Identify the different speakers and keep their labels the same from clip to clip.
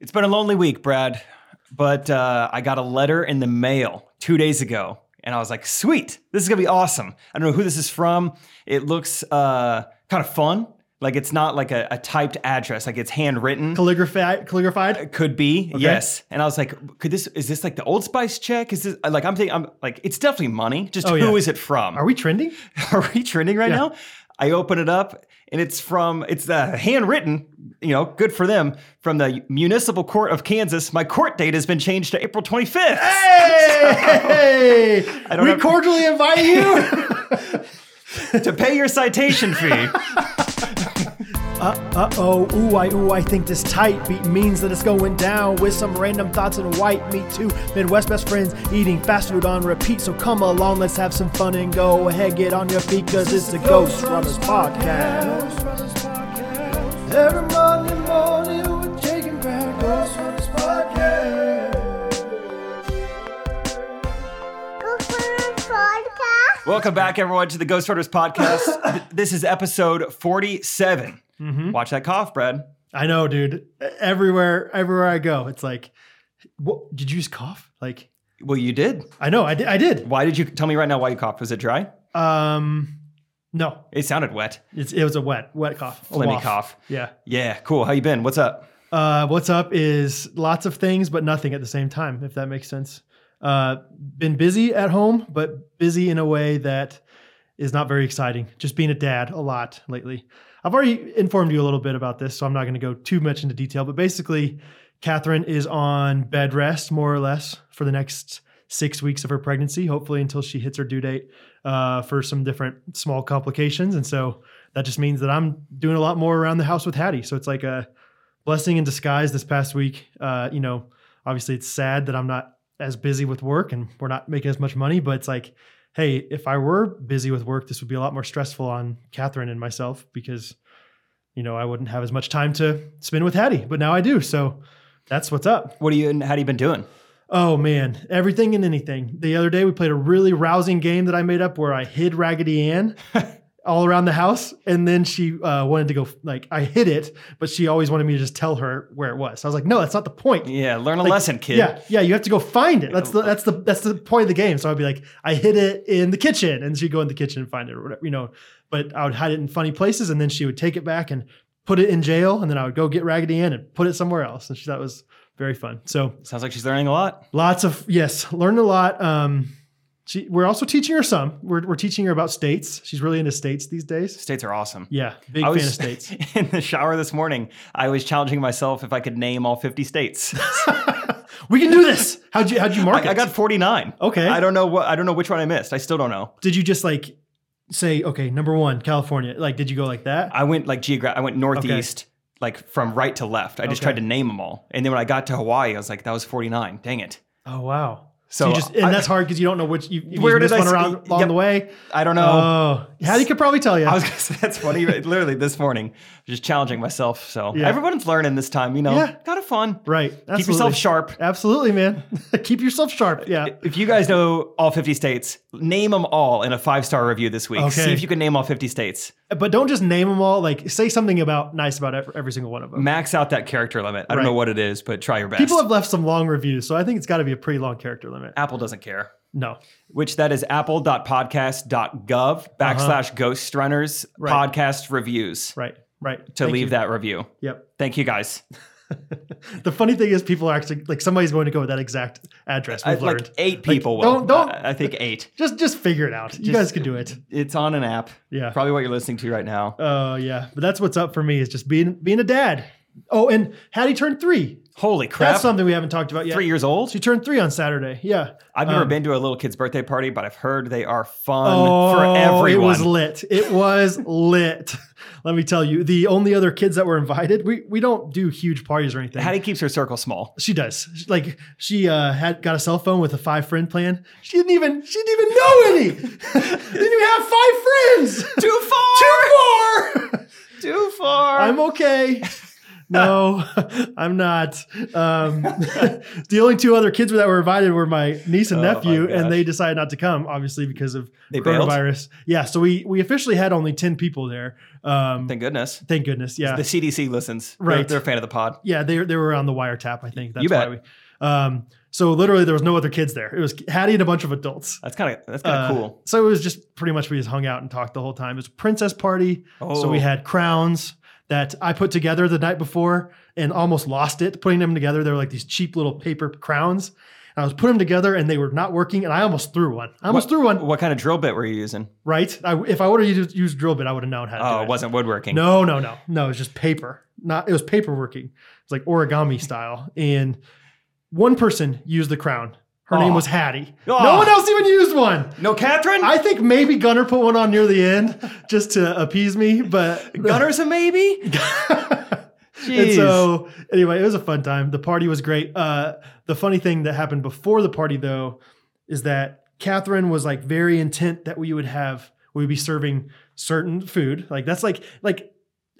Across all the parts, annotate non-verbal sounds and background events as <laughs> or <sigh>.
Speaker 1: It's been a lonely week, Brad, but uh, I got a letter in the mail two days ago, and I was like, sweet, this is gonna be awesome. I don't know who this is from. It looks uh, kind of fun. Like it's not like a, a typed address, like it's handwritten.
Speaker 2: Calligraphi- calligraphied.
Speaker 1: It Could be, yes. And I was like, could this, is this like the Old Spice check? Is this, like, I'm thinking, I'm like, it's definitely money. Just who
Speaker 2: Oh,
Speaker 1: is
Speaker 2: yeah.
Speaker 1: it from?
Speaker 2: Are we trending?
Speaker 1: <laughs> are we trending right
Speaker 2: Yeah.
Speaker 1: now? I open it up and it's from it's uh, handwritten, you know, good for them from the Municipal Court of Kansas. My court date has been changed to April 25th.
Speaker 2: Hey! <laughs>
Speaker 1: don't
Speaker 2: we
Speaker 1: have-
Speaker 2: cordially invite <laughs> you.
Speaker 1: <laughs> to pay your citation fee.
Speaker 2: Uh oh, ooh, I, ooh, I think this tight beat means that it's going down with some random thoughts and white meat too. Midwest best friends eating fast food on repeat, so come along, let's have some fun and go ahead, get on your feet, cause it's the Ghost Runners Podcast. Every Monday morning with Jake and Brad, Ghost Runners Podcast.
Speaker 3: podcast.
Speaker 1: Welcome back, everyone, to the Ghost Orders podcast. Th- this is episode 47. Watch that cough, Brad.
Speaker 2: I know, dude. E-, Everywhere, everywhere I go, it's like, what, did you just cough? Like,
Speaker 1: Well, you did.
Speaker 2: I know, I did. I did.
Speaker 1: Why did you tell me right now why you coughed? Was it dry?
Speaker 2: Um, no,
Speaker 1: It sounded wet.
Speaker 2: It's, it was a wet, wet cough.
Speaker 1: Let me
Speaker 2: Waff.
Speaker 1: cough.
Speaker 2: Yeah.
Speaker 1: Yeah, cool. How you been? What's up?
Speaker 2: Uh, what's up is lots of things, but nothing at the same time, if that makes sense. Uh, been busy at home, but busy in a way that is not very exciting. Just being a dad a lot lately. I've already informed you a little bit about this, so I'm not going to go too much into detail, but basically, Catherine is on bed rest, more or less, for the next six weeks of her pregnancy, hopefully until she hits her due date uh, for some different small complications. And so that just means that I'm doing a lot more around the house with Hattie. So it's like a blessing in disguise this past week. Uh, you know, obviously it's sad that I'm not as busy with work and we're not making as much money, but it's like, hey, if I were busy with work, this would be a lot more stressful on Catherine and myself because, you know, I wouldn't have as much time to spend with Hattie, but now I do. So that's what's up.
Speaker 1: What are you? How have you been doing?
Speaker 2: Oh man, everything and anything. The other day we played a really rousing game that I made up where I hid Raggedy
Speaker 1: <laughs>
Speaker 2: Ann all around the house, and then she uh, wanted to go like I hid it, but she always wanted me to just tell her where it was. I was like, no, that's not the point.
Speaker 1: Yeah, learn a
Speaker 2: Like,
Speaker 1: lesson, kid.
Speaker 2: Yeah, yeah, you have to go find it. That's the that's the that's the point of the game. So I'd be like, I hid it in the kitchen, and she'd go in the kitchen and find it, or whatever, you know. But I would hide it in funny places, and then she would take it back and put it in jail, and then I would go get Raggedy Ann and put it somewhere else. And she thought it was very fun. So
Speaker 1: Sounds like she's learning a lot.
Speaker 2: lots of yes learned a lot um she, we're also teaching her some we're, we're teaching her about states she's really into states these days
Speaker 1: States are awesome.
Speaker 2: yeah big
Speaker 1: I
Speaker 2: fan
Speaker 1: was
Speaker 2: of states
Speaker 1: <laughs>
Speaker 2: <laughs>
Speaker 1: in the shower this morning. I was challenging myself if I could name all 50 states. <laughs>
Speaker 2: we can do this how'd you how'd you mark it
Speaker 1: I, I got 49.
Speaker 2: okay
Speaker 1: I don't know what I don't know which one I missed. I still don't know.
Speaker 2: did you just like say okay number one california like did you go like that
Speaker 1: I went like geogra- I went northeast, like from right to left. I just
Speaker 2: Okay.
Speaker 1: tried to name them all, and then when I got to Hawaii, I was like, that was 49. Dang it!
Speaker 2: oh wow
Speaker 1: So
Speaker 2: so you just and
Speaker 1: I-
Speaker 2: that's hard because you don't know which you, if
Speaker 1: Where
Speaker 2: you just
Speaker 1: did I
Speaker 2: went
Speaker 1: s-
Speaker 2: around along
Speaker 1: yep.
Speaker 2: the way
Speaker 1: I don't
Speaker 2: oh
Speaker 1: know.
Speaker 2: how you could probably tell you
Speaker 1: <laughs> I was gonna say that's funny. but Literally this morning, just challenging myself. So
Speaker 2: Yeah.
Speaker 1: everyone's learning this time, you know.
Speaker 2: Yeah.
Speaker 1: Kind of fun.
Speaker 2: right
Speaker 1: Keep yourself
Speaker 2: absolutely.
Speaker 1: sharp.
Speaker 2: absolutely man <laughs> keep yourself sharp yeah
Speaker 1: If you guys know all 50 states, name them all in a five star review this week. See
Speaker 2: Okay.
Speaker 1: if you can name all 50 states.
Speaker 2: but don't just name them all like say something about nice about every, every single one of them
Speaker 1: Max out that character limit. I don't
Speaker 2: Right.
Speaker 1: know what it is, but try your best.
Speaker 2: People have left some long reviews, so I think it's got to be a pretty long character limit.
Speaker 1: Apple doesn't care.
Speaker 2: No.
Speaker 1: Which that is apple.podcast.gov backslash ghost runners
Speaker 2: Uh-huh. Right.
Speaker 1: podcast reviews
Speaker 2: Right. Right.
Speaker 1: to
Speaker 2: Thank
Speaker 1: leave
Speaker 2: you.
Speaker 1: that review.
Speaker 2: Yep.
Speaker 1: Thank you guys.
Speaker 2: The funny thing is, people are actually like somebody's going to go with that exact address.
Speaker 1: I,
Speaker 2: We've learned.
Speaker 1: like eight people will.
Speaker 2: don't- don't-
Speaker 1: I, I think eight.
Speaker 2: just just figure it out. you
Speaker 1: Just-
Speaker 2: guys can do it.
Speaker 1: It's on an app.
Speaker 2: Yeah.
Speaker 1: Probably what you're listening to right now.
Speaker 2: Oh yeah. But that's what's up for me is just being being a dad. Oh, and Hattie turned three.
Speaker 1: Holy crap.
Speaker 2: That's something we haven't talked about yet.
Speaker 1: Three years old.
Speaker 2: She turned three on Saturday. Yeah.
Speaker 1: I've never
Speaker 2: Um,
Speaker 1: been to a little kid's birthday party, but I've heard they are fun
Speaker 2: Oh,
Speaker 1: for everyone.
Speaker 2: It was lit. It was lit. <laughs> Let me tell you, the only other kids that were invited, we we don't do huge parties or anything.
Speaker 1: Hattie keeps her circle small.
Speaker 2: She does. She- Like she uh, had got a cell phone with a five friend plan. She didn't even she didn't even know any. <laughs> didn't even have five friends. <laughs>
Speaker 1: Too far. Too far. Too far. <laughs>
Speaker 2: I'm okay. no, <laughs> I'm not. Um, <laughs> the only two other kids that were invited were my niece and
Speaker 1: Oh, my
Speaker 2: nephew,
Speaker 1: gosh.
Speaker 2: and they decided not to come, obviously because of
Speaker 1: They bailed?
Speaker 2: coronavirus. Yeah, so we we officially had only ten people there. Um, thank,
Speaker 1: Thank goodness.
Speaker 2: goodness. Yeah,
Speaker 1: The CDC listens. They're- They're,
Speaker 2: Right.
Speaker 1: a fan of the pod.
Speaker 2: yeah, they they were on the wiretap. I think that's
Speaker 1: You bet.
Speaker 2: why we. Um, so literally, there was no other kids there. It was Hattie and a bunch of adults.
Speaker 1: That's kind of that's kind of
Speaker 2: Uh,
Speaker 1: cool.
Speaker 2: So it was just pretty much we just hung out and talked the whole time. It was a princess party.
Speaker 1: Oh,
Speaker 2: So we had crowns that I put together the night before and almost lost it putting them together. They were like these cheap little paper crowns. And I was putting them together and they were not working and I almost threw one. I almost threw one,
Speaker 1: What kind of drill bit were you using?
Speaker 2: right? I, if I would have used, used drill bit, I would have known how to
Speaker 1: Oh,
Speaker 2: do
Speaker 1: it
Speaker 2: it.
Speaker 1: wasn't woodworking.
Speaker 2: No, no, no. No, it was just paper. Not it was paperworking. It's like origami style. And one person used the crown. Her name
Speaker 1: Aw.
Speaker 2: was Hattie. No
Speaker 1: Aw.
Speaker 2: one else even used one.
Speaker 1: no, Catherine.
Speaker 2: I think maybe Gunner put one on near the end just to appease me, but
Speaker 1: Gunner's a maybe.
Speaker 2: And
Speaker 1: Jeez.
Speaker 2: so, anyway, it was a fun time. The party was great. Uh, the funny thing that happened before the party, though, is that Catherine was like very intent that we would have we would be serving certain food. Like that's like like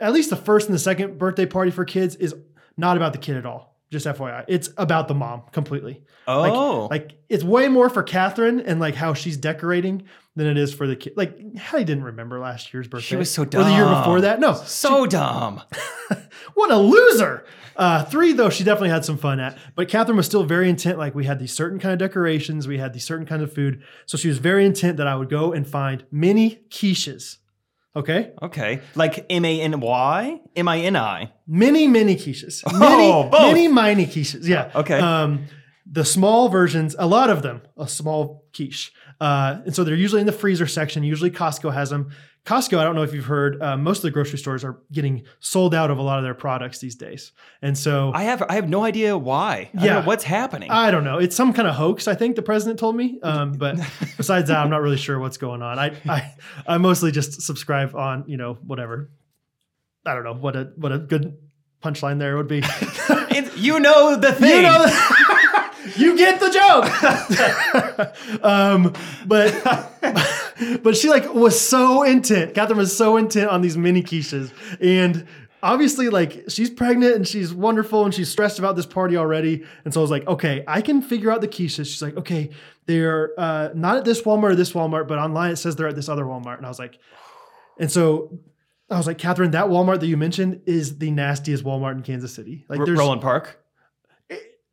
Speaker 2: at least the first and the second birthday party for kids is not about the kid at all. Just FYI, it's about the mom completely.
Speaker 1: oh,
Speaker 2: <laughs> Like it's way more for Catherine and like how she's decorating than it is for the kid. Like Hallie didn't remember last year's birthday.
Speaker 1: was so
Speaker 2: Or the year
Speaker 1: dumb.
Speaker 2: before that. No,
Speaker 1: so dumb.
Speaker 2: what a loser. Uh, three, though, she definitely had some fun at. But Catherine was still very intent. Like, we had these certain kind of decorations, we had these certain kinds of food. So she was very intent that I would go and find mini quiches. Okay?
Speaker 1: Okay, like M A N Y, M I N I.
Speaker 2: Mini, mini quiches. Mini,
Speaker 1: Oh, both.
Speaker 2: mini, mini quiches. Yeah.
Speaker 1: Okay.
Speaker 2: Um, the small versions, a lot of them, a small quiche. Uh, and so they're usually in the freezer section. Usually Costco has them. Costco, I don't know if you've heard, uh, most of the grocery stores are getting sold out of a lot of their products these days. And so
Speaker 1: I have I have no idea why. I don't
Speaker 2: Yeah. Uh,
Speaker 1: know what's happening?
Speaker 2: I don't know. It's some kind of hoax. I think the president told me. Um, but besides that, I'm not really sure what's going on. I, I I mostly just subscribe on you know whatever. I don't know what a what a good punchline there would be.
Speaker 1: <laughs> <laughs> It's- you know the thing.
Speaker 2: You know, <laughs> you get the joke. <laughs> um, but <laughs> but she like was so intent. Catherine was so intent on these mini quiches, and obviously like she's pregnant and she's wonderful and she's stressed about this party already. And so I was like, okay, I can figure out the quiches. She's like, okay, they're uh, not at this Walmart or this Walmart, but online it says they're at this other Walmart. And I was like, and so. I was like, Catherine, that Walmart that you mentioned is the nastiest Walmart in Kansas City. Like,
Speaker 1: R- Roland Park.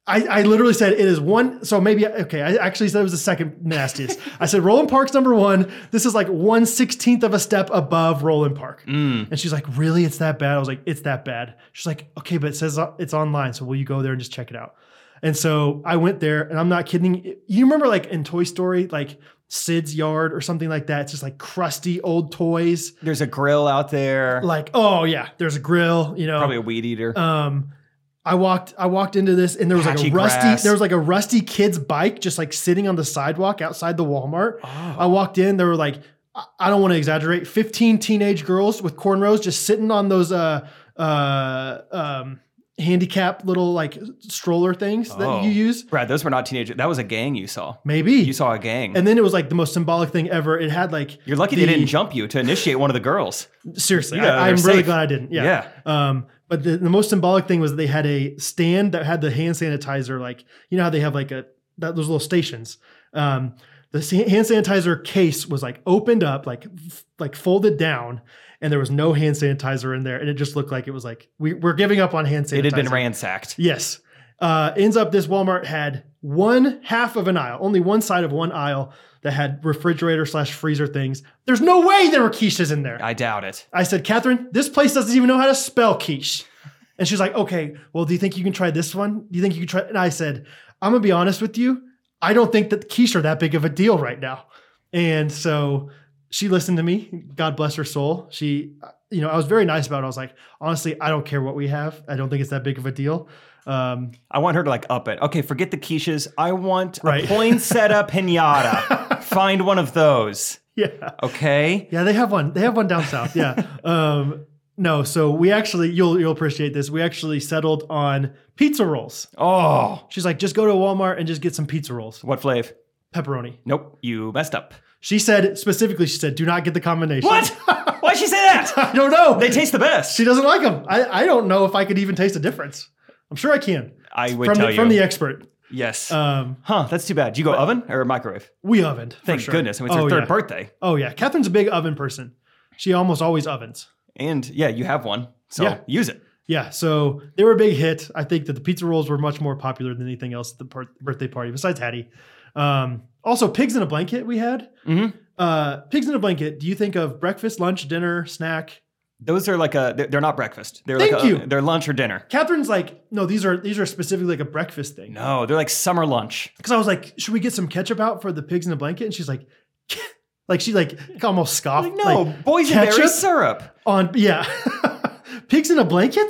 Speaker 2: I, I literally said it is one. So maybe okay. I actually said it was the second nastiest. I said Roland Park's number one. This is like one sixteenth of a step above Roland Park.
Speaker 1: Mm.
Speaker 2: And she's like, "Really? It's that bad?" I was like, "It's that bad." She's like, "Okay, but it says it's online, so will you go there and just check it out?" And so I went there, and I'm not kidding. You remember like in Toy Story, like Sid's yard or something like that. It's just like crusty old toys.
Speaker 1: There's a grill out there.
Speaker 2: Like, oh yeah, there's a grill. You know,
Speaker 1: Probably a weed eater.
Speaker 2: um I walked I walked into this and there was
Speaker 1: Patchy
Speaker 2: like a rusty
Speaker 1: grass.
Speaker 2: there was like a rusty kid's bike just like sitting on the sidewalk outside the Walmart. I
Speaker 1: oh.
Speaker 2: walked in there were like I- I don't want to exaggerate 15 teenage girls with cornrows just sitting on those uh uh um handicap little like stroller things
Speaker 1: Oh.
Speaker 2: that you use
Speaker 1: Brad, those were not teenagers. That was a gang you saw.
Speaker 2: maybe.
Speaker 1: You saw a gang.
Speaker 2: and then it was like the most symbolic thing ever. It had like
Speaker 1: You're lucky they
Speaker 2: the-
Speaker 1: didn't jump you to initiate one of the girls.
Speaker 2: seriously
Speaker 1: Yeah,
Speaker 2: I,
Speaker 1: they're
Speaker 2: am really
Speaker 1: safe.
Speaker 2: glad I didn't. Yeah. Um, but the, the most symbolic thing was they had a stand that had the hand sanitizer, like you know how they have like a that, those little stations. Um, the sa- hand sanitizer case was like opened up, like f- like folded down, and there was no hand sanitizer in there, and it just looked like it was like we, we're giving up on hand sanitizer.
Speaker 1: It had been ransacked.
Speaker 2: Yes. Uh, ends up this Walmart had one half of an aisle, only one side of one aisle that had refrigerator slash freezer things. There's no way there were quiches in there.
Speaker 1: I doubt it.
Speaker 2: I said, Catherine, this place doesn't even know how to spell quiche. And she's like, okay, well, do you think you can try this one? Do you think you can try? And I said, I'm gonna be honest with you. I don't think that quiche are that big of a deal right now. And so she listened to me. God bless her soul. She, you know, I was very nice about it. I was like, honestly, I don't care what we have. I don't think it's that big of a deal. Um,
Speaker 1: I want her to like up it. Okay, forget the quiches. I want
Speaker 2: Right. <laughs>
Speaker 1: a poinsettia pinata. Find one of those.
Speaker 2: yeah.
Speaker 1: Okay.
Speaker 2: Yeah, they have one. They have one down south. Yeah. um, no, so we actually, you'll you'll appreciate this. We actually settled on pizza rolls.
Speaker 1: Oh,
Speaker 2: She's like, just go to Walmart and just get some pizza rolls,
Speaker 1: what flavor?
Speaker 2: pepperoni.
Speaker 1: Nope, you messed up.
Speaker 2: She said specifically, she said, "Do not get the combination."
Speaker 1: What? Why'd she say that?
Speaker 2: <laughs> I don't know.
Speaker 1: They taste the best.
Speaker 2: she doesn't like them. I, I don't know if I could even taste a difference. I'm sure I can
Speaker 1: I would
Speaker 2: from
Speaker 1: tell
Speaker 2: the,
Speaker 1: you.
Speaker 2: from the expert.
Speaker 1: yes.
Speaker 2: Um,
Speaker 1: huh. That's too bad. Do you go oven or microwave?
Speaker 2: we ovened. for
Speaker 1: Thank
Speaker 2: sure.
Speaker 1: goodness. I mean, it's
Speaker 2: oh,
Speaker 1: her third
Speaker 2: yeah.
Speaker 1: birthday,
Speaker 2: Oh yeah, Catherine's a big oven person. She almost always ovens.
Speaker 1: and yeah, you have one, so
Speaker 2: Yeah.
Speaker 1: use it.
Speaker 2: Yeah, so they were a big hit. I think that the pizza rolls were much more popular than anything else at the par- birthday party, besides Hattie. Um, also, pigs in a blanket we had.
Speaker 1: hmm
Speaker 2: Uh, pigs in a blanket. Do you think of breakfast, lunch, dinner, snack?
Speaker 1: Those are like a. They're, they're not breakfast. They're like
Speaker 2: Thank
Speaker 1: a,
Speaker 2: you.
Speaker 1: They're lunch or dinner.
Speaker 2: Catherine's like, no, these are these are specifically like a breakfast thing.
Speaker 1: No, they're like summer lunch.
Speaker 2: Because I was like, should we get some ketchup out for the pigs in a blanket? And she's like, <laughs> like she
Speaker 1: <laughs>
Speaker 2: like almost scoffed.
Speaker 1: Like, no,
Speaker 2: like,
Speaker 1: boysenberry
Speaker 2: ketchup?
Speaker 1: syrup.
Speaker 2: on yeah <laughs> pigs in a blanket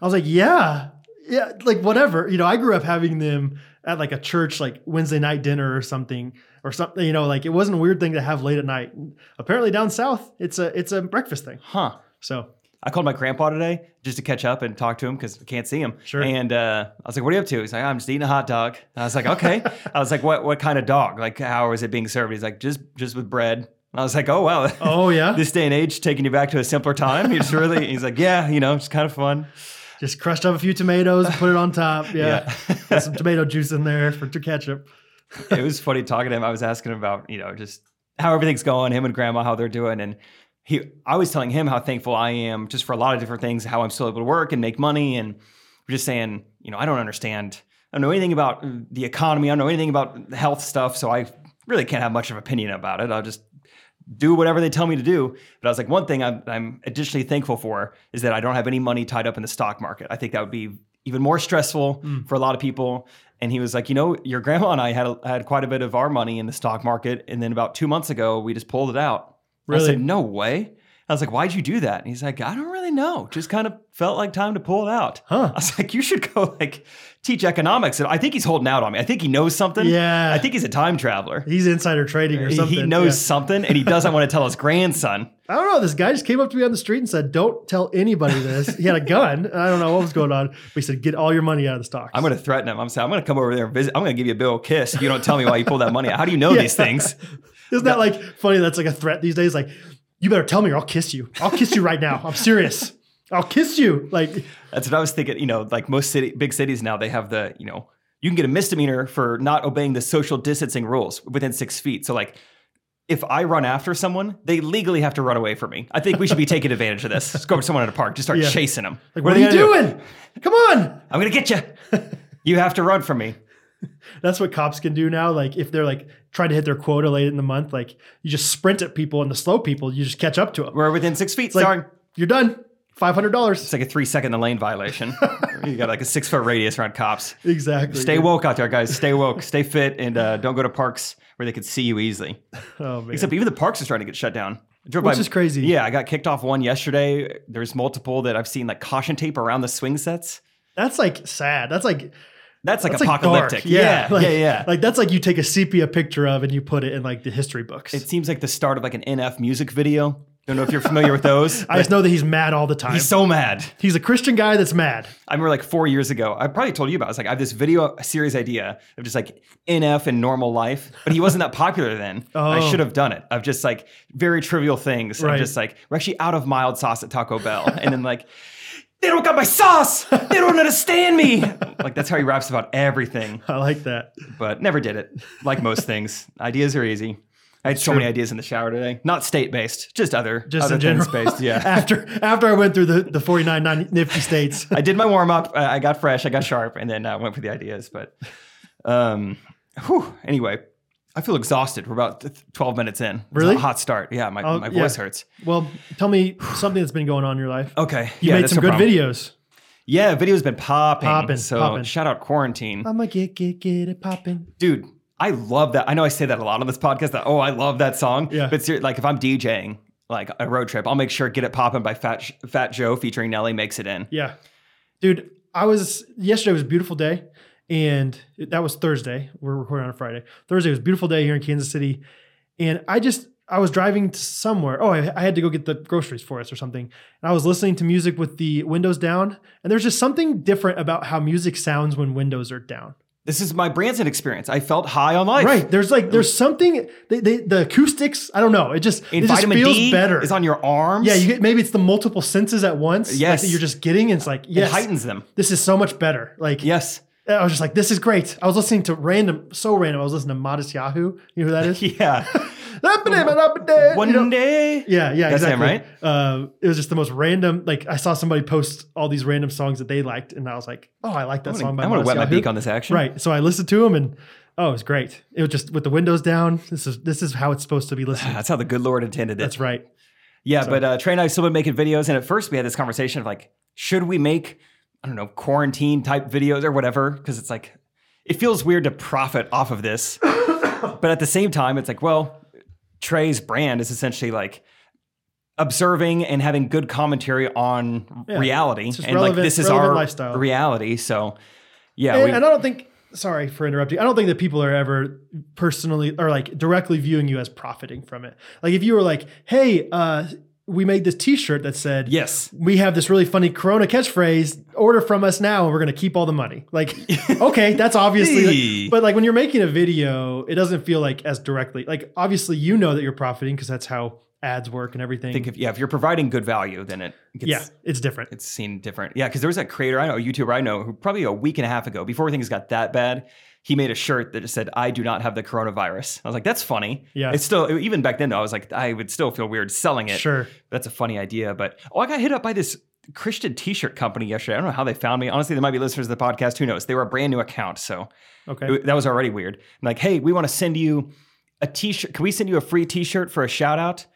Speaker 2: i was like yeah yeah like whatever you know i grew up having them at like a church like wednesday night dinner or something or something you know like it wasn't a weird thing to have late at night apparently down south it's a it's a breakfast thing
Speaker 1: Huh.
Speaker 2: so
Speaker 1: I called my grandpa today just to catch up and talk to him because I can't see him.
Speaker 2: Sure.
Speaker 1: And uh, I was like, "What are you up to?" He's like, "I'm just eating a hot dog." And I was like, <laughs> "Okay." I was like, "What? What kind of dog? Like, how is it being served?" He's like, "Just, just with bread." And I was like, "Oh wow."
Speaker 2: oh yeah
Speaker 1: <laughs> This day and age, taking you back to a simpler time. He's really, he's like, yeah, you know, it's kind of fun.
Speaker 2: just crushed up a few tomatoes put it on top yeah,
Speaker 1: <laughs> Yeah.
Speaker 2: Put some tomato juice in there for to ketchup
Speaker 1: it was funny talking to him. I was asking him about, you know, just how everything's going, him and grandma, how they're doing. And he, I was telling him how thankful I am just for a lot of different things, how I'm still able to work and make money. And we're just saying, you know, I don't understand. I don't know anything about the economy. I don't know anything about health stuff. So I really can't have much of an opinion about it. I'll just do whatever they tell me to do. But I was like, one thing I'm, I'm additionally thankful for is that I don't have any money tied up in the stock market. I think that would be even more stressful for a lot of people. And he was like, you know, your grandma and I had had quite a bit of our money in the stock market, and then about two months ago, we just pulled it out. I
Speaker 2: Really?
Speaker 1: said, no way. I was like, why'd you do that? And he's like, I don't really know. Just kind of felt like time to pull it out. I
Speaker 2: huh
Speaker 1: was like, you should go like teach economics. And I think he's holding out on me. I think he knows something.
Speaker 2: yeah
Speaker 1: I think he's a time traveler.
Speaker 2: he's insider trading or
Speaker 1: He-
Speaker 2: something
Speaker 1: He knows
Speaker 2: Yeah.
Speaker 1: something and he doesn't want to tell his grandson.
Speaker 2: I don't know. This guy just came up to me on the street and said, "Don't tell anybody this." He had a gun. I don't know what was going on. But he said, "Get all your money out of the stocks."
Speaker 1: I'm going to threaten him. I'm saying, I'm going to come over there and visit. I'm going to give you a bill kiss if you don't tell me why you pulled that money out. How do you
Speaker 2: <laughs>
Speaker 1: know
Speaker 2: Yeah.
Speaker 1: these things?
Speaker 2: Isn't that like funny? That's like a threat these days. Like, you better tell me, or I'll kiss you. I'll kiss you right now. I'm serious. I'll kiss you. Like,
Speaker 1: That's what I was thinking. You know, like most city, big cities now, they have the, you know, you can get a misdemeanor for not obeying the social distancing rules within six feet. So, like, if I run after someone, they legally have to run away from me. I think we should be taking advantage of this. Let's go over to someone at a park, just start
Speaker 2: Yeah.
Speaker 1: chasing them.
Speaker 2: like what, are you doing? Come on.
Speaker 1: I'm going to get you. You have to run from me.
Speaker 2: That's what cops can do now. Like, if they're like trying to hit their quota late in the month, like you just sprint at people, and the slow people, you just catch up to them.
Speaker 1: We're within six feet.
Speaker 2: like-
Speaker 1: Sorry.
Speaker 2: You're done. Five hundred dollars.
Speaker 1: It's like a three second in the lane violation. you got like a six foot radius around cops.
Speaker 2: Exactly.
Speaker 1: Stay woke out there, guys. Stay woke, stay fit, and uh, don't go to parks where they could see you easily.
Speaker 2: Oh man.
Speaker 1: Except even the parks are starting to get shut down. I drove
Speaker 2: Which
Speaker 1: by-
Speaker 2: is crazy.
Speaker 1: Yeah, I got kicked off one yesterday. There's multiple that I've seen like caution tape around the swing sets.
Speaker 2: That's like sad. That's like
Speaker 1: That's like
Speaker 2: That's like
Speaker 1: apocalyptic.
Speaker 2: dark. Yeah.
Speaker 1: yeah,
Speaker 2: Like-
Speaker 1: yeah, yeah.
Speaker 2: like that's like you take a sepia picture of and you put it in like the history books.
Speaker 1: it seems like the start of like an NF music video. Don't know if you're familiar with those.
Speaker 2: <laughs> I just know that he's mad all the time.
Speaker 1: He's
Speaker 2: He's,
Speaker 1: so mad.
Speaker 2: a Christian guy that's mad.
Speaker 1: I remember like four years ago, I probably told you about. It. I was like, I have this video series idea of just like NF and normal life, but he wasn't that popular
Speaker 2: <laughs>
Speaker 1: then. I
Speaker 2: Oh.
Speaker 1: should have done it. Of just like very trivial things.
Speaker 2: Right.
Speaker 1: I'm just like we're actually out of mild sauce at Taco Bell, <laughs> and then like they don't got my sauce. They don't understand me. <laughs> like that's how he raps about everything,
Speaker 2: I like that.
Speaker 1: but never did it. Like most things, ideas are easy. I had so many ideas in the shower today. Not state based, just other
Speaker 2: Just
Speaker 1: other
Speaker 2: in general.
Speaker 1: things based.
Speaker 2: <laughs>
Speaker 1: Yeah.
Speaker 2: after after I went through the, the 49 nine nifty states.
Speaker 1: I did my warm up. I got fresh. I got sharp, and then I went for the ideas. But um, whew, anyway, I feel exhausted. We're about th- twelve minutes in. It's
Speaker 2: Really?
Speaker 1: a hot start. Yeah, my,
Speaker 2: Oh,
Speaker 1: my
Speaker 2: yeah.
Speaker 1: voice hurts.
Speaker 2: Well, tell me something that's been going on in your life.
Speaker 1: Okay,
Speaker 2: You
Speaker 1: Oh, yeah,
Speaker 2: made
Speaker 1: that's
Speaker 2: some
Speaker 1: no
Speaker 2: good
Speaker 1: problem.
Speaker 2: videos.
Speaker 1: Yeah, video's been popping.
Speaker 2: Popping,
Speaker 1: so
Speaker 2: popping.
Speaker 1: shout out quarantine,
Speaker 2: I'm like get get get it popping.
Speaker 1: dude. I love that. I know I say that a lot on this podcast. That oh, I love that song.
Speaker 2: Yeah.
Speaker 1: But ser- like if I'm DJing like a road trip, I'll make sure "Get It Poppin'" by Fat Sh- Fat Joe featuring Nelly makes it in.
Speaker 2: Yeah. Dude, I was yesterday was a beautiful day and it- that was Thursday. We're recording on a Friday. Thursday was a beautiful day here in Kansas City. And I just I was driving to somewhere. Oh, I, I had to go get the groceries for us or something. And I was listening to music with the windows down. And there's just something different about how music sounds when windows are down.
Speaker 1: This is my Branson experience. I felt high on life.
Speaker 2: Right. There's like there's something they, they the acoustics. I don't know. It just
Speaker 1: And
Speaker 2: it just
Speaker 1: vitamin
Speaker 2: feels
Speaker 1: D
Speaker 2: better.
Speaker 1: is on your arms.
Speaker 2: yeah, you get maybe it's the multiple senses at once. like,
Speaker 1: Yes.
Speaker 2: that you're just getting. And it's like
Speaker 1: it
Speaker 2: yes,
Speaker 1: heightens them.
Speaker 2: this is so much better. Like
Speaker 1: Yes.
Speaker 2: I was just like this is great. I was listening to random, so random. I was listening to Modest Yahoo. You know who that
Speaker 1: <laughs>
Speaker 2: is?
Speaker 1: <laughs>
Speaker 2: <laughs>
Speaker 1: Yeah.
Speaker 2: One
Speaker 1: One day.
Speaker 2: Yeah, yeah,
Speaker 1: That's him,
Speaker 2: exactly. Uh, it was just the most random. Like I saw somebody post all these random songs that they liked, and I was like, "Oh, I like that
Speaker 1: I'm
Speaker 2: song."
Speaker 1: gonna,
Speaker 2: By
Speaker 1: I'm gonna
Speaker 2: Modest
Speaker 1: wet my
Speaker 2: Yahoo.
Speaker 1: beak on this action.
Speaker 2: Right. So I listened to them, and oh, it was great. It was just with the windows down. This is this is how it's supposed to be
Speaker 1: <sighs>
Speaker 2: listened.
Speaker 1: That's how the good Lord intended it.
Speaker 2: That's right.
Speaker 1: Yeah,
Speaker 2: So-
Speaker 1: but uh, Trey and I have still been making videos, and at first we had this conversation of like, should we make I don't know quarantine type videos or whatever? Because it's like it feels weird to profit off of this,
Speaker 2: <laughs>
Speaker 1: but at the same time, it's like well, Trey's brand is essentially like observing and having good commentary on
Speaker 2: Yeah,
Speaker 1: reality,
Speaker 2: it's just
Speaker 1: and like
Speaker 2: relevant-
Speaker 1: this is
Speaker 2: relevant
Speaker 1: our
Speaker 2: lifestyle.
Speaker 1: reality. So yeah,
Speaker 2: And,
Speaker 1: we,
Speaker 2: and I don't think. Sorry for interrupting. I don't think that people are ever personally or like directly viewing you as profiting from it. Like if you were like, "Hey, uh, we made this T-shirt that said."
Speaker 1: yes,
Speaker 2: we have this really funny Corona catchphrase. Order from us now, and we're going to keep all the money.
Speaker 1: <laughs>
Speaker 2: Like, okay, that's obviously.
Speaker 1: Hey.
Speaker 2: but like when you're making a video, it doesn't feel like as directly. Like obviously, you know that you're profiting because that's how ads work and everything.
Speaker 1: I think if yeah, if you're providing good value, then it gets
Speaker 2: yeah, it's different.
Speaker 1: it's seen different. Yeah, because there was that creator I know, a YouTuber I know, who probably a week and a half ago, before things got that bad, he made a shirt that just said, "I do not have the coronavirus." I was like, "That's funny."
Speaker 2: Yeah.
Speaker 1: it's still even back then though. I was like, I would still feel weird selling it.
Speaker 2: Sure.
Speaker 1: that's a funny idea. But oh, I got hit up by this Christian T-shirt company yesterday. I don't know how they found me. Honestly, they might be listeners to the podcast. Who knows? They were a brand new account, so
Speaker 2: Okay.
Speaker 1: it- that was already weird. I'm like, hey, we want to send you a t-shirt. Can we send you a free t-shirt for a shout out?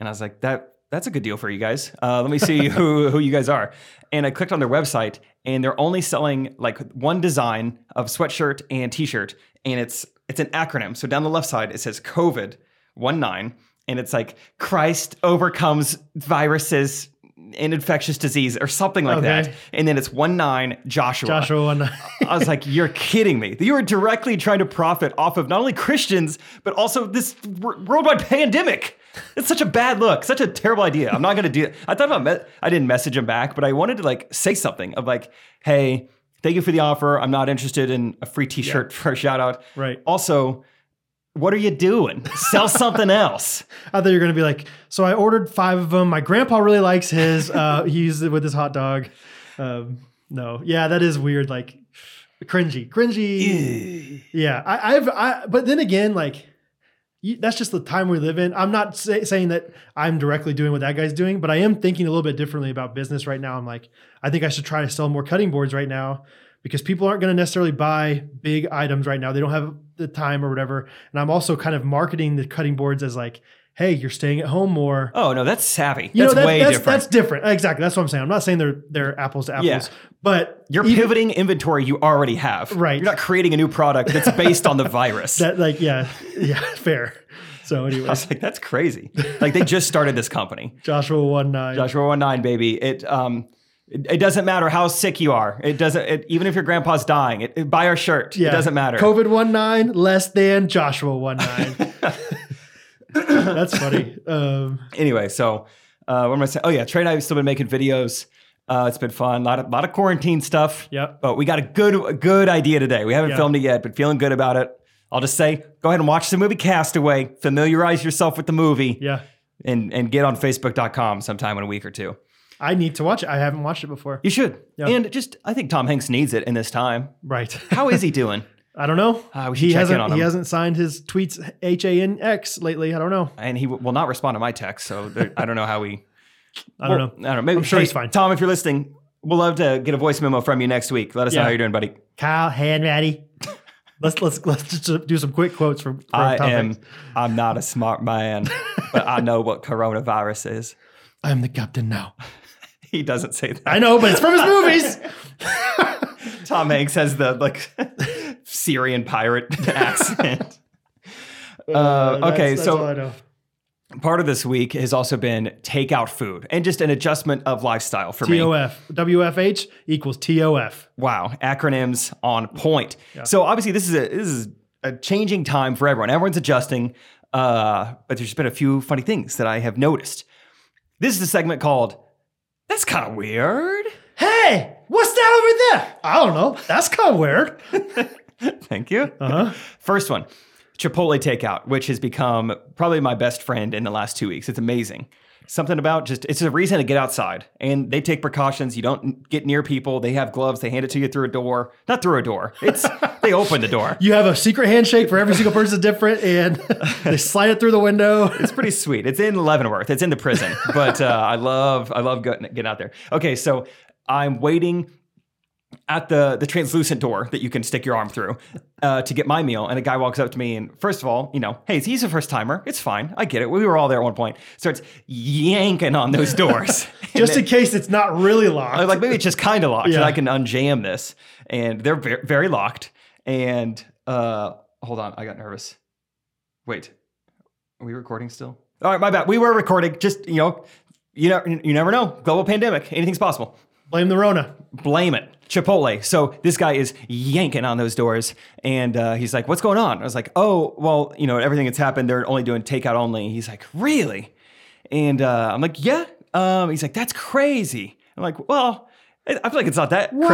Speaker 1: And I was like, that that's a good deal for you guys. Uh, let me see who <laughs> who you guys are. And I clicked on their website, and they're only selling like one design of sweatshirt and t-shirt, and it's it's an acronym. So down the left side, it says COVID one nine, and it's like Christ overcomes viruses and infectious disease or something like
Speaker 2: Okay.
Speaker 1: that. And then it's one nine <laughs>
Speaker 2: Joshua one.
Speaker 1: I was like, "You're kidding me! You are directly trying to profit off of not only Christians but also this wor- worldwide pandemic. It's such a bad look, such a terrible idea. I'm not gonna do it." I thought about, me- I didn't message him back, but I wanted to like say something of like, "Hey, thank you for the offer. I'm not interested in a free T-shirt for a shout out.
Speaker 2: right.
Speaker 1: Also, what are you doing? Sell something else."
Speaker 2: I thought you were going to be like, so I ordered five of them. My grandpa really likes his. Uh, he used it with his hot dog. Um, no, yeah, that is weird. Like, cringy, cringy. Yeah, I, I've, I, but then again, like, you, that's just the time we live in. I'm not say, saying that I'm directly doing what that guy's doing, but I am thinking a little bit differently about business right now. I'm like, I think I should try to sell more cutting boards right now because people aren't going to necessarily buy big items right now. They don't have the time or whatever. And I'm also kind of marketing the cutting boards as like, hey, you're staying at home more.
Speaker 1: Oh no, that's savvy.
Speaker 2: You
Speaker 1: that's
Speaker 2: know, that,
Speaker 1: way
Speaker 2: that's,
Speaker 1: different.
Speaker 2: that's different. Exactly. That's what I'm saying. I'm not saying they're they're apples to apples,
Speaker 1: Yeah.
Speaker 2: but e-
Speaker 1: you're <laughs>
Speaker 2: even-
Speaker 1: pivoting inventory you already have.
Speaker 2: Right.
Speaker 1: You're not creating a new product that's based on the virus.
Speaker 2: <laughs> that like yeah, yeah, fair. So
Speaker 1: I
Speaker 2: anyway,
Speaker 1: was like, that's crazy. Like they just started this company,
Speaker 2: Joshua one nine.
Speaker 1: <laughs> Joshua One Nine, baby. It um, it, it doesn't matter how sick you are. It doesn't. It, even if your grandpa's dying, it, it- buy our shirt. It doesn't matter.
Speaker 2: COVID one nine less than Joshua one nine.
Speaker 1: <laughs>
Speaker 2: <laughs> That's funny. Um,
Speaker 1: Anyway, so uh, what am I saying? Oh yeah, Trey and I have still been making videos. Uh, it's been fun. A lot of lot of quarantine stuff.
Speaker 2: yep.
Speaker 1: But we got a good a good idea today. We haven't
Speaker 2: Yeah.
Speaker 1: filmed it yet, but feeling good about it. I'll just say, go ahead and watch the movie Castaway. Familiarize yourself with the movie,
Speaker 2: Yeah.
Speaker 1: and and get on Facebook.com sometime in a week or two.
Speaker 2: I need to watch it. I haven't watched it before.
Speaker 1: You should.
Speaker 2: Yeah.
Speaker 1: And just, I think Tom Hanks needs it in this time.
Speaker 2: Right.
Speaker 1: How is
Speaker 2: <laughs>
Speaker 1: he doing?
Speaker 2: I don't know.
Speaker 1: Uh, we should
Speaker 2: he
Speaker 1: check in
Speaker 2: hasn't.
Speaker 1: on
Speaker 2: He
Speaker 1: him.
Speaker 2: hasn't signed his tweets H A N X lately. I don't know.
Speaker 1: and he w- will not respond to my text. So there, I don't know how he.
Speaker 2: <laughs> I don't
Speaker 1: Well,
Speaker 2: know.
Speaker 1: I don't know. Maybe
Speaker 2: I'm sure he's fine.
Speaker 1: Tom, if you're listening, we'll love to get a voice memo from you next week. Let us know
Speaker 2: Yeah.
Speaker 1: how you're doing, buddy.
Speaker 2: Kyle
Speaker 1: <laughs>
Speaker 2: Hanratty. let's let's let's just do some quick quotes from. from
Speaker 1: I
Speaker 2: Tom
Speaker 1: am.
Speaker 2: Hanks.
Speaker 1: I'm not a
Speaker 2: <laughs>
Speaker 1: smart man, but I know what coronavirus is.
Speaker 2: I'm the captain now.
Speaker 1: He doesn't say that.
Speaker 2: I know, but it's from his movies.
Speaker 1: <laughs> Tom Hanks has the
Speaker 2: <laughs>
Speaker 1: like Syrian pirate <laughs> accent.
Speaker 2: that's-
Speaker 1: Uh, okay,
Speaker 2: that's
Speaker 1: so-
Speaker 2: all I know.
Speaker 1: Part of this week has also been takeout food and just an adjustment of lifestyle for me.
Speaker 2: TOF WFH equals TOF.
Speaker 1: Wow, acronyms on point. So obviously, this is a this is a changing time for everyone. Everyone's adjusting, uh, but there's been a few funny things that I have noticed. This is a segment called "That's Kind of Weird."
Speaker 2: Hey, what's that over there? I don't know. That's kind of weird.
Speaker 1: Thank you.
Speaker 2: Uh-huh.
Speaker 1: <laughs> First one, Chipotle takeout, which has become probably my best friend in the last two weeks. It's amazing. Something about just it's a reason to get outside, and they take precautions. You don't get near people. They have gloves. They hand it to you through a door, not through a door. It's <laughs> they open the door.
Speaker 2: You have a secret handshake for every single person different, and <laughs> they slide it through the window.
Speaker 1: It's pretty sweet. It's in Leavenworth. It's in the prison, but uh, I love I love getting, getting out there. Okay, so I'm waiting at the the translucent door that you can stick your arm through uh, to get my meal, and a guy walks up to me and first of all, you know, hey, he's a first timer. It's fine. I get it. We were all there at one point. Starts yanking on those doors.
Speaker 2: <laughs> Just in case it's not really locked.
Speaker 1: I was like, maybe it's just kind of locked,
Speaker 2: Yeah.
Speaker 1: and I can unjam this. And they're very, very locked. And uh, hold on, I got nervous. Wait, are we recording still? All right, my bad. We were recording. Just you know, you know, you never know. Global pandemic, anything's possible.
Speaker 2: Blame the Rona.
Speaker 1: Blame it. Chipotle. So this guy is yanking on those doors, and uh, he's like, "What's going on?" I was like, "Oh, well, you know, everything that's happened, they're only doing takeout only." He's like, "Really?" And uh, I'm like, "Yeah." Um, he's like, "That's crazy." I'm like, "Well, I I feel like it's not that
Speaker 2: Wow.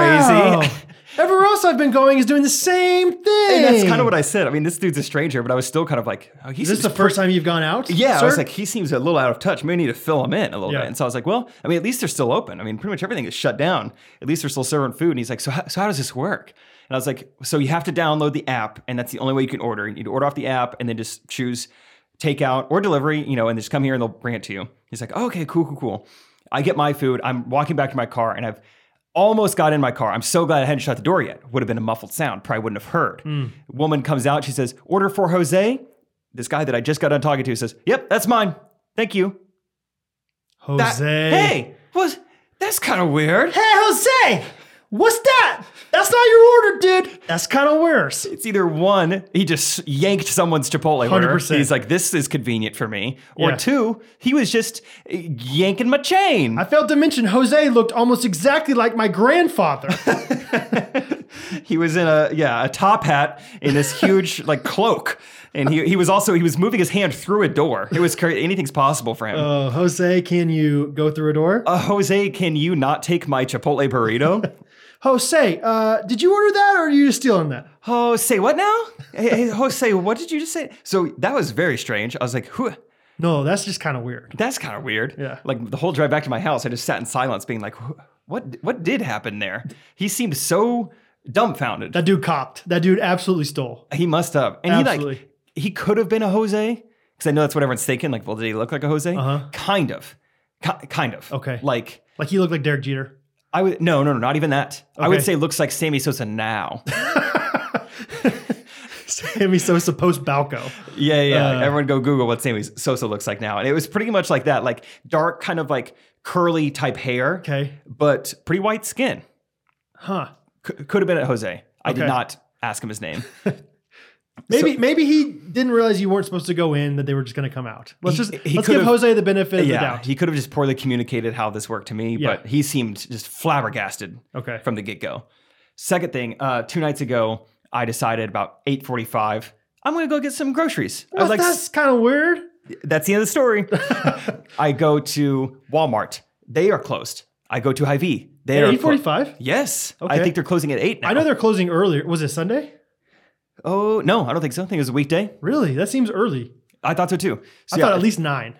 Speaker 1: crazy."
Speaker 2: Everywhere else I've been going is doing the same thing.
Speaker 1: and <laughs> that's kind of what I said. I mean, this dude's a stranger, but I was still kind of like, oh, "He's
Speaker 2: Is this the first time you've gone out?
Speaker 1: Yeah, I was
Speaker 2: sir?
Speaker 1: like, he seems a little out of touch. Maybe we need to fill him in a little
Speaker 2: Yeah.
Speaker 1: bit. And so I was like, well, I mean, at least they're still open. I mean, pretty much everything is shut down. At least they're still serving food. And he's like, so how, so how does this work? And I was like, so you have to download the app, and that's the only way you can order. You need to order off the app, and then just choose takeout or delivery, you know, and just come here and they'll bring it to you. He's like, oh, okay, cool, cool, cool. I get my food. I'm walking back to my car, and I've almost got in my car. I'm so glad I hadn't shut the door yet. Would have been a muffled sound. Probably wouldn't have heard.
Speaker 2: Hmm.
Speaker 1: Woman comes out. She says, order for Jose. This guy that I just got done talking to says, yep, that's mine. Thank you.
Speaker 2: Jose.
Speaker 1: That- hey, was that's kind of weird.
Speaker 2: Hey, Jose, what's that? That's not your order, dude. That's kind of worse.
Speaker 1: It's either one, he just yanked someone's Chipotle order.
Speaker 2: 100%.
Speaker 1: He's like, this is convenient for me. Or
Speaker 2: Yeah.
Speaker 1: two, he was just yanking my chain. <laughs>
Speaker 2: I failed to mention Jose looked almost exactly like my grandfather. <laughs>
Speaker 1: he was in a yeah a top hat in this huge <laughs> like cloak and he, he was also he was moving his hand through a door it was crazy anything's possible for him uh,
Speaker 2: Oh, Jose, can you go through a door?
Speaker 1: jose can you not take my chipotle burrito
Speaker 2: Jose, uh, did you order that or are you just stealing that?
Speaker 1: oh say what now hey, hey, jose what did you just say so that was very strange i was like who
Speaker 2: No, that's just kind of weird.
Speaker 1: that's kind of weird
Speaker 2: Yeah.
Speaker 1: like the whole drive back to my house i just sat in silence being like "Wh- what what did happen there he seemed so dumbfounded
Speaker 2: That dude copped. That dude absolutely stole.
Speaker 1: He must have. And he
Speaker 2: Absolutely.
Speaker 1: like he could have been a Jose because I know that's what everyone's thinking. Like, well, did he look like a Jose?
Speaker 2: Uh-huh.
Speaker 1: Kind of, Ki- kind of.
Speaker 2: Okay.
Speaker 1: Like
Speaker 2: Like he looked like Derek Jeter. <laughs>
Speaker 1: I would no, no, no, not even that. I
Speaker 2: Okay.
Speaker 1: would say looks like Sammy Sosa now.
Speaker 2: Sammy Sosa post Balco.
Speaker 1: yeah, yeah.
Speaker 2: Uh.
Speaker 1: Everyone go Google what Sammy Sosa looks like now, and it was pretty much like that, like dark, kind of like curly type hair,
Speaker 2: Okay.
Speaker 1: but pretty white skin.
Speaker 2: Huh.
Speaker 1: C- could have been a Jose. I did
Speaker 2: Okay.
Speaker 1: not ask him his
Speaker 2: <laughs>
Speaker 1: name.
Speaker 2: Maybe maybe he didn't realize you weren't supposed to go in, that they were just going to come out. Let's
Speaker 1: He-
Speaker 2: just
Speaker 1: he
Speaker 2: let's
Speaker 1: could
Speaker 2: give
Speaker 1: have-
Speaker 2: Jose the benefit of the
Speaker 1: yeah,
Speaker 2: doubt.
Speaker 1: he could have just poorly communicated how this worked to me,
Speaker 2: Yeah.
Speaker 1: but he seemed just flabbergasted.
Speaker 2: Okay.
Speaker 1: from the get go. Second thing, uh, two nights ago, I decided about eight forty five. I'm gonna go get some groceries. I
Speaker 2: Well,
Speaker 1: was like,
Speaker 2: that's kind of weird.
Speaker 1: that's the end of
Speaker 2: <laughs>
Speaker 1: the story. I go to Walmart. They are closed. I go to Hy-Vee. They are
Speaker 2: Eight
Speaker 1: clo-
Speaker 2: forty-five.
Speaker 1: Yes, I
Speaker 2: Okay.
Speaker 1: think they're closing at eight now.
Speaker 2: I know they're closing earlier. Was it Sunday?
Speaker 1: oh no, I don't think so. I think it was a weekday.
Speaker 2: Really? That seems early.
Speaker 1: I thought so too. So
Speaker 2: I
Speaker 1: yeah,
Speaker 2: thought at least nine.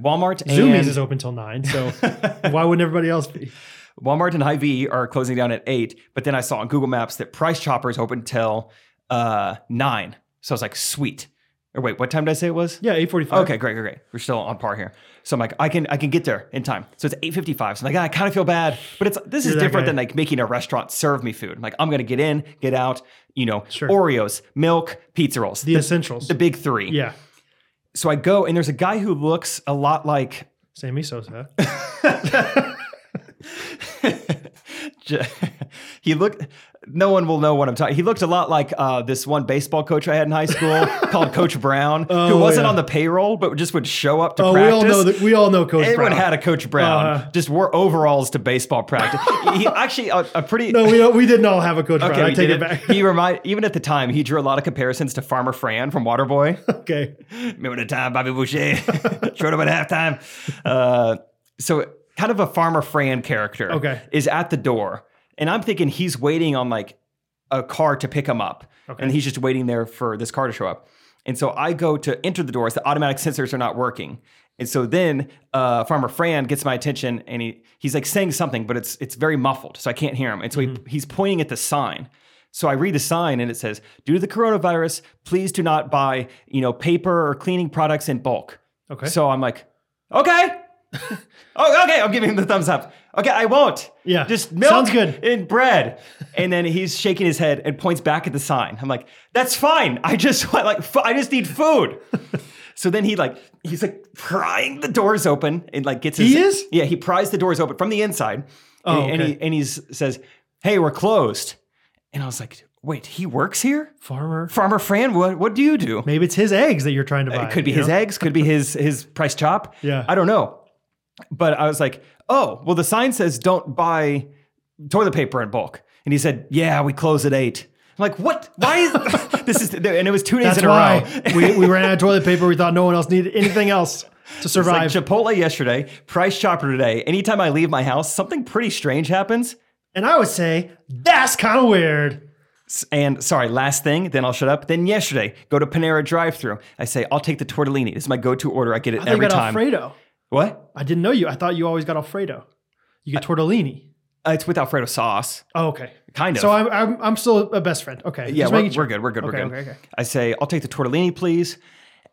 Speaker 1: Walmart
Speaker 2: Zoomies
Speaker 1: and
Speaker 2: is open till nine,
Speaker 1: <laughs>
Speaker 2: so why wouldn't everybody else be?
Speaker 1: Walmart and Hy-Vee are closing down at eight. But then I saw on Google Maps that Price Chopper is open till uh, nine. So I was like, sweet. Or wait, what time did I say it was?
Speaker 2: Yeah, eight forty-five.
Speaker 1: Okay, great, great, great. We're still on par here. So I'm like, I can I can get there in time. So it's 8:55. So I'm like, "Ah, I kind of feel bad, but it's this is
Speaker 2: You're that
Speaker 1: different
Speaker 2: guy.
Speaker 1: than like making a restaurant serve me food. I'm like, I'm gonna get in, get out, you know,
Speaker 2: Sure.
Speaker 1: Oreos, milk, pizza rolls,
Speaker 2: The
Speaker 1: the,
Speaker 2: essentials.
Speaker 1: the big three.
Speaker 2: yeah,
Speaker 1: So I go and there's a guy who looks a lot like
Speaker 2: Sammy
Speaker 1: <laughs>
Speaker 2: Sosa.
Speaker 1: J- <laughs> he looked no one will know what i'm talking he looked a lot like uh, this one baseball coach i had in
Speaker 2: <laughs>
Speaker 1: high school called coach brown who
Speaker 2: Oh,
Speaker 1: wasn't
Speaker 2: yeah.
Speaker 1: on the payroll but just would show up to
Speaker 2: Oh,
Speaker 1: practice
Speaker 2: we all know that. We all know Coach
Speaker 1: Everyone
Speaker 2: Brown.
Speaker 1: had a Coach Brown.
Speaker 2: Uh-huh.
Speaker 1: just wore overalls to
Speaker 2: <laughs>
Speaker 1: baseball practice. he actually a, a pretty. <laughs>
Speaker 2: no, we we didn't all have a Coach Brown. I
Speaker 1: we
Speaker 2: take
Speaker 1: did
Speaker 2: it back.
Speaker 1: <laughs> He remind even at the time he drew a lot of comparisons to Farmer Fran from Waterboy.
Speaker 2: okay.
Speaker 1: Remember the time Bobby Boucher <laughs> showed up at halftime? Uh, so kind of a Farmer Fran character.
Speaker 2: Okay.
Speaker 1: is at the door, and I'm thinking he's waiting on like a car to pick him up.
Speaker 2: Okay.
Speaker 1: And he's just waiting there for this car to show up. And so I go to enter the doors. The automatic sensors are not working. And so then uh, Farmer Fran gets my attention and he, he's like saying something, but it's it's very muffled. So I can't hear him. And so he, he's pointing at the sign. So I read the sign and it says, due to the coronavirus, please do not buy, you know, paper or cleaning products in bulk.
Speaker 2: Okay.
Speaker 1: So I'm like, okay. <laughs> oh, okay. I'm giving him the thumbs up. Okay, I won't.
Speaker 2: Yeah.
Speaker 1: Just milk
Speaker 2: Sounds good.
Speaker 1: and bread. And then he's shaking his head and points back at the sign. I'm like, that's fine. I just <laughs> want like f- I just need
Speaker 2: <laughs>
Speaker 1: food. so then he like he's like prying the doors open and like gets his
Speaker 2: He is?
Speaker 1: Yeah, he pries the doors open from the inside.
Speaker 2: Oh,
Speaker 1: and, and
Speaker 2: okay.
Speaker 1: he and he says, Hey, we're closed. And I was like, wait, he works here?
Speaker 2: Farmer.
Speaker 1: Farmer Fran, what what do you do?
Speaker 2: Maybe it's his eggs that you're trying to buy.
Speaker 1: It could be
Speaker 2: you
Speaker 1: his
Speaker 2: know?
Speaker 1: eggs, could be his his price chop.
Speaker 2: Yeah.
Speaker 1: I don't know. But I was like, oh, well, the sign says don't buy toilet paper in bulk. And he said, yeah, we close at eight. I'm like, what?
Speaker 2: <laughs>
Speaker 1: Why is <laughs> this is and it was two days
Speaker 2: That's
Speaker 1: in a <laughs>
Speaker 2: why <laughs>
Speaker 1: row.
Speaker 2: we, we ran out of toilet paper. We thought no one else needed anything else to survive.
Speaker 1: <laughs> It's like Chipotle yesterday, Price Chopper today. Anytime I leave my house, something pretty strange happens.
Speaker 2: and I would say that's kind of weird.
Speaker 1: S- And sorry, last thing, then I'll shut up. Then yesterday, go to Panera drive-through. I say, I'll take the tortellini. This is my go-to order. I get it
Speaker 2: I thought
Speaker 1: every
Speaker 2: you got
Speaker 1: time.
Speaker 2: Alfredo.
Speaker 1: What?
Speaker 2: I didn't know you. I thought you always got Alfredo. You get tortellini.
Speaker 1: Uh, it's with Alfredo sauce,
Speaker 2: Oh, okay.
Speaker 1: kind of.
Speaker 2: So I'm, I'm I'm still a best friend. Okay.
Speaker 1: Yeah,
Speaker 2: Just
Speaker 1: we're,
Speaker 2: making sure.
Speaker 1: we're good. We're good.
Speaker 2: Okay,
Speaker 1: we're good.
Speaker 2: okay, okay.
Speaker 1: I say, I'll take the tortellini, please.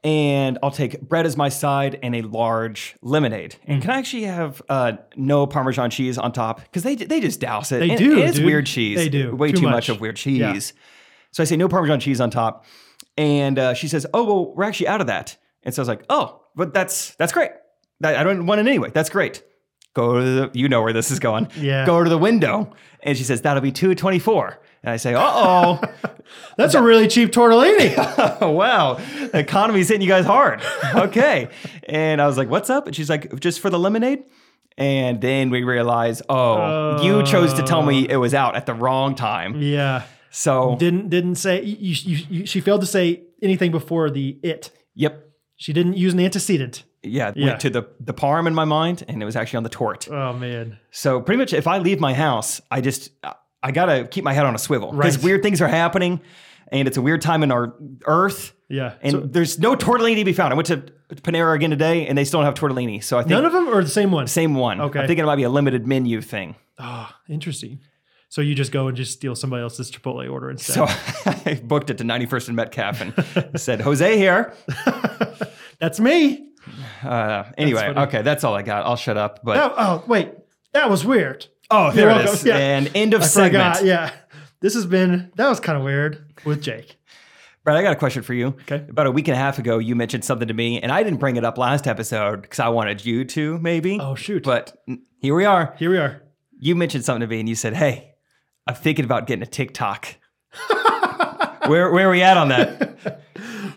Speaker 1: And I'll take bread as my side and a large lemonade.
Speaker 2: Mm.
Speaker 1: And can I actually have uh, no Parmesan cheese on top? Because they they just douse it.
Speaker 2: They
Speaker 1: And
Speaker 2: do,
Speaker 1: It is
Speaker 2: dude.
Speaker 1: weird cheese.
Speaker 2: They do.
Speaker 1: Way
Speaker 2: Too
Speaker 1: too,
Speaker 2: much.
Speaker 1: much. of weird cheese. So I say, no Parmesan cheese on top. And uh, she says, oh, well, we're actually out of that. And so I was like, oh, but that's that's great. That, I don't want it anyway. That's great. Go to the, you know where this is going.
Speaker 2: <laughs> Yeah.
Speaker 1: Go to the window. And she says, that'll be 224. And I say, uh oh.
Speaker 2: That's a really cheap
Speaker 1: <laughs>
Speaker 2: tortellini.
Speaker 1: Oh, wow, the economy's hitting you
Speaker 2: <laughs>
Speaker 1: guys hard. Okay. and I was like, what's up? And she's like, just for the lemonade. And then we realized, oh, you chose to tell me it was out at the wrong time.
Speaker 2: Oh. yeah.
Speaker 1: So,
Speaker 2: Didn't didn't say you, you, you, she failed to say anything before the it.
Speaker 1: yep.
Speaker 2: She didn't use an antecedent.
Speaker 1: Yeah,
Speaker 2: Yeah.
Speaker 1: went to the, the parm in my mind, and it was actually on the tort.
Speaker 2: Oh man.
Speaker 1: So, pretty much, if I leave my house, I just, I- I gotta keep my head on a swivel because
Speaker 2: Right.
Speaker 1: weird things are happening, and it's a weird time in our earth.
Speaker 2: Yeah.
Speaker 1: And there's no tortellini to be found. I went to Panera again today, and they still don't have tortellini. So I think
Speaker 2: None of them are the same one.
Speaker 1: Same one.
Speaker 2: Okay.
Speaker 1: I'm thinking it might be a limited menu thing.
Speaker 2: Oh, interesting. So you just go and just steal somebody else's Chipotle order instead.
Speaker 1: So <laughs> I booked it to 91st and Metcalf
Speaker 2: <laughs>
Speaker 1: and said, Jose here.
Speaker 2: That's me.
Speaker 1: Uh, anyway,
Speaker 2: funny.
Speaker 1: okay, that's all I got. I'll shut up. But
Speaker 2: Oh, oh, wait, that was weird.
Speaker 1: oh, there
Speaker 2: You're
Speaker 1: it
Speaker 2: welcome.
Speaker 1: is.
Speaker 2: Yeah.
Speaker 1: And end of
Speaker 2: I
Speaker 1: segment.
Speaker 2: forgot. Yeah, this has been that was kind of weird with Jake.
Speaker 1: Brad, I got a question for you.
Speaker 2: Okay.
Speaker 1: About a week and a half ago, you mentioned something to me, and I didn't bring it up last episode because I wanted you to, maybe.
Speaker 2: Oh shoot!
Speaker 1: But mm, here we are.
Speaker 2: Here we are.
Speaker 1: You mentioned something to me, and you said, "Hey, I'm thinking about getting a TikTok."
Speaker 2: <laughs>
Speaker 1: where where are we at on that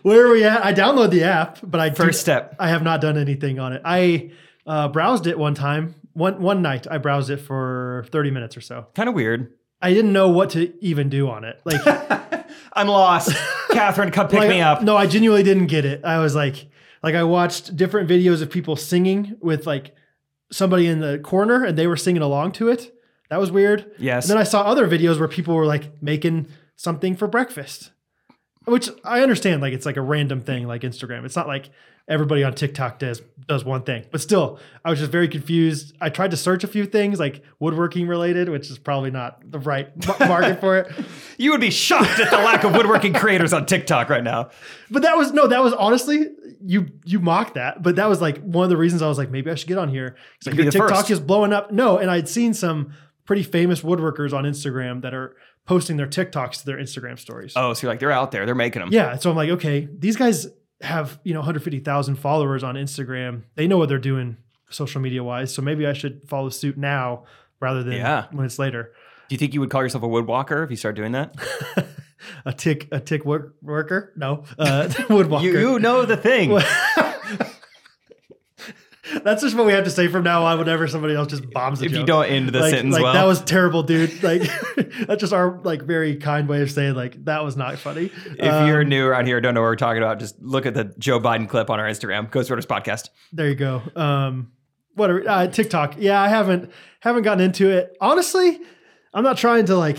Speaker 2: Where are we at? I download the app, but I do-
Speaker 1: first step?
Speaker 2: I have not done anything on it. I uh, browsed it one time, one one night. I browsed it for thirty minutes or so.
Speaker 1: Kind
Speaker 2: <laughs>
Speaker 1: of weird.
Speaker 2: I didn't know what to even do on it. Like,
Speaker 1: I'm lost. Catherine, come pick
Speaker 2: like,
Speaker 1: me up.
Speaker 2: No, I genuinely didn't get it. I was like, like I watched different videos of people singing with like somebody in the corner, and they were singing along to it. That was weird.
Speaker 1: Yes.
Speaker 2: And then I saw other videos where people were like making something for breakfast, which I understand. Like it's like a random thing, like Instagram. It's not like everybody on TikTok does does one thing. But still, I was just very confused. I tried to search a few things like woodworking related, which is probably not the right mar- market for
Speaker 1: <laughs>
Speaker 2: it.
Speaker 1: You would be shocked at the lack of woodworking creators on TikTok right now.
Speaker 2: But that was no, that was honestly you you mocked that, but that was like one of the reasons I was like maybe I should get on here. It's like
Speaker 1: Be
Speaker 2: your
Speaker 1: the
Speaker 2: TikTok
Speaker 1: first.
Speaker 2: is blowing up. No, and I'd seen some pretty famous woodworkers on Instagram that are posting their TikToks to their Instagram stories.
Speaker 1: Oh, so you're like, they're out there. They're making them.
Speaker 2: Yeah, so I'm like, okay, these guys have, you know, 150,000 followers on Instagram. They know what they're doing social media wise, so maybe I should follow suit now rather than
Speaker 1: Yeah.
Speaker 2: when it's later.
Speaker 1: Do you think you would call yourself a woodwalker if you start doing that?
Speaker 2: A tick a tick work, worker? No. Uh <laughs> woodwalker.
Speaker 1: You, you know the thing.
Speaker 2: That's just what we have to say from now on. Whenever somebody else just bombs a
Speaker 1: if
Speaker 2: joke.
Speaker 1: you don't end the
Speaker 2: like,
Speaker 1: sentence
Speaker 2: like,
Speaker 1: well.
Speaker 2: that was terrible, dude. <laughs> Like that's just our like very kind way of saying like that was not funny.
Speaker 1: if
Speaker 2: Um,
Speaker 1: you're new around here, don't know what we're talking about, just look at the Joe Biden clip on our Instagram, Ghost Orders Podcast.
Speaker 2: there, you go. Um, whatever uh, TikTok. Yeah, I haven't haven't gotten into it honestly. I'm not trying to like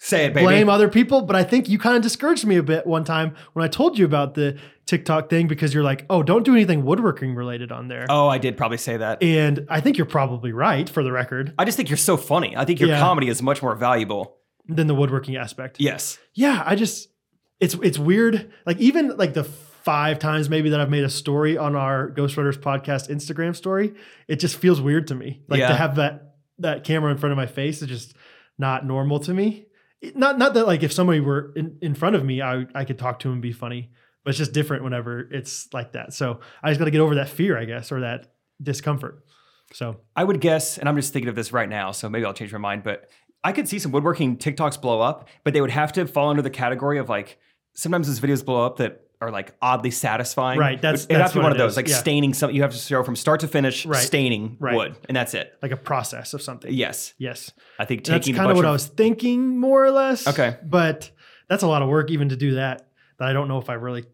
Speaker 1: Say it, baby.
Speaker 2: blame other people, but I think you kind of discouraged me a bit one time when I told you about the TikTok thing because you're like, oh, don't do anything woodworking related on there.
Speaker 1: Oh, I did probably say that.
Speaker 2: And I think you're probably right for the record
Speaker 1: I just think you're so funny. I think your
Speaker 2: Yeah.
Speaker 1: comedy is much more valuable.
Speaker 2: than the woodworking aspect.
Speaker 1: Yes.
Speaker 2: yeah, I just it's it's weird. Like even like the five times maybe that I've made a story on our Ghost Riders podcast Instagram story, it just feels weird to me. Like
Speaker 1: Yeah.
Speaker 2: to have that that camera in front of my face is just not normal to me. It- Not not that like if somebody were in, in front of me, I I could talk to him and be funny, but it's just different whenever it's like that. So I just got to get over that fear, I guess, or that discomfort. So
Speaker 1: I would guess, and I'm just thinking of this right now, so maybe I'll change my mind, but I could see some woodworking TikToks blow up, but they would have to fall under the category of like sometimes those videos blow up that are like oddly satisfying.
Speaker 2: Right, that's-
Speaker 1: it'd have
Speaker 2: that's
Speaker 1: to be
Speaker 2: what
Speaker 1: one of
Speaker 2: it
Speaker 1: those,
Speaker 2: is,
Speaker 1: like
Speaker 2: yeah.
Speaker 1: staining something. You have to show from start to finish
Speaker 2: Right,
Speaker 1: staining
Speaker 2: right.
Speaker 1: wood, and that's it.
Speaker 2: like a process of something.
Speaker 1: Yes,
Speaker 2: Yes.
Speaker 1: I think
Speaker 2: And
Speaker 1: taking
Speaker 2: that's
Speaker 1: a
Speaker 2: kind of
Speaker 1: bunch
Speaker 2: what
Speaker 1: of-
Speaker 2: I was thinking, more or less.
Speaker 1: Okay.
Speaker 2: but that's a lot of work even to do that. That I don't know if I really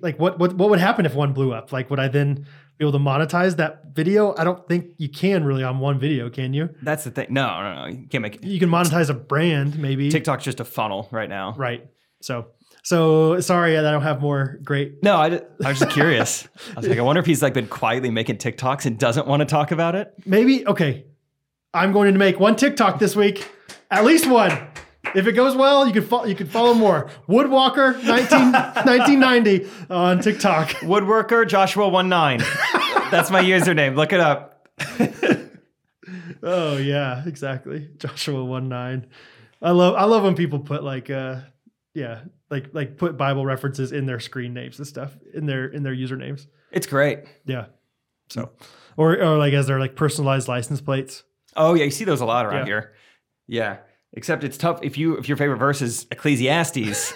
Speaker 2: like. What what what would happen if one blew up? Like, would I then be able to monetize that video? I don't think you can really on one video, can you?
Speaker 1: that's the thing. No, no, no, you can't make it.
Speaker 2: You can monetize a brand, maybe.
Speaker 1: TikTok's just a funnel right now.
Speaker 2: Right. So so sorry, I don't have more great.
Speaker 1: No, I, ju- I was just curious. I was like, I wonder if he's like been quietly making TikToks and doesn't want to talk about it.
Speaker 2: Maybe okay. I'm going to make one TikTok this week, at least one. If it goes well, you could fo- you could follow more. Woodwalker <laughs> 19, 1990 on TikTok.
Speaker 1: Woodworker Joshua
Speaker 2: <laughs>
Speaker 1: one nine. That's my username. Look it up.
Speaker 2: Oh yeah, exactly. Joshua one nine. I love I love when people put like uh yeah, like like put Bible references in their screen names and stuff in their in their usernames.
Speaker 1: It's great.
Speaker 2: Yeah. So or or like as their like personalized license plates.
Speaker 1: Oh yeah, you see those a lot around
Speaker 2: Yeah.
Speaker 1: here. Yeah. Except it's tough if you if your favorite verse is
Speaker 2: <laughs>
Speaker 1: Ecclesiastes,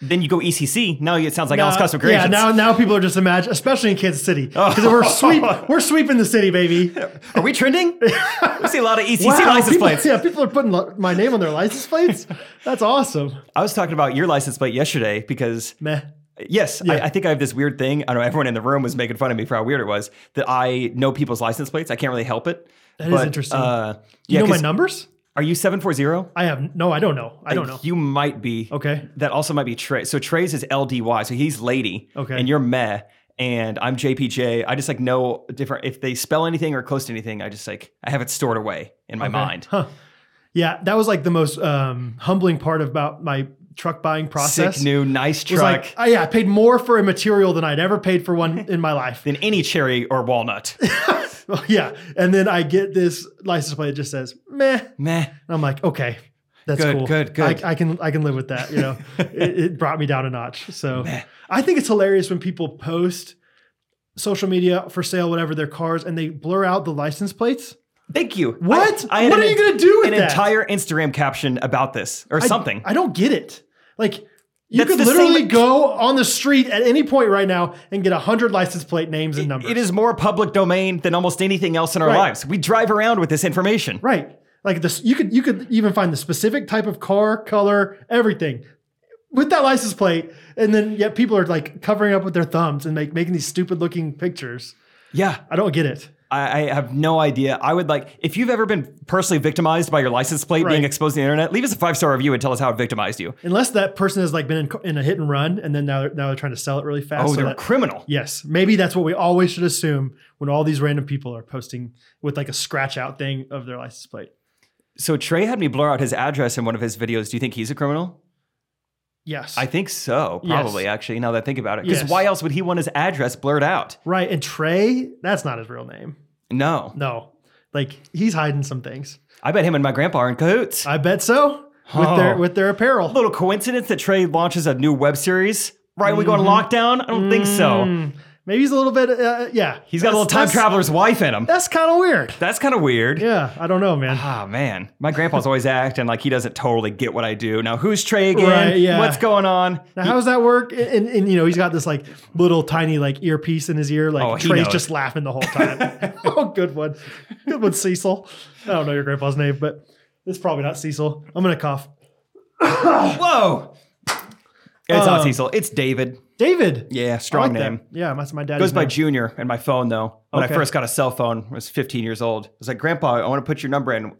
Speaker 1: then you go ECC. Now it sounds like Alice
Speaker 2: Now-
Speaker 1: Custom
Speaker 2: yeah,
Speaker 1: Creations.
Speaker 2: now now people are just imagine especially in Kansas City.
Speaker 1: Oh.
Speaker 2: Because we're
Speaker 1: <laughs>
Speaker 2: sweep we're sweeping the city, baby.
Speaker 1: Are
Speaker 2: <laughs>
Speaker 1: we trending? we see a lot of ECC
Speaker 2: Wow,
Speaker 1: license
Speaker 2: people-
Speaker 1: plates.
Speaker 2: Yeah, people are putting lo- my name on their license
Speaker 1: <laughs>
Speaker 2: plates. That's awesome.
Speaker 1: I was talking about your license plate yesterday because
Speaker 2: Meh.
Speaker 1: Yes,
Speaker 2: Yeah.
Speaker 1: I, I think I have this weird thing. I don't know. Everyone in the room was making fun of me for how weird it was that I know people's license plates. I can't really help it. That
Speaker 2: That
Speaker 1: is
Speaker 2: is interesting.
Speaker 1: Uh,
Speaker 2: You
Speaker 1: yeah,
Speaker 2: know my
Speaker 1: 'cause-
Speaker 2: numbers?
Speaker 1: are you seven four zero?
Speaker 2: I have no, I don't know. I don't know.
Speaker 1: You might be.
Speaker 2: Okay.
Speaker 1: That also might be Trey. So Trey's is LDY. So he's lady.
Speaker 2: Okay.
Speaker 1: And you're meh. And I'm JPJ. I just like know different. If they spell anything or close to anything, I just like I have it stored away in my
Speaker 2: Okay.
Speaker 1: mind.
Speaker 2: Huh. Yeah, that was like the most um, humbling part about my truck buying process.
Speaker 1: Sick new nice
Speaker 2: was
Speaker 1: truck
Speaker 2: like, oh, yeah, I paid more for a material than I'd ever paid for one in my
Speaker 1: <laughs>
Speaker 2: life. <laughs>
Speaker 1: than any cherry or walnut.
Speaker 2: Well, yeah, and then I get this license plate that just says meh, and
Speaker 1: meh.
Speaker 2: I'm like, okay, that's
Speaker 1: Good,
Speaker 2: cool.
Speaker 1: good, good.
Speaker 2: I, I can I can live with that. You
Speaker 1: <laughs>
Speaker 2: know, it, it brought me down a notch. So I think it's hilarious when people post social media for sale, whatever their cars, and they blur out the license plates.
Speaker 1: Thank you.
Speaker 2: What?
Speaker 1: I- I had
Speaker 2: what are
Speaker 1: an-
Speaker 2: you gonna do with
Speaker 1: an
Speaker 2: that?
Speaker 1: entire Instagram caption about this or
Speaker 2: I-
Speaker 1: something.
Speaker 2: I, don't get it. Like you
Speaker 1: That's
Speaker 2: could
Speaker 1: the
Speaker 2: literally
Speaker 1: same-
Speaker 2: go on the street at any point right now and get a hundred license plate names and numbers.
Speaker 1: it is more public domain than almost anything else in our
Speaker 2: Right.
Speaker 1: lives. We drive around with this information.
Speaker 2: right. Like this, you could you could even find the specific type of car, color, everything with that license plate, and then yet people are like covering up with their thumbs and make, making these stupid looking pictures.
Speaker 1: Yeah,
Speaker 2: I don't get it.
Speaker 1: I, I have no idea. I would like if you've ever been personally victimized by your license plate being
Speaker 2: Right.
Speaker 1: exposed to the internet, leave us a five star review and tell us how it victimized you.
Speaker 2: Unless that person has like been in, in a hit and run, and then now they're, now they're trying to sell it really fast.
Speaker 1: Oh,
Speaker 2: so
Speaker 1: they're a
Speaker 2: that-
Speaker 1: criminal.
Speaker 2: Yes, maybe that's what we always should assume when all these random people are posting with like a scratch out thing of their license plate.
Speaker 1: So Trey had me blur out his address in one of his videos. Do you think he's a criminal?
Speaker 2: Yes.
Speaker 1: I think so,
Speaker 2: Yes.
Speaker 1: probably. Actually, now that I think about it, because
Speaker 2: Yes.
Speaker 1: why else would he want his address blurred out?
Speaker 2: right. And Trey, that's not his real name.
Speaker 1: No,
Speaker 2: No. Like he's hiding some things.
Speaker 1: I bet him and my grandpa are in cahoots.
Speaker 2: I bet so. With
Speaker 1: Oh.
Speaker 2: their with their apparel.
Speaker 1: little coincidence that Trey launches a new web series right when we go
Speaker 2: Mm-hmm.
Speaker 1: on lockdown? I don't think so.
Speaker 2: Mm, maybe he's a little bit uh, yeah.
Speaker 1: He's got a
Speaker 2: That's-
Speaker 1: little time
Speaker 2: that's-
Speaker 1: traveler's wife in him.
Speaker 2: That's kind of weird.
Speaker 1: That's kind of weird.
Speaker 2: Yeah, I don't know, man.
Speaker 1: Ah man, my grandpa's always acting like he doesn't totally get what I do. Now who's Trey again?
Speaker 2: Right, yeah.
Speaker 1: What's going on?
Speaker 2: Now, how does that work? And, and, and, you know, he's got this like little tiny like earpiece in his ear. Like
Speaker 1: Oh, he
Speaker 2: Trey's
Speaker 1: knows.
Speaker 2: just laughing the whole
Speaker 1: <laughs>
Speaker 2: time. <laughs> oh, good one, good one, Cecil. I don't know your grandpa's name, but it's probably not Cecil. I'm gonna cough.
Speaker 1: Whoa! It's not
Speaker 2: Um,
Speaker 1: Cecil. It's David.
Speaker 2: David.
Speaker 1: Yeah,
Speaker 2: I like
Speaker 1: strong
Speaker 2: that.
Speaker 1: name.
Speaker 2: Yeah, that's my dad.
Speaker 1: Goes by Junior in my phone though. When
Speaker 2: Okay.
Speaker 1: I first got a cell phone, I was 15 years old. I was like, Grandpa, I want to put your number in.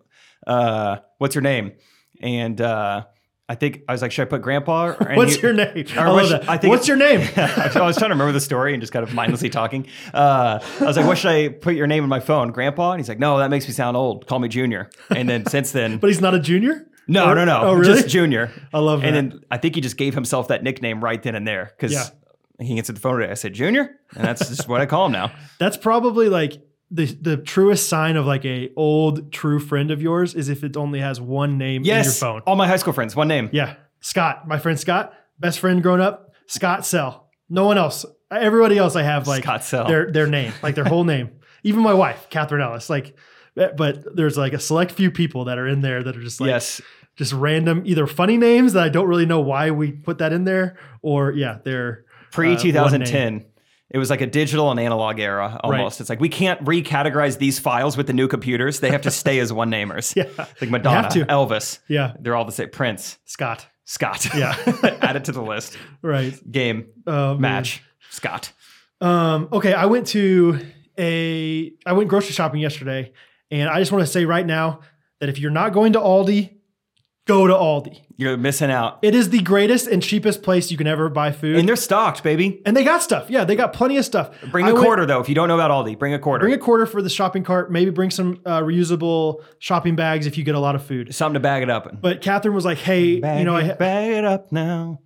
Speaker 1: Uh, what's your name? and uh, I think I was like, should I put grandpa? Or,
Speaker 2: <laughs>
Speaker 1: and
Speaker 2: What's
Speaker 1: he-
Speaker 2: your name?
Speaker 1: I
Speaker 2: I love
Speaker 1: wish-
Speaker 2: that.
Speaker 1: I think-
Speaker 2: What's your
Speaker 1: <laughs>
Speaker 2: name?
Speaker 1: I was trying to remember the story and just kind of mindlessly talking. Uh, I was like, what should I put your name in my phone? Grandpa? And he's like, no, that makes me sound old. Call me Junior. And then since
Speaker 2: <laughs>
Speaker 1: then,
Speaker 2: but he's not a junior.
Speaker 1: no,
Speaker 2: Or-
Speaker 1: no, no.
Speaker 2: Oh, really?
Speaker 1: Just Junior.
Speaker 2: I love that.
Speaker 1: And then I think he just gave himself that nickname right then and there because
Speaker 2: Yeah.
Speaker 1: he answered the phone today. I said, Junior? And that's just what I call
Speaker 2: <laughs>
Speaker 1: him now.
Speaker 2: That's probably like the the truest sign of like a old true friend of yours is if it only has one name in your
Speaker 1: Yes.
Speaker 2: phone.
Speaker 1: All my high school friends, one name.
Speaker 2: Yeah. Scott, my friend Scott, best friend growing up, Scott Sell. No one else. Everybody else I have like
Speaker 1: Scott Sell.
Speaker 2: their their name, like their whole
Speaker 1: <laughs>
Speaker 2: name. Even my wife, Catherine Ellis. Like but- but there's like a select few people that are in there that are just like uh,
Speaker 1: yes.
Speaker 2: just random either funny names that I don't really know why we put that in there or yeah, they're
Speaker 1: Pre
Speaker 2: uh,
Speaker 1: 2010. It was like a digital and analog era almost. It's like we can't recategorize these files with the new computers. They have to stay as one namers.
Speaker 2: <laughs> Yeah.
Speaker 1: Like Madonna,
Speaker 2: to.
Speaker 1: Elvis.
Speaker 2: Yeah,
Speaker 1: They're all the same. Prince,
Speaker 2: Scott.
Speaker 1: Scott.
Speaker 2: Yeah.
Speaker 1: <laughs> Add it to the list.
Speaker 2: Right.
Speaker 1: Game,
Speaker 2: Oh, man.
Speaker 1: match, Scott.
Speaker 2: Um, okay, I went to a I went grocery shopping yesterday, and I just want to say right now that if you're not going to Aldi, go to Aldi.
Speaker 1: You're missing out.
Speaker 2: It is the greatest and cheapest place you can ever buy food.
Speaker 1: And
Speaker 2: And,
Speaker 1: they're stocked, baby.
Speaker 2: they got stuff. Yeah, they got plenty of stuff.
Speaker 1: Bring
Speaker 2: I
Speaker 1: a
Speaker 2: went-
Speaker 1: quarter, though. If you don't know about Aldi, bring a quarter.
Speaker 2: Bring a quarter for the shopping cart. Maybe bring some uh, reusable shopping bags if you get a lot of food.
Speaker 1: Something to bag it up. in.
Speaker 2: But Catherine was like, "Hey,
Speaker 1: Bag,
Speaker 2: you know,
Speaker 1: it,
Speaker 2: I
Speaker 1: bag it up now.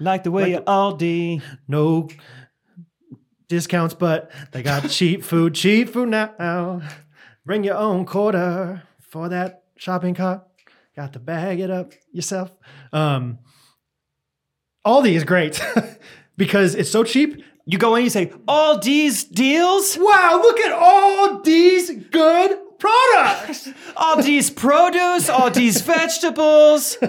Speaker 1: Like the way
Speaker 2: Like-
Speaker 1: you Aldi.
Speaker 2: no discounts, but they
Speaker 1: <laughs>
Speaker 2: got cheap food, cheap food now. Bring your own quarter for that shopping cart. Got to bag it up yourself. Um, Aldi is great <laughs> because it's so cheap.
Speaker 1: You go in, you say, Aldi's deals?
Speaker 2: Wow, look at all these good products.
Speaker 1: Aldi's produce, Aldi's vegetables,
Speaker 2: <laughs> <laughs>
Speaker 1: Ah,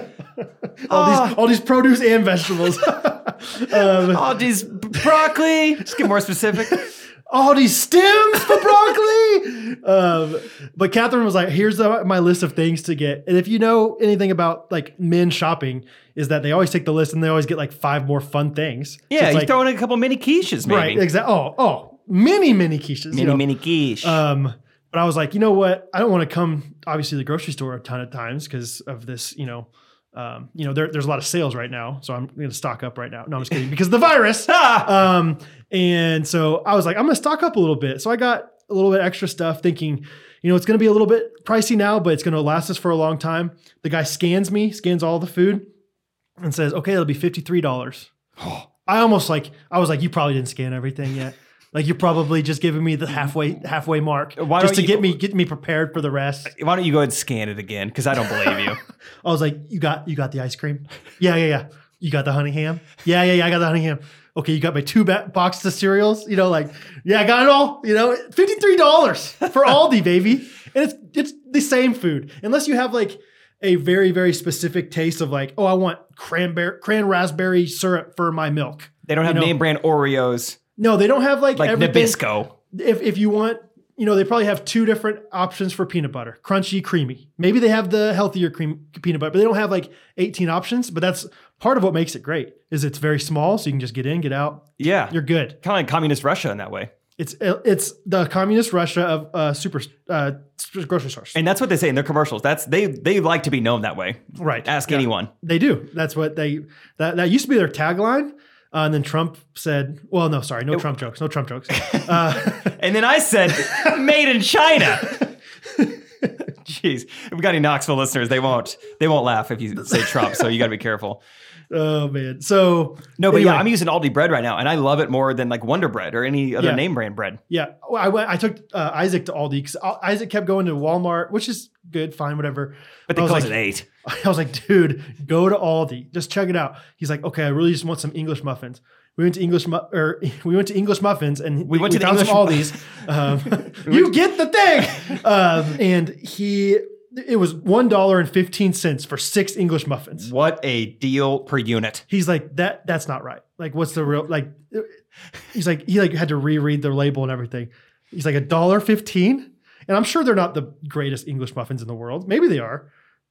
Speaker 2: All these, all these produce and vegetables. um,
Speaker 1: Aldi's b- broccoli. Just get more specific.
Speaker 2: <laughs> all these stems for broccoli. <laughs> um, but Catherine was like, "Here's the, my list of things to get." And if you know anything about like men shopping, is that they always take the list and they always get like five more fun things. So
Speaker 1: Yeah,
Speaker 2: it's
Speaker 1: you
Speaker 2: like-
Speaker 1: throw in a couple mini quiches, maybe.
Speaker 2: right, exactly. Oh, oh, many many quiches. you
Speaker 1: Mini,
Speaker 2: know?
Speaker 1: mini quiche.
Speaker 2: Um, but I was like, you know what? I don't want to come obviously to the grocery store a ton of times because of this, you know. Um, you know, there, there's a lot of sales right now, so I'm going to stock up right now. No, I'm just kidding because of the virus. <laughs>
Speaker 1: ah!
Speaker 2: Um, and so I was like, I'm gonna stock up a little bit. So I got a little bit extra stuff, thinking, you know, it's gonna be a little bit pricey now, but it's gonna last us for a long time. The guy scans me, scans all the food, and says, okay, that'll be fifty three dollars. <gasps> I almost like I was like, you probably didn't scan everything yet. Like you're probably just giving me the halfway halfway mark
Speaker 1: Why
Speaker 2: just to
Speaker 1: don't you-
Speaker 2: get me get me prepared for the rest.
Speaker 1: Why don't you go ahead and scan it again? Because I don't believe
Speaker 2: <laughs>
Speaker 1: you.
Speaker 2: I was like, you got you got the ice cream? Yeah, yeah, yeah. You got the honey ham? Yeah, yeah, yeah. I got the honey ham. Okay, you got my two ba- boxes of cereals. You know, like yeah, I got it all. You know, fifty three dollars for Aldi, baby, and it's it's the same food unless you have like a very very specific taste of like oh I want cranberry cran raspberry syrup for my milk.
Speaker 1: They don't have
Speaker 2: You know-
Speaker 1: name brand Oreos
Speaker 2: No, they don't have like,
Speaker 1: like
Speaker 2: everything.
Speaker 1: Nabisco.
Speaker 2: If if you want. You know, they probably have two different options for peanut butter crunchy, creamy. Maybe they have the healthier cream peanut butter, but they don't have like 18 options. But that's part of what makes it great is it's very small, so you can just get in, get out,
Speaker 1: Yeah,
Speaker 2: you're good.
Speaker 1: kind of like communist Russia in that way.
Speaker 2: It's it's the communist Russia of uh, super uh, grocery stores,
Speaker 1: And that's what they say in their commercials. That's they they like to be known that way.
Speaker 2: right?
Speaker 1: Ask
Speaker 2: Yeah.
Speaker 1: anyone.
Speaker 2: They do. That's what they that, that used to be their tagline. Uh, and then Trump said, "Well, no, sorry, no Trump jokes, no Trump
Speaker 1: <laughs>
Speaker 2: jokes." Uh,
Speaker 1: And then I said, "Made
Speaker 2: <laughs>
Speaker 1: in China." Jeez, if we got any Knoxville listeners, they won't they won't laugh if you say Trump. So you got to be careful.
Speaker 2: oh man, so
Speaker 1: No, but yeah,
Speaker 2: Anyway.
Speaker 1: I'm using Aldi bread right now, and I love it more than like Wonder Bread or any other
Speaker 2: Yeah.
Speaker 1: name brand bread.
Speaker 2: Yeah, Well, I went. I took uh, Isaac to Aldi because Isaac kept going to Walmart, which is good, fine, whatever.
Speaker 1: But they
Speaker 2: I was
Speaker 1: close eh?
Speaker 2: like,
Speaker 1: at eight.
Speaker 2: <laughs> I was like, dude, go to Aldi, just check it out. He's like, okay, I really just want some English muffins. We went to English mu- or <laughs> we went to English muffins, and
Speaker 1: We went to the
Speaker 2: found
Speaker 1: English
Speaker 2: some Aldi's.
Speaker 1: <laughs>
Speaker 2: Um, you get the thing, um, and he. It was one dollar and fifteen cents for six English muffins.
Speaker 1: What a deal per unit.
Speaker 2: He's like, that that's not right. Like, what's the real like? He's like, he like had to reread their label and everything. He's like a dollar fifteen, and I'm sure they're not the greatest English muffins in the world. Maybe they are,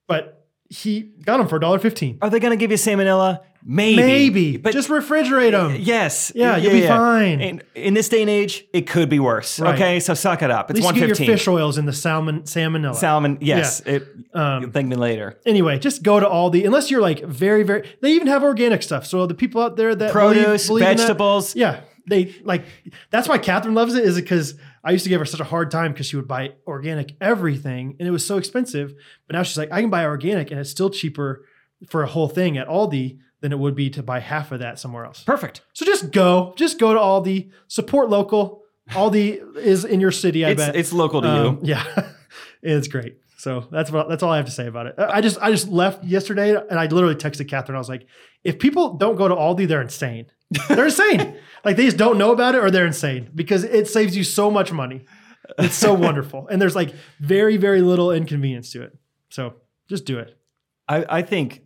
Speaker 2: but he got them for a dollar fifteen.
Speaker 1: Are they going to give you salmonella? Maybe.
Speaker 2: Maybe,
Speaker 1: But
Speaker 2: just refrigerate them.
Speaker 1: Yes.
Speaker 2: Yeah, you'll be fine.
Speaker 1: And in this day and age, it could be worse.
Speaker 2: Right.
Speaker 1: Okay, so suck it up. It's
Speaker 2: At least you get your
Speaker 1: 115.
Speaker 2: fish oils in the salmon salmonella.
Speaker 1: Salmon, yes. It,
Speaker 2: um,
Speaker 1: you'll thank me later.
Speaker 2: anyway, just go to Aldi unless you're like very very. They even have organic stuff. So the people out there that believe-
Speaker 1: Produce,
Speaker 2: believe in that-
Speaker 1: vegetables.
Speaker 2: yeah, they like. That's why Catherine loves it. Is because I used to give her such a hard time because she would buy organic everything and it was so expensive. But now she's like, I can buy organic and it's still cheaper for a whole thing at Aldi than it would be to buy half of that somewhere else.
Speaker 1: Perfect.
Speaker 2: So just go, just go to Aldi, support local. Aldi is in your city. I
Speaker 1: it's
Speaker 2: bet
Speaker 1: it's local to
Speaker 2: um,
Speaker 1: you.
Speaker 2: Yeah, <laughs> it's great. So that's what that's all I have to say about it. I I just I just left yesterday and I literally texted Catherine. I was like, if people don't go to Aldi, they're insane. They're
Speaker 1: <laughs>
Speaker 2: insane. like they just don't know about it or they're insane because it saves you so much money. It's so wonderful, and there's like very very little inconvenience to it. So just do it.
Speaker 1: I, I think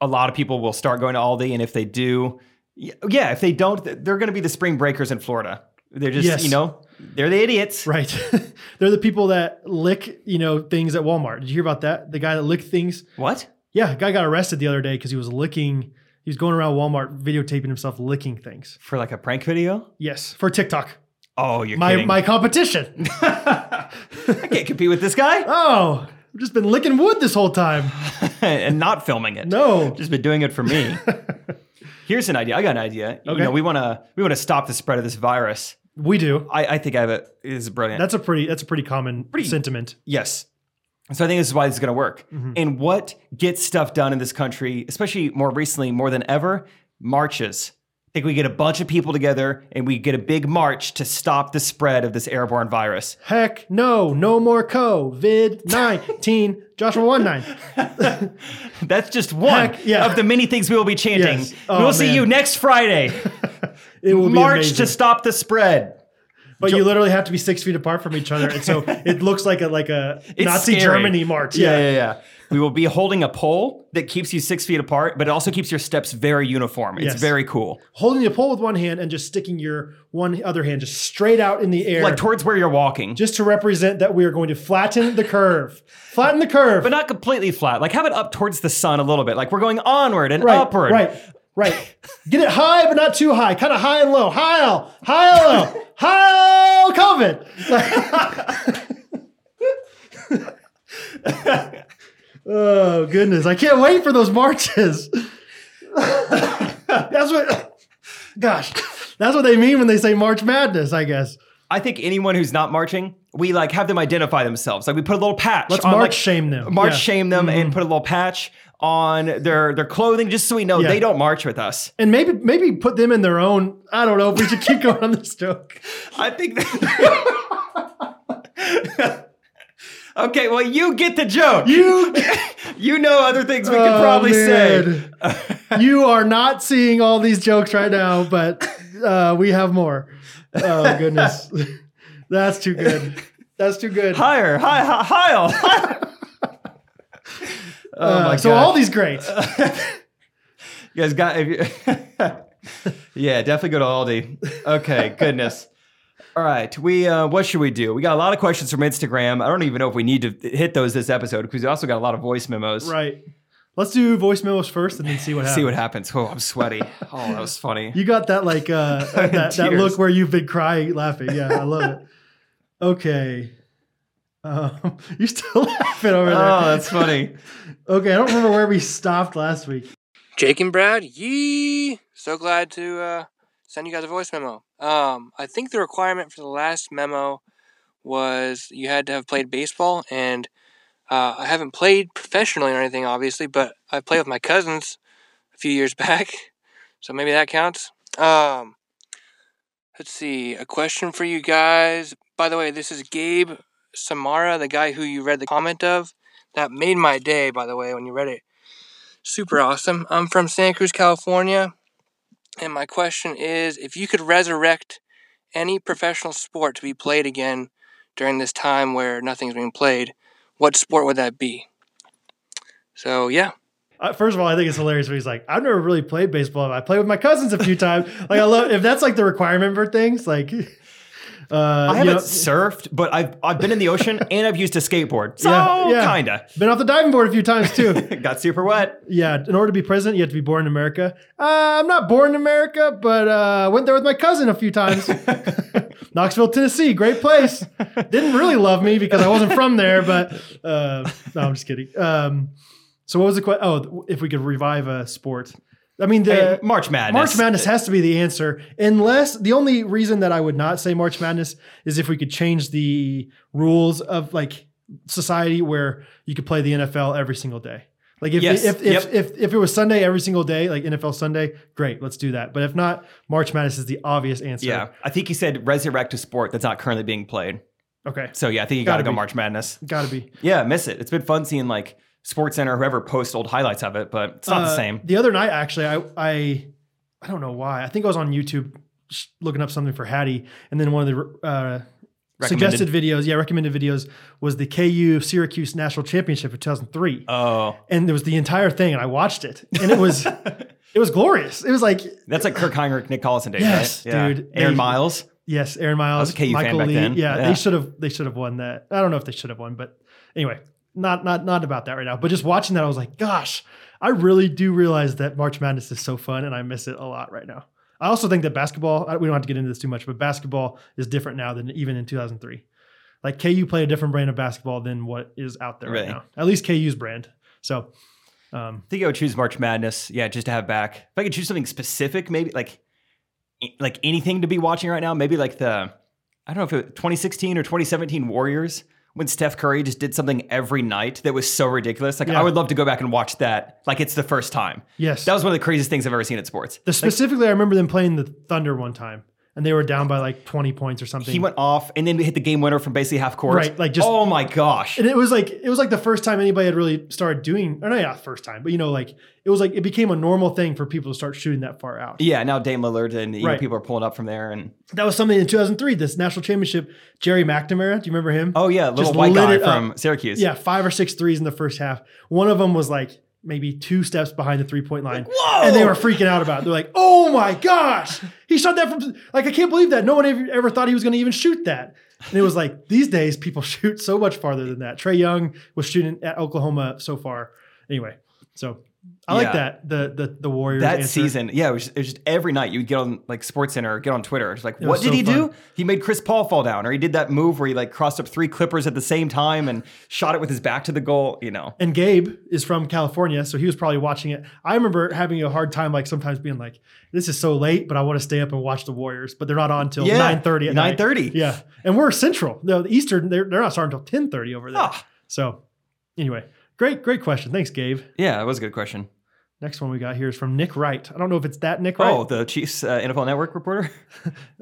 Speaker 1: a lot of people will start going to Aldi, and if they do, y- yeah, if they don't, th- they're going to be the spring breakers in Florida. They're just,
Speaker 2: Yes.
Speaker 1: you know, they're the idiots.
Speaker 2: Right. <laughs> they're the people that lick you know things at Walmart. Did you hear about that? The guy that licked things
Speaker 1: What?
Speaker 2: Yeah, a guy got arrested the other day because he was licking. He was going around Walmart videotaping himself licking things.
Speaker 1: For like a prank video?
Speaker 2: Yes, for TikTok.
Speaker 1: Oh, you're
Speaker 2: My
Speaker 1: kidding.
Speaker 2: my competition.
Speaker 1: <laughs> I can't compete with
Speaker 2: <laughs>
Speaker 1: this guy
Speaker 2: oh, I've just been licking wood this whole time.
Speaker 1: <laughs> and not filming it.
Speaker 2: No.
Speaker 1: just been doing it
Speaker 2: <laughs>
Speaker 1: for me. Here's an idea. I got an idea. You
Speaker 2: Okay.
Speaker 1: know, we want to we want to stop the spread of this virus.
Speaker 2: We do.
Speaker 1: I, I think I have a This is brilliant.
Speaker 2: That's a pretty that's a pretty common
Speaker 1: Pretty-
Speaker 2: sentiment.
Speaker 1: yes. So I think this is why this is going to work.
Speaker 2: Mm-hmm.
Speaker 1: And what gets stuff done in this country, especially more recently, more than ever, marches. I think we get a bunch of people together and we get a big march to stop the spread of this airborne virus. <laughs>
Speaker 2: Heck no, no more COVID
Speaker 1: <laughs>
Speaker 2: 19. Joshua 1 9.
Speaker 1: That's just one
Speaker 2: Heck, yeah.
Speaker 1: of the many things we will be chanting.
Speaker 2: Yes. Oh,
Speaker 1: we'll see
Speaker 2: man.
Speaker 1: you next
Speaker 2: <laughs>
Speaker 1: Friday.
Speaker 2: It will
Speaker 1: march
Speaker 2: be
Speaker 1: to
Speaker 2: amazing.
Speaker 1: stop the spread.
Speaker 2: But you literally have to be six feet apart from each other. And
Speaker 1: <laughs>
Speaker 2: so it looks like a like a
Speaker 1: It's
Speaker 2: Nazi
Speaker 1: scary.
Speaker 2: Germany march.
Speaker 1: Yeah, yeah, yeah. We will be holding a pole that keeps you six feet apart, but it also keeps your steps very uniform. It's
Speaker 2: Yes.
Speaker 1: very cool.
Speaker 2: Holding the pole with one hand and just sticking your one other hand just straight out in the air.
Speaker 1: Like towards where you're walking,
Speaker 2: just to represent that we are going to flatten the curve. Flatten the curve.
Speaker 1: but not completely flat. Like have it up towards the sun a little bit. Like we're going onward and
Speaker 2: right,
Speaker 1: upward.
Speaker 2: Right. Right. Get it high, but not too high. Kind of high and low. High, low. High, low. high, low, COVID. Like- oh, goodness. I can't wait for those marches. that's what, gosh, that's what they mean when they say March Madness, I guess.
Speaker 1: I think anyone who's not marching, we like have them identify themselves. Like we put a little patch.
Speaker 2: Let's
Speaker 1: on,
Speaker 2: march
Speaker 1: like,
Speaker 2: shame them.
Speaker 1: March
Speaker 2: Yeah. Mm-hmm.
Speaker 1: shame them and put a little patch on their their clothing just so we know
Speaker 2: Yeah.
Speaker 1: they don't march with us.
Speaker 2: And maybe maybe put them in their own. I don't know if we should keep <laughs> going on this joke.
Speaker 1: I think that.
Speaker 2: <laughs>
Speaker 1: <laughs> okay, well, you get the joke.
Speaker 2: You
Speaker 1: You know other things we
Speaker 2: Oh,
Speaker 1: could probably say. <laughs>
Speaker 2: say you are not seeing all these jokes right now, but uh, we have more. Oh goodness, <laughs> that's too good. That's too good. Uh,
Speaker 1: Higher, high, hi- high, oh
Speaker 2: Uh,
Speaker 1: my
Speaker 2: so
Speaker 1: gosh.
Speaker 2: all these greats.
Speaker 1: <laughs> You guys got. If you, <laughs> yeah, definitely go to
Speaker 2: <laughs>
Speaker 1: Aldi. Okay, goodness. All right, we uh, what should we do? We got a lot of questions from Instagram. I don't even know if we need to hit those this episode because we also got a lot of voice memos.
Speaker 2: right. Let's do voice memos first, and then see what happens.
Speaker 1: <laughs> See what happens. Oh, I'm sweaty.
Speaker 2: <laughs>
Speaker 1: oh, that was funny.
Speaker 2: You got that like
Speaker 1: <laughs>
Speaker 2: uh, that, that
Speaker 1: Tears.
Speaker 2: look where you've been crying, laughing. Yeah, I love it. Okay. Um, <laughs> you're still laughing over there.
Speaker 1: Oh,
Speaker 2: <laughs>
Speaker 1: that's funny.
Speaker 2: Okay, I don't remember where we stopped last week.
Speaker 3: Jake and Brad, yee! So glad to uh, send you guys a voice memo. Um, I think the requirement for the last memo was you had to have played baseball, and uh, I haven't played professionally or anything, obviously, but I played with my cousins a few years <laughs> back, so maybe that counts. Um, let's see, a question for you guys. By the way, this is Gabe Samara, the guy who you read the comment of. That made my day, by the way, when you read it super awesome. I'm from Santa Cruz, California, and my question is if you could resurrect any professional sport to be played again during this time where nothing's being played, what sport would that be? So, yeah.
Speaker 2: Uh, first of all, I think it's hilarious when he's like, "I've never really played <laughs> baseball. I played with my cousins a few times." Like, <laughs> I love if that's like the requirement for things. Like, Uh,
Speaker 1: I
Speaker 2: you
Speaker 1: haven't
Speaker 2: know,
Speaker 1: surfed, but I've I've been in the ocean and I've used a skateboard.
Speaker 2: <laughs>
Speaker 1: So
Speaker 2: Yeah, yeah.
Speaker 1: kinda.
Speaker 2: been off the diving board a few times too. <laughs>
Speaker 1: Got super wet.
Speaker 2: yeah, in order to be president, you have to be born in America. Uh, I'm not born in America, but uh, went there with my cousin a few times. <laughs> Knoxville, Tennessee, great place. Didn't really love me because I wasn't from there, but uh, no, I'm just kidding. Um, so what was the question? Oh, if we could revive a sport. I mean, the
Speaker 1: Hey, March Madness.
Speaker 2: March Madness has to be the answer, unless the only reason that I would not say March Madness is if we could change the rules of like society where you could play the NFL every single day. Like if
Speaker 1: Yes.
Speaker 2: if, if,
Speaker 1: Yep.
Speaker 2: if if it was Sunday every single day, like NFL Sunday, great, let's do that. But if not, March Madness is the obvious answer.
Speaker 1: Yeah, I think he said resurrect a sport that's not currently being played.
Speaker 2: Okay.
Speaker 1: So yeah, I think you got
Speaker 2: Gotta
Speaker 1: to go
Speaker 2: be.
Speaker 1: March Madness.
Speaker 2: Gotta be.
Speaker 1: Yeah, miss it. It's been fun seeing like Sports Center or whoever post old highlights of it, but it's not the
Speaker 2: Uh,
Speaker 1: same.
Speaker 2: The other night, actually, I I I don't know why. I think I was on YouTube sh- looking up something for Hattie, and then one of the uh, suggested videos, yeah, recommended videos, was the KU Syracuse National Championship of 2003,
Speaker 1: Oh,
Speaker 2: and it was the entire thing, and I watched it, and it
Speaker 1: <laughs>
Speaker 2: was it was glorious. It was like
Speaker 1: that's like Kirk Heinrich, Nick Collison days,
Speaker 2: Yes,
Speaker 1: right? Yeah.
Speaker 2: dude.
Speaker 1: Aaron
Speaker 2: They-
Speaker 1: Miles.
Speaker 2: yes, Aaron Miles,
Speaker 1: a KU fan
Speaker 2: Michael
Speaker 1: back
Speaker 2: Lee,
Speaker 1: then.
Speaker 2: Yeah,
Speaker 1: Yeah.
Speaker 2: they should have they should have won that. I don't know if they should have won, but anyway, not not not about that right now. But just watching that, I was like, gosh, I really do realize that March Madness is so fun, and I miss it a lot right now. I also think that basketball, I- we don't have to get into this too much, but basketball is different now than even in 2003. Like KU play a different brand of basketball than what is out there right
Speaker 1: Really?
Speaker 2: now, at least KU's brand. So, um,
Speaker 1: I think I would choose March Madness. Yeah, just to have back. If I could choose something specific, maybe like e, like anything to be watching right now. Maybe like the I don't know if it 2016 or 2017 Warriors when Steph Curry just did something every night that was so ridiculous. Like
Speaker 2: Yeah.
Speaker 1: I would love to go back and watch that. Like it's the first time.
Speaker 2: yes,
Speaker 1: That was one of the craziest things I've ever seen at sports.
Speaker 2: the, specifically, I remember them playing the Thunder one time, and they were down by like 20 points or something.
Speaker 1: He went off and then we hit the game winner from basically half court.
Speaker 2: Right, like just-
Speaker 1: oh my gosh.
Speaker 2: and it was like it was like the first time anybody had really started doing or no, not first time but you know like it was like it became a normal thing for people to start shooting that far out
Speaker 1: Yeah, now Dame Lillard and you know,
Speaker 2: Right.
Speaker 1: people are pulling up from there and
Speaker 2: that was something in 2003 this national championship jerry mcnamara do you remember him
Speaker 1: oh yeah, little
Speaker 2: Just
Speaker 1: white
Speaker 2: lit
Speaker 1: guy
Speaker 2: it up.
Speaker 1: from Syracuse.
Speaker 2: yeah five or six threes in the first half one of them was like maybe two steps behind the three-point line
Speaker 1: Whoa!
Speaker 2: and they were freaking out about it. They're like, oh my gosh, he shot that from, like, I can't believe that. No one ever, ever thought he was going to even shoot that. And it was like, these days, people <laughs> shoot so much farther than that. Trey Young was shooting at Oklahoma so far. Anyway, so I
Speaker 1: Yeah.
Speaker 2: like that. The, the, the Warriors
Speaker 1: that
Speaker 2: answer.
Speaker 1: season, yeah, it was, just, it was just every night you would get on like Sports Center or get on Twitter. It's like,
Speaker 2: It was
Speaker 1: what did
Speaker 2: so
Speaker 1: he do?
Speaker 2: fun.
Speaker 1: He made Chris Paul fall down, or he did that move where he like crossed up three clippers at the same time and shot it with his back to the goal. You know,
Speaker 2: And Gabe is from California, so he was probably watching it. I remember having a hard time, like sometimes being like, "This is so late, but I want to stay up and watch the Warriors." But they're not on till
Speaker 1: Yeah,
Speaker 2: nine thirty at night.
Speaker 1: 9:30.
Speaker 2: Yeah, and we're central. No, the Eastern they're, they're not starting until ten thirty over there.
Speaker 1: Ah.
Speaker 2: So, anyway, great great question. Thanks, Gabe.
Speaker 1: yeah, that was a good question.
Speaker 2: Next one we got here is from Nick Wright. I don't know if it's that Nick Wright.
Speaker 1: Oh, the Chiefs uh, NFL Network reporter.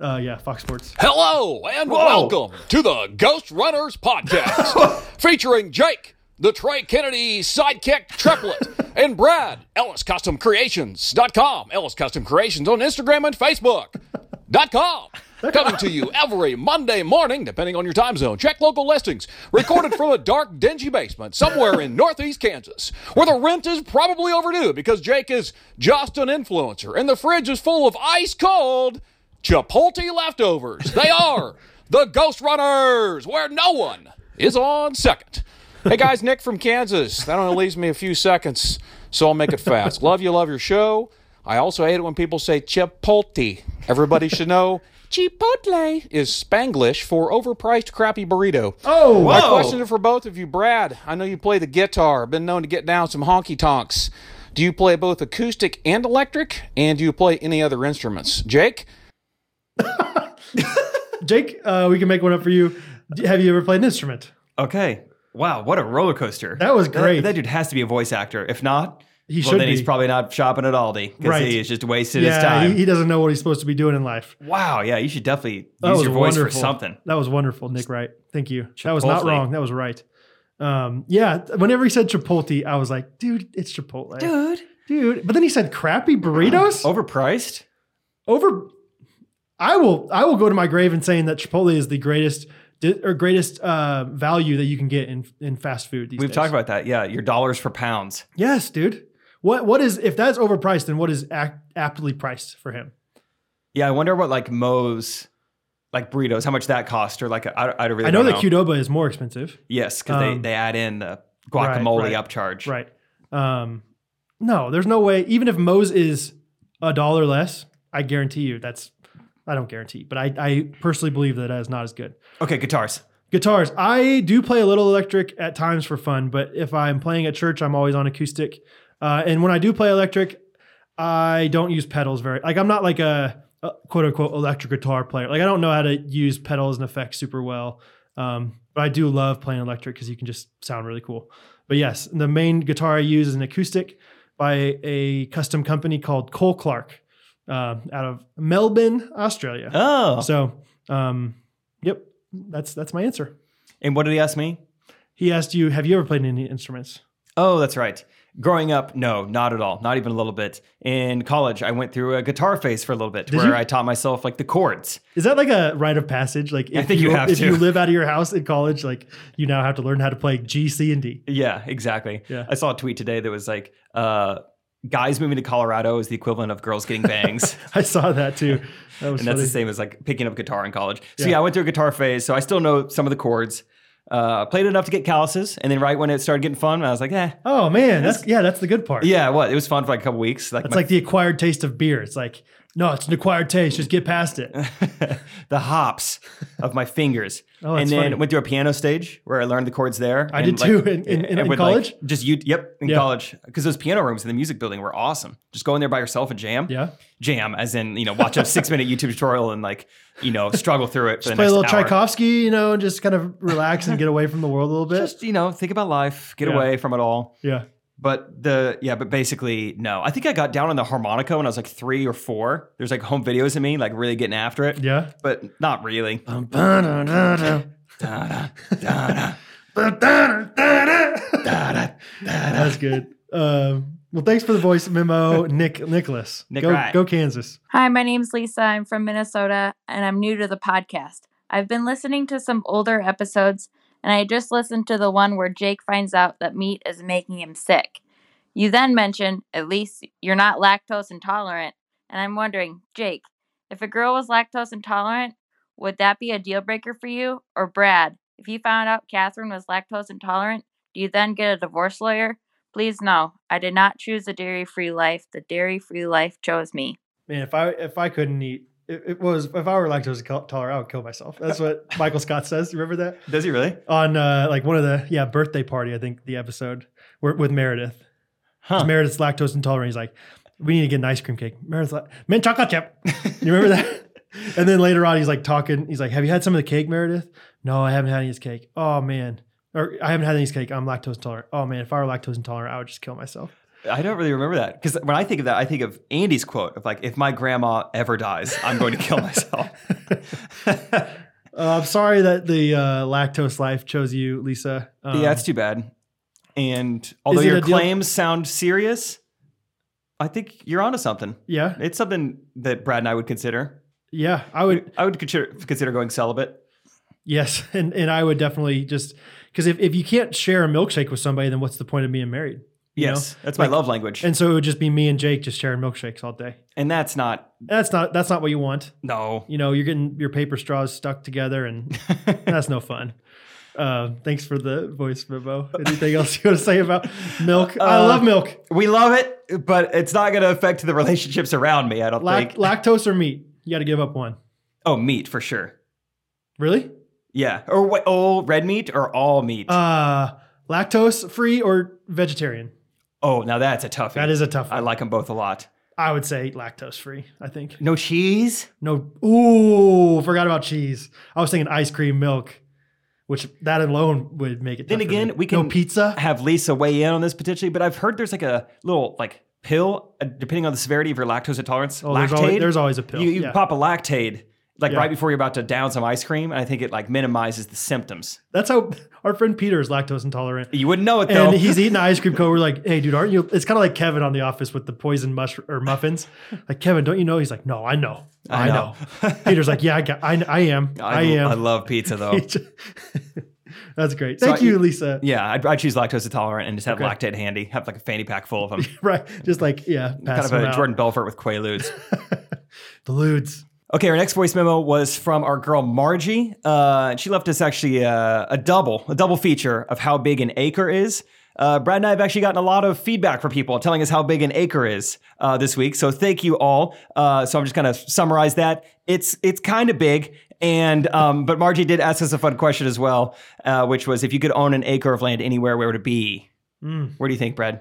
Speaker 1: Oh.
Speaker 2: Uh, yeah, Fox Sports.
Speaker 4: Hello and
Speaker 1: Whoa.
Speaker 4: welcome to the Ghost Runners podcast, featuring Jake, the Trey Kennedy sidekick triplet, and Brad, EllisCustomCreations.com, Ellis Custom Creations on Instagram and Facebook.com. Coming to you every Monday morning, depending on your time zone. Check local listings. Recorded from a dark, dingy basement somewhere in northeast Kansas, where the rent is probably overdue because Jake is just an influencer and the fridge is full of ice cold Chipotle leftovers. They are the Ghost Runners, where no one is on second. Hey guys, Nick from Kansas. That only leaves me a few seconds, so I'll make it fast. Love you, love your show. I also hate it when people say Chipotle. Everybody should know Chipotle is Spanglish for overpriced crappy burrito.
Speaker 2: Oh,
Speaker 4: My
Speaker 1: Whoa.
Speaker 4: question is for both of you, Brad. I know you play the guitar. Been known to get down some honky tonks. Do you play both acoustic and electric? And do you play any other instruments? Jake?
Speaker 2: Jake, uh, we can make one up for you. D- Have you ever played an instrument?
Speaker 1: Okay. Wow, what a roller coaster.
Speaker 2: That was great.
Speaker 1: That, dude has to be a voice actor. If not,
Speaker 2: He
Speaker 1: well,
Speaker 2: should
Speaker 1: then
Speaker 2: be.
Speaker 1: he's probably not shopping at Aldi because
Speaker 2: Right.
Speaker 1: he has just wasted his
Speaker 2: yeah,
Speaker 1: time.
Speaker 2: he, he doesn't know what he's supposed to be doing in life.
Speaker 1: wow, yeah, you should definitely
Speaker 2: That
Speaker 1: use
Speaker 2: was
Speaker 1: your voice for
Speaker 2: wonderful.
Speaker 1: something.
Speaker 2: That was wonderful, Nick Wright. Thank you. That was not
Speaker 1: Chipotle.
Speaker 2: wrong. That was right. Um, yeah, whenever he said Chipotle, I was like, dude, it's Chipotle.
Speaker 1: Dude.
Speaker 2: Dude. But then he said crappy
Speaker 1: Oh,
Speaker 2: burritos?
Speaker 1: Overpriced?
Speaker 2: Over I will I will go to my grave and saying that Chipotle is the greatest di- or greatest uh, value that you can get in in fast food these
Speaker 1: We've
Speaker 2: days.
Speaker 1: talked about that. Yeah, your dollars for pounds.
Speaker 2: Yes, dude. What what is if that's overpriced then what is ac- aptly priced for him?
Speaker 1: Yeah, I wonder what like Moe's like burritos, how much that cost, or like I, I really
Speaker 2: I know
Speaker 1: don't
Speaker 2: that Qdoba is more expensive.
Speaker 1: Yes, because
Speaker 2: Um,
Speaker 1: they, they add in the guacamole
Speaker 2: right, right,
Speaker 1: upcharge.
Speaker 2: Right. Um, no, there's no way. Even if Moe's is a dollar less, I guarantee you that's. I don't guarantee, but I, I personally believe that that is not as good.
Speaker 1: Okay, guitars.
Speaker 2: Guitars. I do play a little electric at times for fun, but if I'm playing at church, I'm always on acoustic. Uh, and when I do play electric, I don't use pedals very. Like I'm not like a, a quote unquote electric guitar player. Like I don't know how to use pedals and effects super well. Um, but I do love playing electric because you can just sound really cool. But yes, the main guitar I use is an acoustic by a custom company called Cole Clark uh, out of Melbourne, Australia.
Speaker 1: Oh,
Speaker 2: So, um, yep, that's that's my answer.
Speaker 1: and what did he ask me?
Speaker 2: He asked you, "Have you ever played any instruments?"
Speaker 1: Oh, that's right. Growing up, no, not at all, not even a little bit. In college, I went through a guitar phase for a little bit,
Speaker 2: Did
Speaker 1: where
Speaker 2: you?
Speaker 1: I taught myself like the chords.
Speaker 2: Is that like a rite of passage? Like, if
Speaker 1: think you have
Speaker 2: if
Speaker 1: to.
Speaker 2: you live out of your house in college, like you now have to learn how to play G, C, and D.
Speaker 1: Yeah, exactly.
Speaker 2: Yeah.
Speaker 1: I saw a tweet today that was like, uh, "Guys moving to Colorado is the equivalent of girls
Speaker 2: <laughs>
Speaker 1: getting bangs."
Speaker 2: I saw that
Speaker 1: <laughs>
Speaker 2: too. That was
Speaker 1: and that's
Speaker 2: funny.
Speaker 1: the same as like picking up guitar in college. So
Speaker 2: Yeah.
Speaker 1: yeah, I went through a guitar phase, so I still know some of the chords. Uh, played enough to get calluses, and then right when it started getting fun, I was like, "Eh,
Speaker 2: Oh man, that's yeah, that's the good part.
Speaker 1: yeah, what?" It was fun for like a couple weeks. Like
Speaker 2: That's
Speaker 1: my-
Speaker 2: like the acquired taste of beer. It's like, no, it's an acquired taste. Just get past
Speaker 1: <laughs>
Speaker 2: it.
Speaker 1: the hops of my fingers.
Speaker 2: <laughs> Oh, that's
Speaker 1: and then
Speaker 2: funny.
Speaker 1: went through a piano stage where I learned the chords there.
Speaker 2: I
Speaker 1: and,
Speaker 2: did too in- in- in-
Speaker 1: and
Speaker 2: in
Speaker 1: would,
Speaker 2: college?
Speaker 1: Like, just you, yep, in
Speaker 2: Yeah.
Speaker 1: college because those piano rooms in the music building were awesome. Just go in there by yourself and jam.
Speaker 2: Yeah.
Speaker 1: jam as in you know watch
Speaker 2: <laughs>
Speaker 1: a six minute YouTube tutorial and like you know struggle through it. for the
Speaker 2: Play a
Speaker 1: next
Speaker 2: little
Speaker 1: hour.
Speaker 2: Tchaikovsky, you know, and just kind of relax and get away from the world
Speaker 1: <laughs>
Speaker 2: a little bit.
Speaker 1: Just you know think about life, get
Speaker 2: Yeah.
Speaker 1: away from it all.
Speaker 2: yeah.
Speaker 1: But the yeah, but basically no. I think I got down on the harmonica when I was like three or four. There's like home videos of me like really getting after it, <laughs>
Speaker 2: Yeah.
Speaker 1: but not really.
Speaker 2: <laughs> That's good. Um, well, thanks for the voice memo, Nick Nicholas.
Speaker 1: Nick
Speaker 2: go,
Speaker 1: Wright.
Speaker 2: go Kansas.
Speaker 5: Hi, my name's Lisa. I'm from Minnesota and I'm new to the podcast. I've been listening to some older episodes and I just listened to the one where Jake finds out that meat is making him sick. You then mention, at least you're not lactose intolerant. And I'm wondering, Jake, if a girl was lactose intolerant, would that be a deal breaker for you? Or Brad, if you found out Catherine was lactose intolerant, do you then get a divorce lawyer? Please no. I did not choose a dairy free life. The dairy free life chose me.
Speaker 2: Man, if I if I couldn't eat, it, it was if I were lactose intolerant, I would kill myself. That's <laughs> what Michael Scott says. You remember that
Speaker 1: Does he really?
Speaker 2: on uh, like one of the yeah birthday party, I think the episode where, with Meredith. 'Cause
Speaker 1: Huh.
Speaker 2: Meredith's lactose intolerant. He's like, we need to get an ice cream cake. Meredith's like, mint chocolate chip. You remember that? <laughs> and then later on, he's like talking. He's like, have you had some of the cake, Meredith? No, I haven't had any of this cake. Oh man. Or I haven't had any of this cake. I'm lactose intolerant. Oh man, if I were lactose intolerant, I would just kill myself. <laughs>
Speaker 1: I don't really remember that because when I think of that, I think of Andy's quote of like, "If my grandma ever dies, I'm going to
Speaker 2: <laughs>
Speaker 1: kill myself."
Speaker 2: Uh, I'm sorry that the uh, lactose life chose you, Lisa. Um,
Speaker 1: yeah, it's too bad. And although
Speaker 2: it
Speaker 1: your
Speaker 2: a deal-
Speaker 1: claims sound serious, I think you're onto something.
Speaker 2: yeah,
Speaker 1: It's something that Brad and I would consider.
Speaker 2: yeah. I would
Speaker 1: I would consider consider going celibate.
Speaker 2: yes, <laughs> and and I would definitely just because if if you can't share a milkshake with somebody, then what's the point of being married? you know?
Speaker 1: Yes, that's my
Speaker 2: Like-
Speaker 1: love language, and,
Speaker 2: And so it would just be me and Jake just sharing milkshakes all day.
Speaker 1: that's not
Speaker 2: That's not that's not what you want.
Speaker 1: no. <laughs>
Speaker 2: You know, you're getting your paper straws stuck together, and that's no fun. Uh, thanks for the voice memo. Anything else you want to say about milk? I
Speaker 1: Uh,
Speaker 2: love milk.
Speaker 1: We love it, but it's not going to affect the relationships around me. I don't
Speaker 2: Lac-
Speaker 1: think.
Speaker 2: lactose or meat? You got to give up one.
Speaker 1: oh, meat for sure.
Speaker 2: Really?
Speaker 1: Yeah, or what? Oh, red meat or all meat?
Speaker 2: Uh, lactose free or vegetarian?
Speaker 1: oh, now that's a toughie.
Speaker 2: That is a tough
Speaker 1: I
Speaker 2: one.
Speaker 1: like them both a lot.
Speaker 2: I would say lactose free, I think.
Speaker 1: No cheese.
Speaker 2: No. Ooh, forgot about cheese. I was thinking ice cream milk, which that alone would make it.
Speaker 1: Then
Speaker 2: tough for me.
Speaker 1: again, we
Speaker 2: No
Speaker 1: can-
Speaker 2: pizza.
Speaker 1: Have Lisa weigh in on this potentially, but I've heard there's like a little like pill uh, depending on the severity of your lactose intolerance.
Speaker 2: Oh, there's always,
Speaker 1: Lactaid?
Speaker 2: there's always a pill.
Speaker 1: You, you
Speaker 2: Yeah.
Speaker 1: pop a lactaid like
Speaker 2: Yeah.
Speaker 1: right before you're about to down some ice cream, and I think it like minimizes the symptoms.
Speaker 2: That's how <laughs> our friend Peter is lactose
Speaker 1: <laughs>
Speaker 2: intolerant.
Speaker 1: You wouldn't know it though.
Speaker 2: And he's eating an ice cream cone. We're like, hey, dude, aren't you? It's kind of like Kevin on The Office with the poison mush or
Speaker 1: <laughs>
Speaker 2: muffins. Like, Kevin, don't you know? He's like, no, I know. I,
Speaker 1: I
Speaker 2: know.
Speaker 1: know."
Speaker 2: Peter's like, yeah, I, got, I, I am. I, am.
Speaker 1: <laughs>
Speaker 2: <laughs>
Speaker 1: I love pizza though.
Speaker 2: That's great.
Speaker 1: So
Speaker 2: Thank
Speaker 1: I-
Speaker 2: you, Lisa. <laughs>
Speaker 1: yeah, I'd, I'd choose lactose intolerant and just have
Speaker 2: Okay.
Speaker 1: lactaid handy. Have like a fanny pack
Speaker 2: <laughs>
Speaker 1: full of them.
Speaker 2: Right. Just like, yeah, pass
Speaker 1: kind of a
Speaker 2: them out.
Speaker 1: Jordan Belfort with Quaaludes.
Speaker 2: The ludes.
Speaker 1: Okay, our next voice memo was from our girl Margie. Uh, and she left us actually uh, a double, a double feature of how big an acre is. Uh, Brad and I have actually gotten a lot of feedback from people telling us how big an acre is uh, this week. So thank you all. Uh, so I'm just gonna summarize that. It's it's kind of big, and um, but Margie did ask us a fun question as well, uh, which was if you could own an acre of land anywhere, where would it be?
Speaker 2: Mm.
Speaker 1: Where do you think, Brad?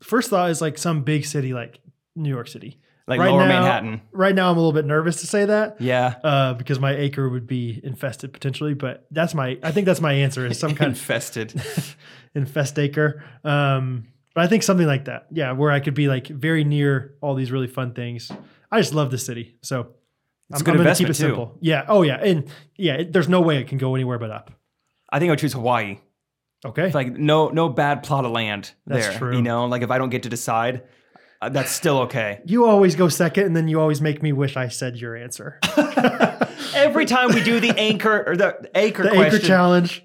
Speaker 2: First thought is like some big city like New York City.
Speaker 1: Like
Speaker 2: Right
Speaker 1: Lower
Speaker 2: now-
Speaker 1: Manhattan?
Speaker 2: Right now, I'm a little bit nervous to say that
Speaker 1: Yeah,
Speaker 2: uh, because my acre would be infested potentially. But that's my I think that's my answer is <laughs> some kind of
Speaker 1: infested. <laughs>
Speaker 2: infest acre. Um, but I think something like that. Yeah, where I could be like very near all these really fun things. I just love the city. So
Speaker 1: It's a good
Speaker 2: gonna
Speaker 1: investment, too.
Speaker 2: Yeah. Oh yeah. And yeah, it, there's no way it can go anywhere but up.
Speaker 1: I think I would choose Hawaii.
Speaker 2: Okay.
Speaker 1: It's like no no bad plot of land
Speaker 2: That's
Speaker 1: there.
Speaker 2: true.
Speaker 1: You know, like if I don't get to decide, uh, that's
Speaker 2: <laughs>
Speaker 1: still okay.
Speaker 2: you always go second and then you always make me wish I said your
Speaker 1: <laughs>
Speaker 2: answer.
Speaker 1: Every time we do the anchor or the acre
Speaker 2: The
Speaker 1: question,
Speaker 2: acre challenge.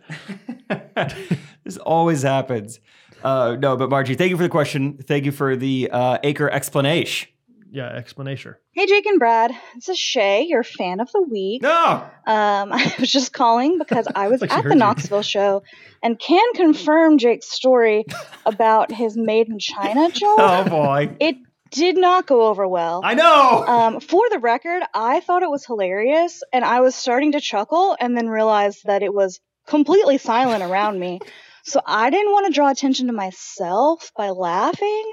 Speaker 1: <laughs> this always happens. Uh, no, but Margie, thank you for the question. Thank you for the uh, acre explanation.
Speaker 2: Yeah, explanation.
Speaker 6: Hey, Jake and Brad. This is Shay, your fan of the week.
Speaker 1: No,
Speaker 6: Um, <laughs> I was just calling because I
Speaker 2: <laughs>
Speaker 6: was
Speaker 2: Like she
Speaker 6: at
Speaker 2: heard
Speaker 6: the
Speaker 2: you.
Speaker 6: Knoxville show and can confirm Jake's story about his made
Speaker 2: <laughs>
Speaker 6: in China job.
Speaker 1: oh boy,
Speaker 6: It did not go over well.
Speaker 1: I know.
Speaker 6: Um, for the record, I thought it was hilarious and I was starting to chuckle and then realized that it was completely silent around me. So I didn't want to draw attention to myself by laughing.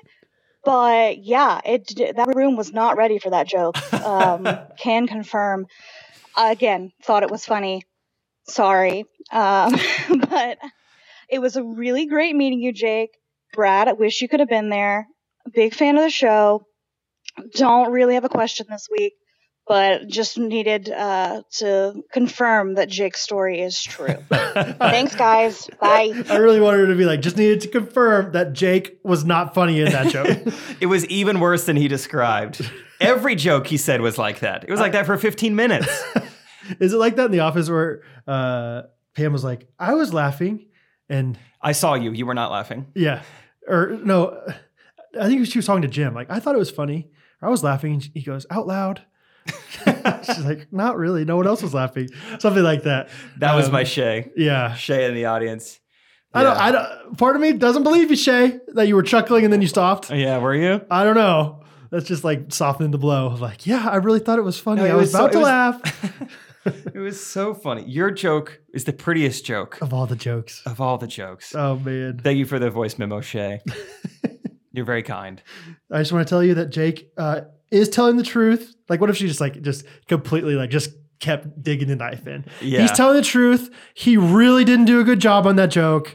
Speaker 6: But yeah, it d- that room was not ready for that joke. Um, can confirm. Again, thought it was funny. Sorry. Um, <laughs> but it was a really great meeting you, Jake. Brad, I wish you could have been there. Big fan of the show don't really have a question this week, but just needed uh, to confirm that Jake's story is true.
Speaker 2: <laughs>
Speaker 6: Thanks, guys. Bye.
Speaker 2: I really wanted her to be like, just needed to confirm that Jake was not funny in that
Speaker 1: <laughs>
Speaker 2: joke.
Speaker 1: <laughs> It was even worse than he
Speaker 2: <laughs>
Speaker 1: described. Every joke he said was like that. It was like that for
Speaker 2: <laughs>
Speaker 1: 15 minutes.
Speaker 2: Is it like that in the office where uh, Pam was like, I was laughing and
Speaker 1: I saw you. You were not laughing.
Speaker 2: yeah, or no, I think she was talking to Jim. Like, I thought it was funny. I was laughing. And he goes, out loud. <laughs> She's like, not really. No one else was laughing. Something like that.
Speaker 1: That was
Speaker 2: Um,
Speaker 1: my Shay.
Speaker 2: Yeah.
Speaker 1: Shay in the audience.
Speaker 2: I don't,
Speaker 1: Yeah.
Speaker 2: I don't, part of me doesn't believe you, Shay, that you were chuckling and then Oh, you stopped.
Speaker 1: Yeah, were you?
Speaker 2: I don't know. That's just like softening the blow. of Like, yeah, I really thought it was funny.
Speaker 1: No, it
Speaker 2: I was,
Speaker 1: was so-
Speaker 2: about
Speaker 1: it
Speaker 2: to
Speaker 1: was-
Speaker 2: laugh.
Speaker 1: <laughs> it was so funny. Your joke is the prettiest joke
Speaker 2: of all the jokes.
Speaker 1: of all the jokes.
Speaker 2: Oh, man.
Speaker 1: Thank you for the voice
Speaker 2: <laughs>
Speaker 1: memo, Shay. You're very kind.
Speaker 2: I just want to tell you that Jake uh, is telling the truth. Like, what if she just like just completely like just kept digging the knife in?
Speaker 1: Yeah.
Speaker 2: He's telling the truth. He really didn't do a good job on that joke.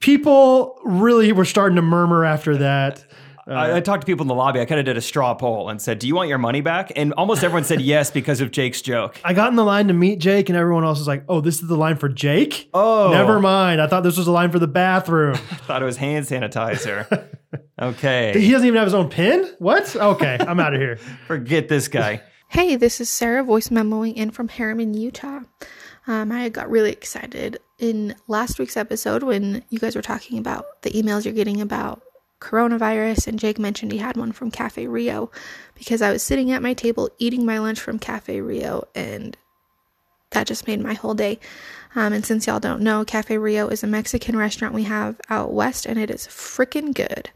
Speaker 2: People really were starting to murmur after that. Uh,
Speaker 1: I, I talked to people in the lobby. I kind of did a straw poll and said, "Do you want your money back?" And almost everyone said yes because of Jake's joke.
Speaker 2: I got in the line to meet Jake, and everyone else was like, "Oh, this is the line for Jake."
Speaker 1: Oh,
Speaker 2: Never mind. I thought this was a line for the bathroom. <laughs>
Speaker 1: Thought it was hand sanitizer. okay,
Speaker 2: he doesn't even have his own pen. What? Okay, I'm out of here.
Speaker 1: forget this guy.
Speaker 7: Hey, this is Sarah voice memoing in from Harriman, Utah. Um, I got really excited in last week's episode when you guys were talking about the emails you're getting about coronavirus, and Jake mentioned he had one from Cafe Rio because I was sitting at my table eating my lunch from Cafe Rio, and that just made my whole day. Um, and since y'all don't know, Cafe Rio is a Mexican restaurant we have out west, and it is freaking good.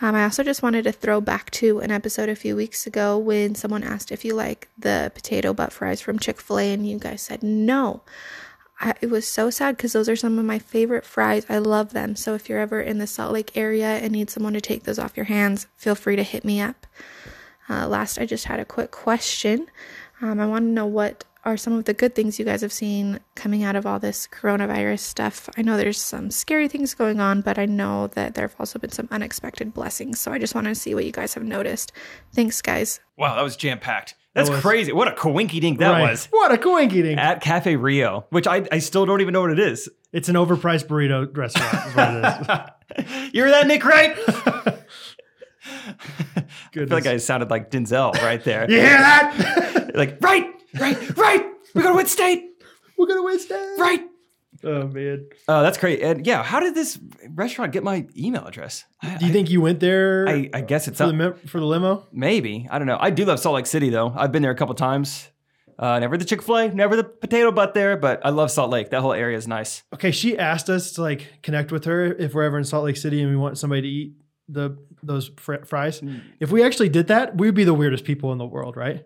Speaker 7: Um, I also just wanted to throw back to an episode a few weeks ago when someone asked if you like the potato butt fries from Chick fil A, and you guys said no. I, it was so sad because those are some of my favorite fries. I love them. So if you're ever in the Salt Lake area and need someone to take those off your hands, feel free to hit me up. Uh, last, I just had a quick question. Um, I want to know what are some of the good things you guys have seen coming out of all this coronavirus stuff. I know there's some scary things going on, but I know that there have also been some unexpected blessings. So I just want to see what you guys have noticed. Thanks, guys.
Speaker 1: Wow, that was jam packed. That's
Speaker 2: That was-
Speaker 1: crazy. What a coinky dink <laughs> that
Speaker 2: Right.
Speaker 1: was.
Speaker 2: what a coinky
Speaker 1: At Cafe Rio, which I, I still don't even know what it is.
Speaker 2: It's an overpriced burrito restaurant. Is
Speaker 1: <laughs>
Speaker 2: what it is.
Speaker 1: You're that Nick, <laughs> right? I feel
Speaker 2: Goodness.
Speaker 1: like I sounded like Denzel right there.
Speaker 2: you hear that? <laughs>
Speaker 1: Like, right, right, right. We're going to win state.
Speaker 2: We're gonna win state.
Speaker 1: Right.
Speaker 2: Oh man.
Speaker 1: Uh, that's great. And yeah, how did this restaurant get my email address? I,
Speaker 2: Do you think you went there?
Speaker 1: I, I guess it's
Speaker 2: for the
Speaker 1: not,
Speaker 2: mem- for the limo.
Speaker 1: maybe. I don't know. I do love Salt Lake City, though. I've been there a couple times. Uh, never the Chick Fil A, never the potato butt there, but I love Salt Lake. That whole area is nice.
Speaker 2: Okay, she asked us to like connect with her if we're ever in Salt Lake City and we want somebody to eat the those fr- fries.
Speaker 1: Mm.
Speaker 2: If we actually did that, we'd be the weirdest people in the world, right?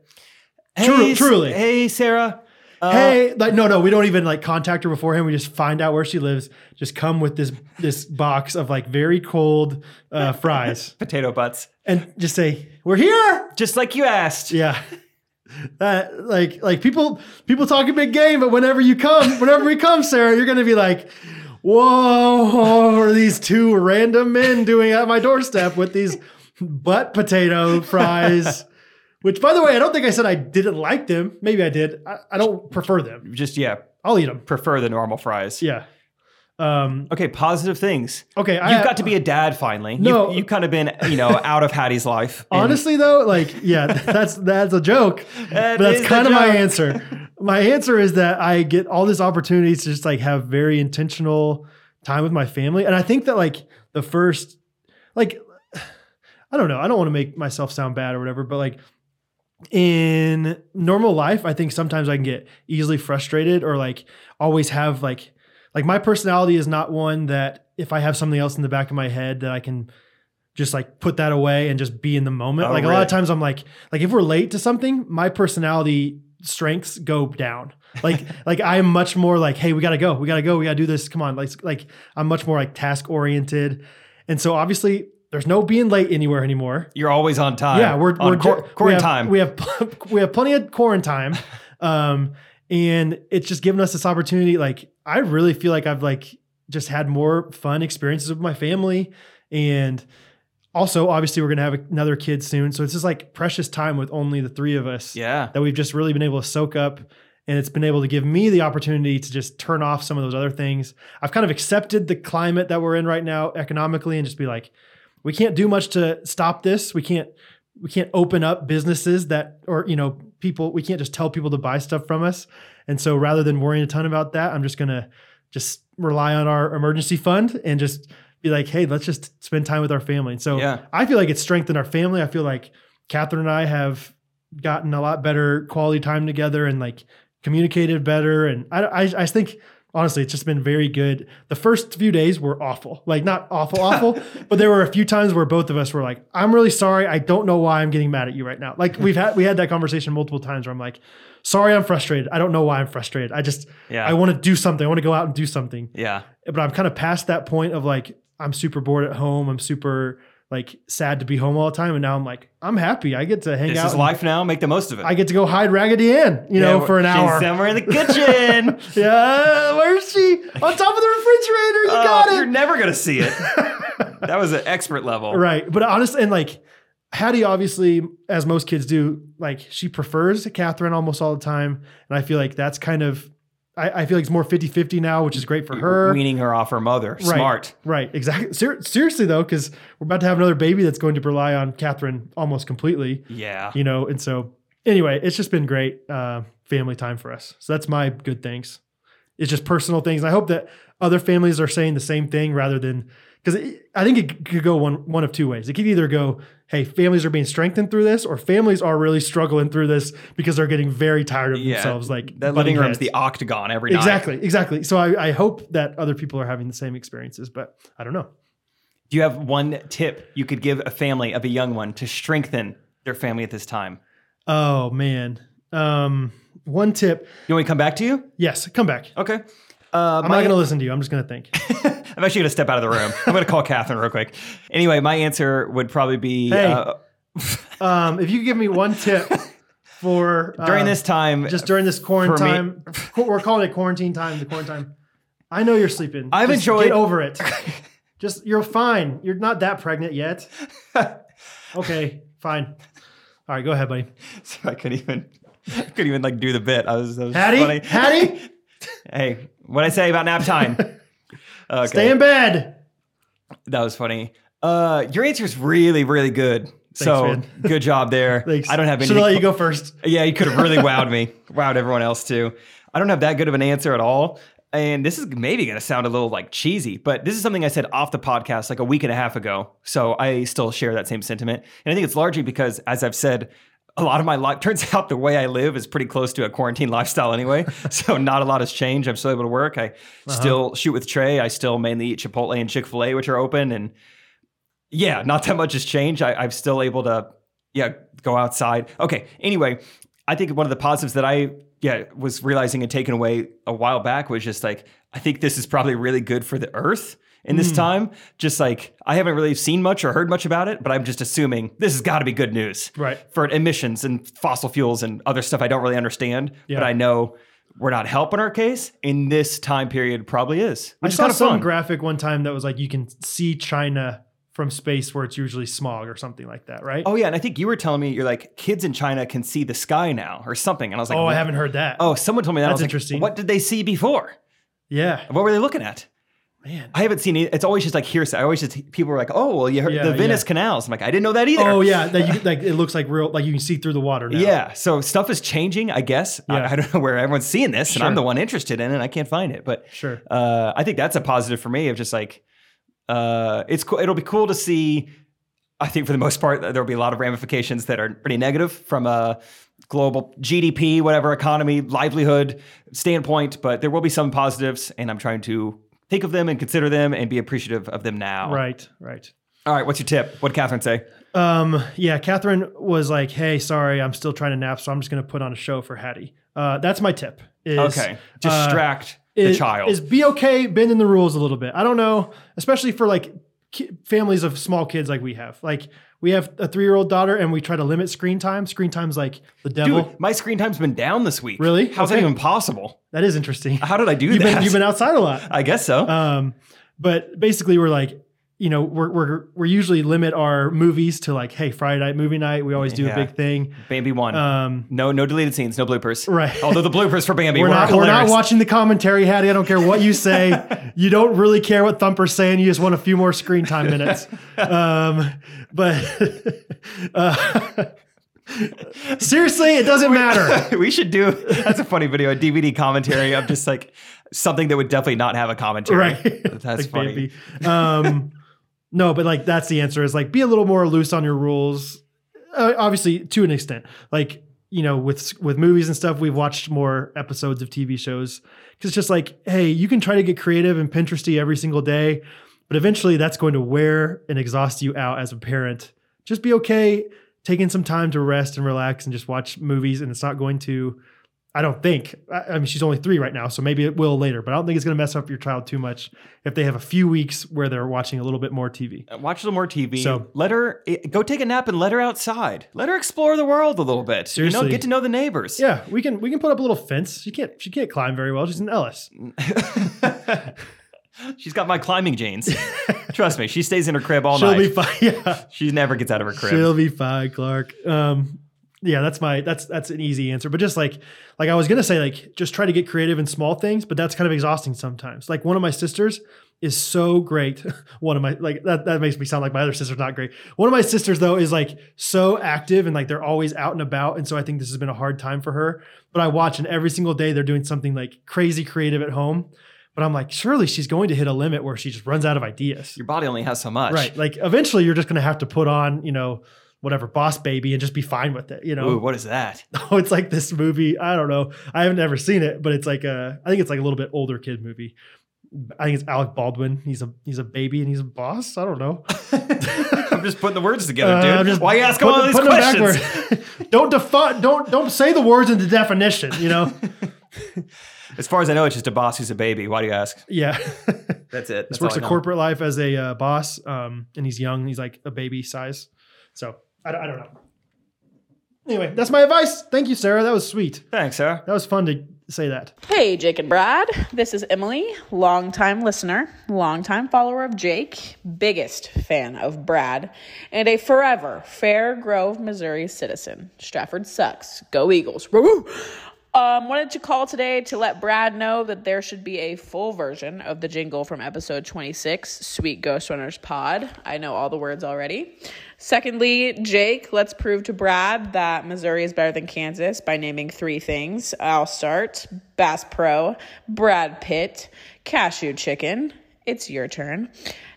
Speaker 2: True-
Speaker 1: Hey, S-
Speaker 2: truly.
Speaker 1: Hey, Sarah. Uh,
Speaker 2: hey, like no, no, we don't even like contact her beforehand. We just find out where she lives. Just come with this this box of like very cold uh, fries
Speaker 1: <laughs> potato butts.
Speaker 2: and just say we're here.
Speaker 1: Just like you asked.
Speaker 2: Yeah. That like like people people talk a big game, but whenever you come, whenever we come, Sarah, you're gonna be like, "Whoa, are these two random men doing at my doorstep with these butt potato fries?" Which, by the way, I don't think I said I didn't like them. Maybe I did. I, I don't prefer them.
Speaker 1: Just, yeah,
Speaker 2: I'll eat them.
Speaker 1: prefer the normal fries.
Speaker 2: Yeah. Um.
Speaker 1: Okay, positive things.
Speaker 2: Okay.
Speaker 1: You've got to be a dad finally.
Speaker 2: No.
Speaker 1: You've, you've kind of been,
Speaker 2: <laughs>
Speaker 1: you know, out of Hattie's life. And-
Speaker 2: Honestly, though, like, yeah, <laughs> that's that's a joke.
Speaker 1: That
Speaker 2: but that's
Speaker 1: is a
Speaker 2: kind of my
Speaker 1: joke.
Speaker 2: answer. My answer is that I get all these opportunities to just like have very intentional time with my family, and I think that like the first, like, <sighs> I don't know, I don't want to make myself sound bad or whatever, but like in normal life, I think sometimes I can get easily frustrated or like always have like like my personality is not one that if I have something else in the back of my head that I can just like put that away and just be in the moment.
Speaker 1: Oh,
Speaker 2: like a lot
Speaker 1: really?
Speaker 2: of times I'm like like if we're late to something, my personality strengths go down.
Speaker 1: <laughs>
Speaker 2: Like like I am much more like hey, we got to go. We got to go. We got to do this. Come on. Like like I'm much more like task oriented. And so obviously there's no being late anywhere anymore.
Speaker 1: You're always on time.
Speaker 2: Yeah, we're
Speaker 1: on
Speaker 2: we're
Speaker 1: quar-
Speaker 2: ju-
Speaker 1: quarantine.
Speaker 2: We have we have, <laughs> we have plenty of quarantine, um, and it's just given us this opportunity. Like I really feel like I've like just had more fun experiences with my family, and also obviously we're gonna have another kid soon, so it's just like precious time with only the three of us
Speaker 1: yeah.
Speaker 2: that we've just really been able to soak up and it's been able to give me the opportunity to just turn off some of those other things. I've kind of accepted the climate that we're in right now economically and just be like we can't do much to stop this. We can't we can't open up businesses that or you know people we can't just tell people to buy stuff from us. And so rather than worrying a ton about that, I'm just going to just rely on our emergency fund and just be like, "Hey, let's just spend time with our family." And so
Speaker 1: Yeah.
Speaker 2: I feel like it's strengthened our family. I feel like Catherine and I have gotten a lot better quality time together and like communicated better. And I, I, I think honestly, it's just been very good. The first few days were awful, like not awful, awful, but there were a few times where both of us were like, I'm really sorry. I don't know why I'm getting mad at you right now. Like we've had, we had that conversation multiple times where I'm like, sorry, I'm frustrated. I don't know why I'm frustrated. I just,
Speaker 1: Yeah.
Speaker 2: I want to do something. I want to go out and do something
Speaker 1: yeah.
Speaker 2: but I'm kind of past that point of like I'm super bored at home. I'm super like sad to be home all the time, and now I'm like I'm happy. I get to hang
Speaker 1: This
Speaker 2: out.
Speaker 1: is
Speaker 2: and
Speaker 1: life now. Make the most of it.
Speaker 2: I get to go hide Raggedy Ann, you know,
Speaker 1: Yeah,
Speaker 2: for an
Speaker 1: she's
Speaker 2: hour.
Speaker 1: somewhere
Speaker 2: <laughs>
Speaker 1: in the kitchen.
Speaker 2: yeah, where's she? On top of the refrigerator. You
Speaker 1: Oh,
Speaker 2: got
Speaker 1: You're
Speaker 2: it.
Speaker 1: never gonna
Speaker 2: <laughs>
Speaker 1: see it. that was an expert level.
Speaker 2: Right, but honestly, and like Hattie, obviously, as most kids do, like she prefers Catherine almost all the time, and I feel like that's kind of. I, I feel like it's more 50-50 now, which is great for her.
Speaker 1: Weaning her off her mother.
Speaker 2: Right.
Speaker 1: Smart.
Speaker 2: Right, exactly. Ser- seriously though, because we're about to have another baby that's going to rely on Catherine almost completely,
Speaker 1: Yeah.
Speaker 2: you know. And so, anyway, it's just been great uh, family time for us. So that's my good things. It's just personal things. I hope that other families are saying the same thing rather than because I think it could go one one of two ways. It could either go, "Hey, families are being strengthened through this," or families are really struggling through this because they're getting very tired of
Speaker 1: Yeah.
Speaker 2: themselves. Like
Speaker 1: That
Speaker 2: butting
Speaker 1: living room's
Speaker 2: heads.
Speaker 1: the octagon every night.
Speaker 2: Exactly, exactly. So I, I hope that other people are having the same experiences, but I don't know.
Speaker 1: Do you have one tip you could give a family of a young one to strengthen their family at this time?
Speaker 2: Oh man. Um, one tip.
Speaker 1: You want me to come back to you?
Speaker 2: Yes, come back.
Speaker 1: Okay. Uh,
Speaker 2: I'm
Speaker 1: my-
Speaker 2: not gonna listen to you. I'm just gonna think.
Speaker 1: I'm actually gonna step out of the room. I'm
Speaker 2: <laughs>
Speaker 1: gonna call Catherine real quick. Anyway, my answer would probably be
Speaker 2: Hey.
Speaker 1: uh,
Speaker 2: Um, if you could give me one
Speaker 1: <laughs>
Speaker 2: tip for uh,
Speaker 1: during this time. <laughs>
Speaker 2: just during this quarantine
Speaker 1: for me-
Speaker 2: time, qu- we're calling it quarantine time. The quarantine. I know you're sleeping.
Speaker 1: I've
Speaker 2: Just
Speaker 1: enjoyed-
Speaker 2: Get over
Speaker 1: <laughs>
Speaker 2: it. just you're fine. You're not that pregnant
Speaker 1: <laughs>
Speaker 2: yet. Okay, fine. All right, go ahead, buddy.
Speaker 1: I couldn't even. I couldn't even like do the bit. I was, that was
Speaker 2: Hattie,
Speaker 1: funny. <laughs>
Speaker 2: Hattie,
Speaker 1: Hey, what I say about
Speaker 2: <laughs>
Speaker 1: nap time? Okay,
Speaker 2: stay in bed.
Speaker 1: that was funny. Uh, your answer is really, really good. so
Speaker 2: man.
Speaker 1: good job there.
Speaker 2: <laughs> Thanks.
Speaker 1: I don't have any.
Speaker 2: Should I let you go first?
Speaker 1: Yeah, you could have really wowed me, wowed everyone else too. I don't have that good of an answer at all. And this is maybe going to sound a little like cheesy, but this is something I said off the podcast like a week and a half ago. So I still share that same sentiment. And I think it's largely because, as I've said, a lot of my life. Turns <laughs> out the way I live is pretty close to a quarantine lifestyle anyway. <laughs> so not a lot has changed. I'm still able to work. I still shoot with Trey. I still mainly eat Chipotle and Chick Fil A, which are open. And yeah, not that much has changed. I, I'm still able to yeah go outside. Okay. Anyway, I think one of the positives that I yeah was realizing and taking away a while back was just like I think this is probably really good for the Earth in
Speaker 2: Hmm.
Speaker 1: this time. Just like I haven't really seen much or heard much about it, but I'm just assuming this has got to be good news
Speaker 2: Right.
Speaker 1: for emissions and fossil fuels and other stuff I don't really understand,
Speaker 2: Yeah.
Speaker 1: but I know we're not helping our case in this time period. Probably is.
Speaker 2: I
Speaker 1: Which is
Speaker 2: saw
Speaker 1: kind of
Speaker 2: some
Speaker 1: fun.
Speaker 2: graphic one time that was like you can see China from space where it's usually smog or something like that, right?
Speaker 1: oh yeah, and I think you were telling me you're like kids in China can see the sky now or something, and I was like,
Speaker 2: oh, I
Speaker 1: what?
Speaker 2: haven't heard that.
Speaker 1: Oh, someone told me that. I
Speaker 2: That's
Speaker 1: was like,
Speaker 2: interesting.
Speaker 1: what did they see before?
Speaker 2: yeah,
Speaker 1: What were they looking at?
Speaker 2: man.
Speaker 1: I haven't seen it. It's always just like hearsay. I always just people were like, "Oh, well, you heard
Speaker 2: Yeah,
Speaker 1: the Venice
Speaker 2: yeah.
Speaker 1: canals." I'm like, I didn't know that either.
Speaker 2: Oh yeah, that you, like it looks like real, like you can see through the water now.
Speaker 1: Yeah, so stuff is changing, I guess.
Speaker 2: Yeah.
Speaker 1: I, I don't know where everyone's seeing this, and
Speaker 2: Sure.
Speaker 1: I'm the one interested in it. And I can't find it, but
Speaker 2: sure.
Speaker 1: uh, I think that's a positive for me of just like uh, it's cool. It'll be cool to see. I think for the most part, there'll be a lot of ramifications that are pretty negative from a global GDP, whatever economy, livelihood standpoint. But there will be some positives, and I'm trying to think of them and consider them and be appreciative of them now.
Speaker 2: Right, right.
Speaker 1: All right. What's your tip? What did Catherine say?
Speaker 2: Um, yeah, Catherine was like, "Hey, sorry, I'm still trying to nap, so I'm just going to put on a show for Hattie." Uh, that's my tip. Is,
Speaker 1: okay.
Speaker 2: uh,
Speaker 1: Distract the
Speaker 2: is-
Speaker 1: child.
Speaker 2: is be okay bending the rules a little bit. I don't know, especially for like ki- families of small kids like we have. Like we have a three year old daughter, and we try to limit screen time. Screen time's like the devil.
Speaker 1: Dude, my screen time's been down this week.
Speaker 2: Really?
Speaker 1: How's
Speaker 2: Okay.
Speaker 1: that even possible?
Speaker 2: that is interesting. <laughs>
Speaker 1: How did I do
Speaker 2: You've
Speaker 1: that?
Speaker 2: been you've been outside a lot.
Speaker 1: I guess so.
Speaker 2: Um, but basically, we're like, you know, we're we're we're usually limit our movies to like, hey, Friday night movie night. We always do
Speaker 1: Yeah.
Speaker 2: a big thing.
Speaker 1: Bambi one.
Speaker 2: Um,
Speaker 1: no, no deleted scenes, no bloopers.
Speaker 2: Right.
Speaker 1: Although the bloopers for Bambi
Speaker 2: we're
Speaker 1: were
Speaker 2: not we're
Speaker 1: hilarious.
Speaker 2: not watching the commentary, Hattie. I don't care what you say. you don't really care what Thumper's saying. You just want a few more screen time minutes. um, but <laughs> uh, <laughs> seriously, it doesn't matter.
Speaker 1: <laughs> we should do. That's a funny video. A DVD commentary of just like something that would definitely not have a commentary.
Speaker 2: Right. <laughs>
Speaker 1: That's
Speaker 2: Like
Speaker 1: funny.
Speaker 2: Bambi. Um, no, but like that's the answer is like be a little more loose on your rules. Uh, obviously, to an extent, like you know, with with movies and stuff, we've watched more episodes of TV shows because it's just like, hey, you can try to get creative and Pinteresty every single day, but eventually that's going to wear and exhaust you out as a parent. Just be okay taking some time to rest and relax and just watch movies, and it's not going to. I don't think. I I mean, she's only three right now, so maybe it will later. But I don't think it's going to mess up your child too much if they have a few weeks where they're watching a little bit more TV.
Speaker 1: Uh, Watch a little more TV.
Speaker 2: So-
Speaker 1: let her eh, go take a nap and let her outside. Let her explore the world a little bit. You know,
Speaker 2: Seriously.
Speaker 1: get to know the neighbors.
Speaker 2: Yeah, we can we can put up a little fence. She can't she can't climb very well. She's an Ellis.
Speaker 1: <laughs> She's got my climbing genes. Trust me, she stays in her crib all
Speaker 2: she'll
Speaker 1: night.
Speaker 2: be fine. <laughs> Yeah,
Speaker 1: she never gets out of her crib.
Speaker 2: she'll be fine, Clark. Um, yeah, that's my that's that's an easy answer. But just like like I was gonna say, like just try to get creative in small things, but that's kind of exhausting sometimes. Like one of my sisters is so great. <laughs> one of my like that that makes me sound like my other sister's not great. One of my sisters though is like so active and like they're always out and about, and so I think this has been a hard time for her. But I watch and every single day they're doing something like crazy creative at home. But I'm like, surely she's going to hit a limit where she just runs out of ideas.
Speaker 1: Your body only has so much.
Speaker 2: Right. Like eventually you're just going to have to put on, you know, whatever boss baby and just be fine with it. You know,
Speaker 1: Ooh, what is that?
Speaker 2: <laughs> it's like this movie. I don't know. I haven't ever seen it, but it's like a, I think it's like a little bit older kid movie. I think it's Alec Baldwin. He's a, he's a baby and he's a boss. I don't know.
Speaker 1: <laughs> I'm just putting the words together,
Speaker 2: Uh,
Speaker 1: dude.
Speaker 2: I'm just
Speaker 1: Why you ask him
Speaker 2: putting-
Speaker 1: all these
Speaker 2: putting them
Speaker 1: questions?
Speaker 2: backward. <laughs> don't define, don't, don't say the words in the definition, you
Speaker 1: <laughs>
Speaker 2: know?
Speaker 1: As far as I know, it's just a boss who's a baby. Why do you ask?
Speaker 2: yeah. <laughs>
Speaker 1: That's it.
Speaker 2: This
Speaker 1: That's
Speaker 2: works
Speaker 1: all
Speaker 2: a
Speaker 1: I know.
Speaker 2: corporate life as a uh, boss. Um, and he's young. He's like a baby size. So I, don't- I don't know. Anyway, that's my advice. Thank you, Sarah. That was sweet.
Speaker 1: Thanks, sir.
Speaker 2: That was fun to say that.
Speaker 8: Hey, Jake and Brad. This is Emily, longtime listener, longtime follower of Jake, biggest fan of Brad, and a forever Fair Grove, Missouri citizen. Stratford sucks. Go Eagles. Woo! Um, wanted to call today to let Brad know that there should be a full version of the jingle from episode 26, Sweet Ghost Runners Pod. I know all the words already. Secondly, Jake, let's prove to Brad that Missouri is better than Kansas by naming three things. I'll start Bass Pro, Brad Pitt, Cashew Chicken. It's your turn.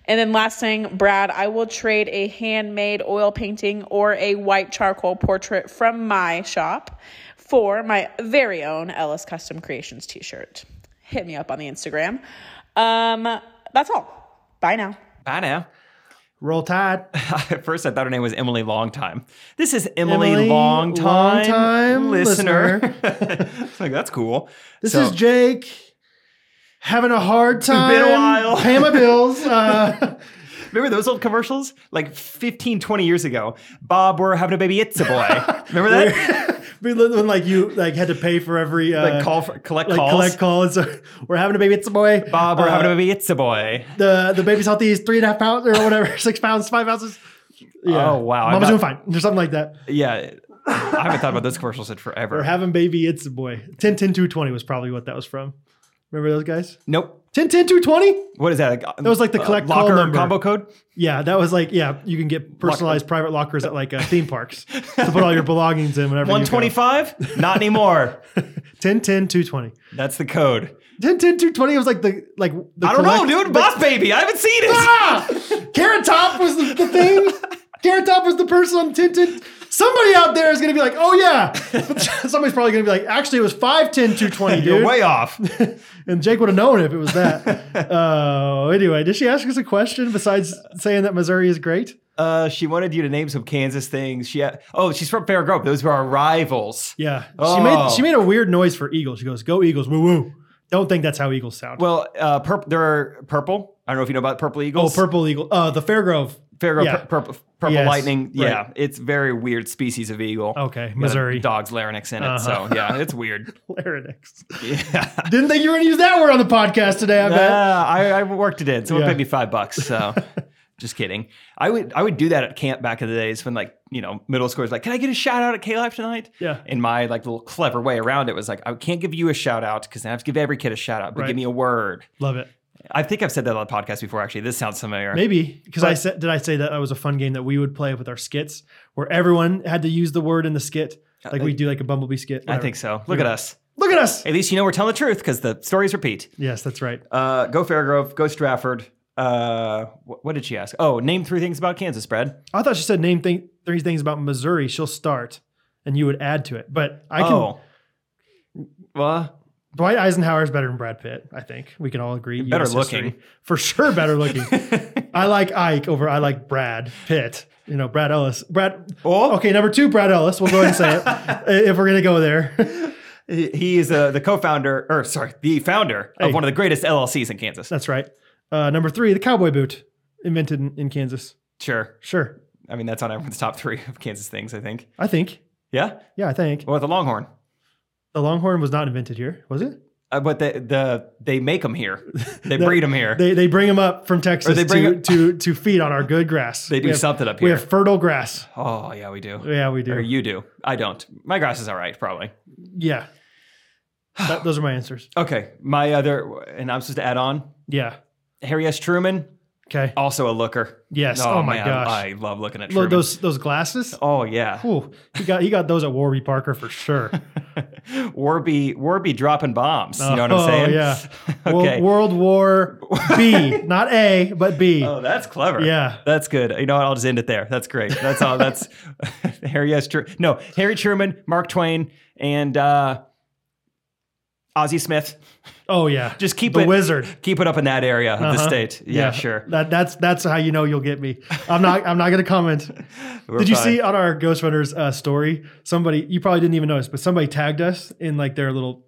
Speaker 8: And then last thing, Brad, I will trade a handmade oil painting or a white charcoal portrait from my shop for my very own Ellis Custom Creations t shirt. Hit me up on the Instagram. Um, that's all. Bye now.
Speaker 1: Bye now. <laughs>
Speaker 2: Roll Tide.
Speaker 1: At first, I thought her name was Emily Longtime. This is Emily,
Speaker 2: Emily
Speaker 1: Longtime,
Speaker 2: Longtime
Speaker 1: listener. It's <laughs> like that's cool.
Speaker 2: This
Speaker 1: So-
Speaker 2: is Jake having a hard time.
Speaker 1: been a while.
Speaker 2: Pay my bills.
Speaker 1: <laughs>
Speaker 2: Uh,
Speaker 1: Remember those old commercials? Like 15, 20 years ago. Bob, we're having a baby. It's a
Speaker 2: <laughs>
Speaker 1: boy. Remember that?
Speaker 2: we lived when like you like had to pay for every uh,
Speaker 1: like call for, collect
Speaker 2: like
Speaker 1: calls.
Speaker 2: collect calls. <laughs> we're having a baby. It's a boy.
Speaker 1: Bob, we're
Speaker 2: Uh,
Speaker 1: having a baby. It's a boy.
Speaker 2: the the baby's healthy is three and a half pounds or whatever, <laughs> six pounds, five ounces. Yeah.
Speaker 1: Oh, wow. I
Speaker 2: Mama's doing
Speaker 1: got-
Speaker 2: fine. Or something like that.
Speaker 1: Yeah. I haven't thought about
Speaker 2: <laughs>
Speaker 1: those commercials in
Speaker 2: Or
Speaker 1: forever.
Speaker 2: having baby, it's a boy. 10 10 220 was probably what that was from. Remember those guys?
Speaker 1: nope.
Speaker 2: 10 10 220?
Speaker 1: What is that? That
Speaker 2: was like the collect call
Speaker 1: locker
Speaker 2: number.
Speaker 1: combo code.
Speaker 2: Yeah, that was like, yeah, you can get personalized private lockers at like uh, theme parks to put all your belongings in whenever
Speaker 1: One twenty five. Not anymore.
Speaker 2: 10 10 220.
Speaker 1: That's the code.
Speaker 2: 10 10 220 was like the, like, the
Speaker 1: I don't
Speaker 2: collect-
Speaker 1: know, dude. Boss baby. I haven't seen
Speaker 2: <laughs>
Speaker 1: it.
Speaker 2: Carrot Top was the, the thing. Carrot Top was the person on Tinted. Somebody out there is going to be like, oh, yeah. <laughs> But somebody's probably going to be like, actually, it was 5'10, 220,
Speaker 1: <laughs> You're
Speaker 2: dude.
Speaker 1: way off.
Speaker 2: <laughs> And Jake would have known if it was
Speaker 1: <laughs>
Speaker 2: that. Oh, anyway, did she ask us a question besides saying that Missouri is great?
Speaker 1: Uh, she wanted you to name some Kansas things. She had, oh, she's from Fair Grove. Those were our rivals.
Speaker 2: Yeah. She
Speaker 1: Oh.
Speaker 2: made she made a weird noise for Eagles. She goes, go Eagles, woo woo. Don't think that's how Eagles sound.
Speaker 1: Well, uh, purp they're purple. I don't know if you know about purple
Speaker 2: oh,
Speaker 1: eagles.
Speaker 2: purple eagle. Uh, the Fairgrove.
Speaker 1: Fair Grove,
Speaker 2: yeah.
Speaker 1: pur- purple, purple
Speaker 2: Yes,
Speaker 1: lightning. Yeah,
Speaker 2: right.
Speaker 1: it's very weird species of eagle.
Speaker 2: Okay,
Speaker 1: Got a
Speaker 2: Missouri. Uh-huh.
Speaker 1: dog's larynx in it. So yeah, it's weird.
Speaker 2: <laughs> Larynx.
Speaker 1: Yeah.
Speaker 2: Didn't think you were going to use that word on the podcast today, I bet.
Speaker 1: Uh, I, I worked it in. Someone
Speaker 2: Yeah.
Speaker 1: paid me five bucks.
Speaker 2: <laughs>
Speaker 1: So just kidding. I would I would do that at camp back in the days when like, you know, middle schoolers like, Can I get a shout out at K Life tonight?
Speaker 2: Yeah.
Speaker 1: In my like little clever way around it was like, I can't give you a shout out because I have to give every kid a shout out, but
Speaker 2: Right.
Speaker 1: give me a word.
Speaker 2: Love it.
Speaker 1: I think I've said that on the podcast before, actually. This sounds familiar.
Speaker 2: Maybe because I
Speaker 1: But-
Speaker 2: said did I say that that was a fun game that we would play with our skits where everyone had to use the word in the skit like we do like a bumblebee skit.
Speaker 1: Uh, I
Speaker 2: whatever.
Speaker 1: think so. Look at us.
Speaker 2: Look at us.
Speaker 1: At least you know we're telling the truth because the stories repeat.
Speaker 2: Yes, that's right.
Speaker 1: Uh, go Fairgrove, go Stratford. Uh, wh- what did she ask? Oh, name three things about Kansas, Brad.
Speaker 2: I thought she said name thing, three things about Missouri. She'll start, and you would add to it. But I can.
Speaker 1: oh, well,
Speaker 2: <laughs> Dwight Eisenhower is better than Brad Pitt. I think we can all agree.
Speaker 1: Better
Speaker 2: US history.
Speaker 1: looking.
Speaker 2: for sure. Better
Speaker 1: <laughs>
Speaker 2: looking. I like Ike over. I like Brad Pitt. You know, Brad Ellis. Brad.
Speaker 1: Oh.
Speaker 2: Okay, number two, Brad Ellis. We'll go ahead and
Speaker 1: <laughs>
Speaker 2: say it if we're gonna go there. <laughs>
Speaker 1: He he is uh, the co-founder, or sorry, the founder
Speaker 2: Hey.
Speaker 1: of one of the greatest LLCs in Kansas.
Speaker 2: That's right. Uh, number three, the cowboy boot, invented in, in Kansas.
Speaker 1: Sure,
Speaker 2: Sure,
Speaker 1: I mean that's on everyone's top three of Kansas things, I think.
Speaker 2: I think.
Speaker 1: Yeah,
Speaker 2: Yeah, I think
Speaker 1: well, the Longhorn,
Speaker 2: the Longhorn was not invented here, was it?
Speaker 1: uh, but the the they make
Speaker 2: <laughs>
Speaker 1: them here, they
Speaker 2: The-
Speaker 1: breed them here, they,
Speaker 2: They they bring them up from Texas
Speaker 1: they
Speaker 2: to,
Speaker 1: bring up-
Speaker 2: to to feed on our good
Speaker 1: <laughs>
Speaker 2: grass.
Speaker 1: do
Speaker 2: We have-
Speaker 1: something up
Speaker 2: We
Speaker 1: here.
Speaker 2: have fertile grass.
Speaker 1: oh yeah, we do.
Speaker 2: Yeah, we do.
Speaker 1: Or you do. I don't. My grass is all right, probably.
Speaker 2: Yeah, That- those are my answers.
Speaker 1: <sighs> Okay, my other, and I'm supposed to add on
Speaker 2: Yeah.
Speaker 1: Harry S. Truman,
Speaker 2: Okay.
Speaker 1: also a looker.
Speaker 2: Yes. Oh, my
Speaker 1: man,
Speaker 2: gosh.
Speaker 1: I love looking at
Speaker 2: Look,
Speaker 1: Truman.
Speaker 2: those those glasses.
Speaker 1: oh
Speaker 2: <laughs>
Speaker 1: yeah, <laughs>
Speaker 2: Ooh, he got he got those at Warby Parker for sure.
Speaker 1: Warby Warby dropping bombs. you know what I'm
Speaker 2: Oh,
Speaker 1: saying? <laughs>
Speaker 2: yeah.
Speaker 1: okay.
Speaker 2: World, World War
Speaker 1: <laughs>
Speaker 2: B, not A, but B.
Speaker 1: Oh, that's clever.
Speaker 2: Yeah.
Speaker 1: That's good. You know what? I'll just end it there. That's great. That's all. That's <laughs> Harry S. Tru- no, Harry Truman, Mark Twain, and uh, Ozzie Smith.
Speaker 2: Oh yeah.
Speaker 1: Just keep
Speaker 2: the
Speaker 1: it
Speaker 2: wizard.
Speaker 1: Keep it up in that area of the
Speaker 2: Uh-huh.
Speaker 1: state. Yeah, sure.
Speaker 2: That that's that's how you know you'll get me. I'm not I'm not gonna comment.
Speaker 1: We're
Speaker 2: Did you
Speaker 1: fine.
Speaker 2: see on our Ghost Runners uh, story? Somebody you probably didn't even notice, but somebody tagged us in like their little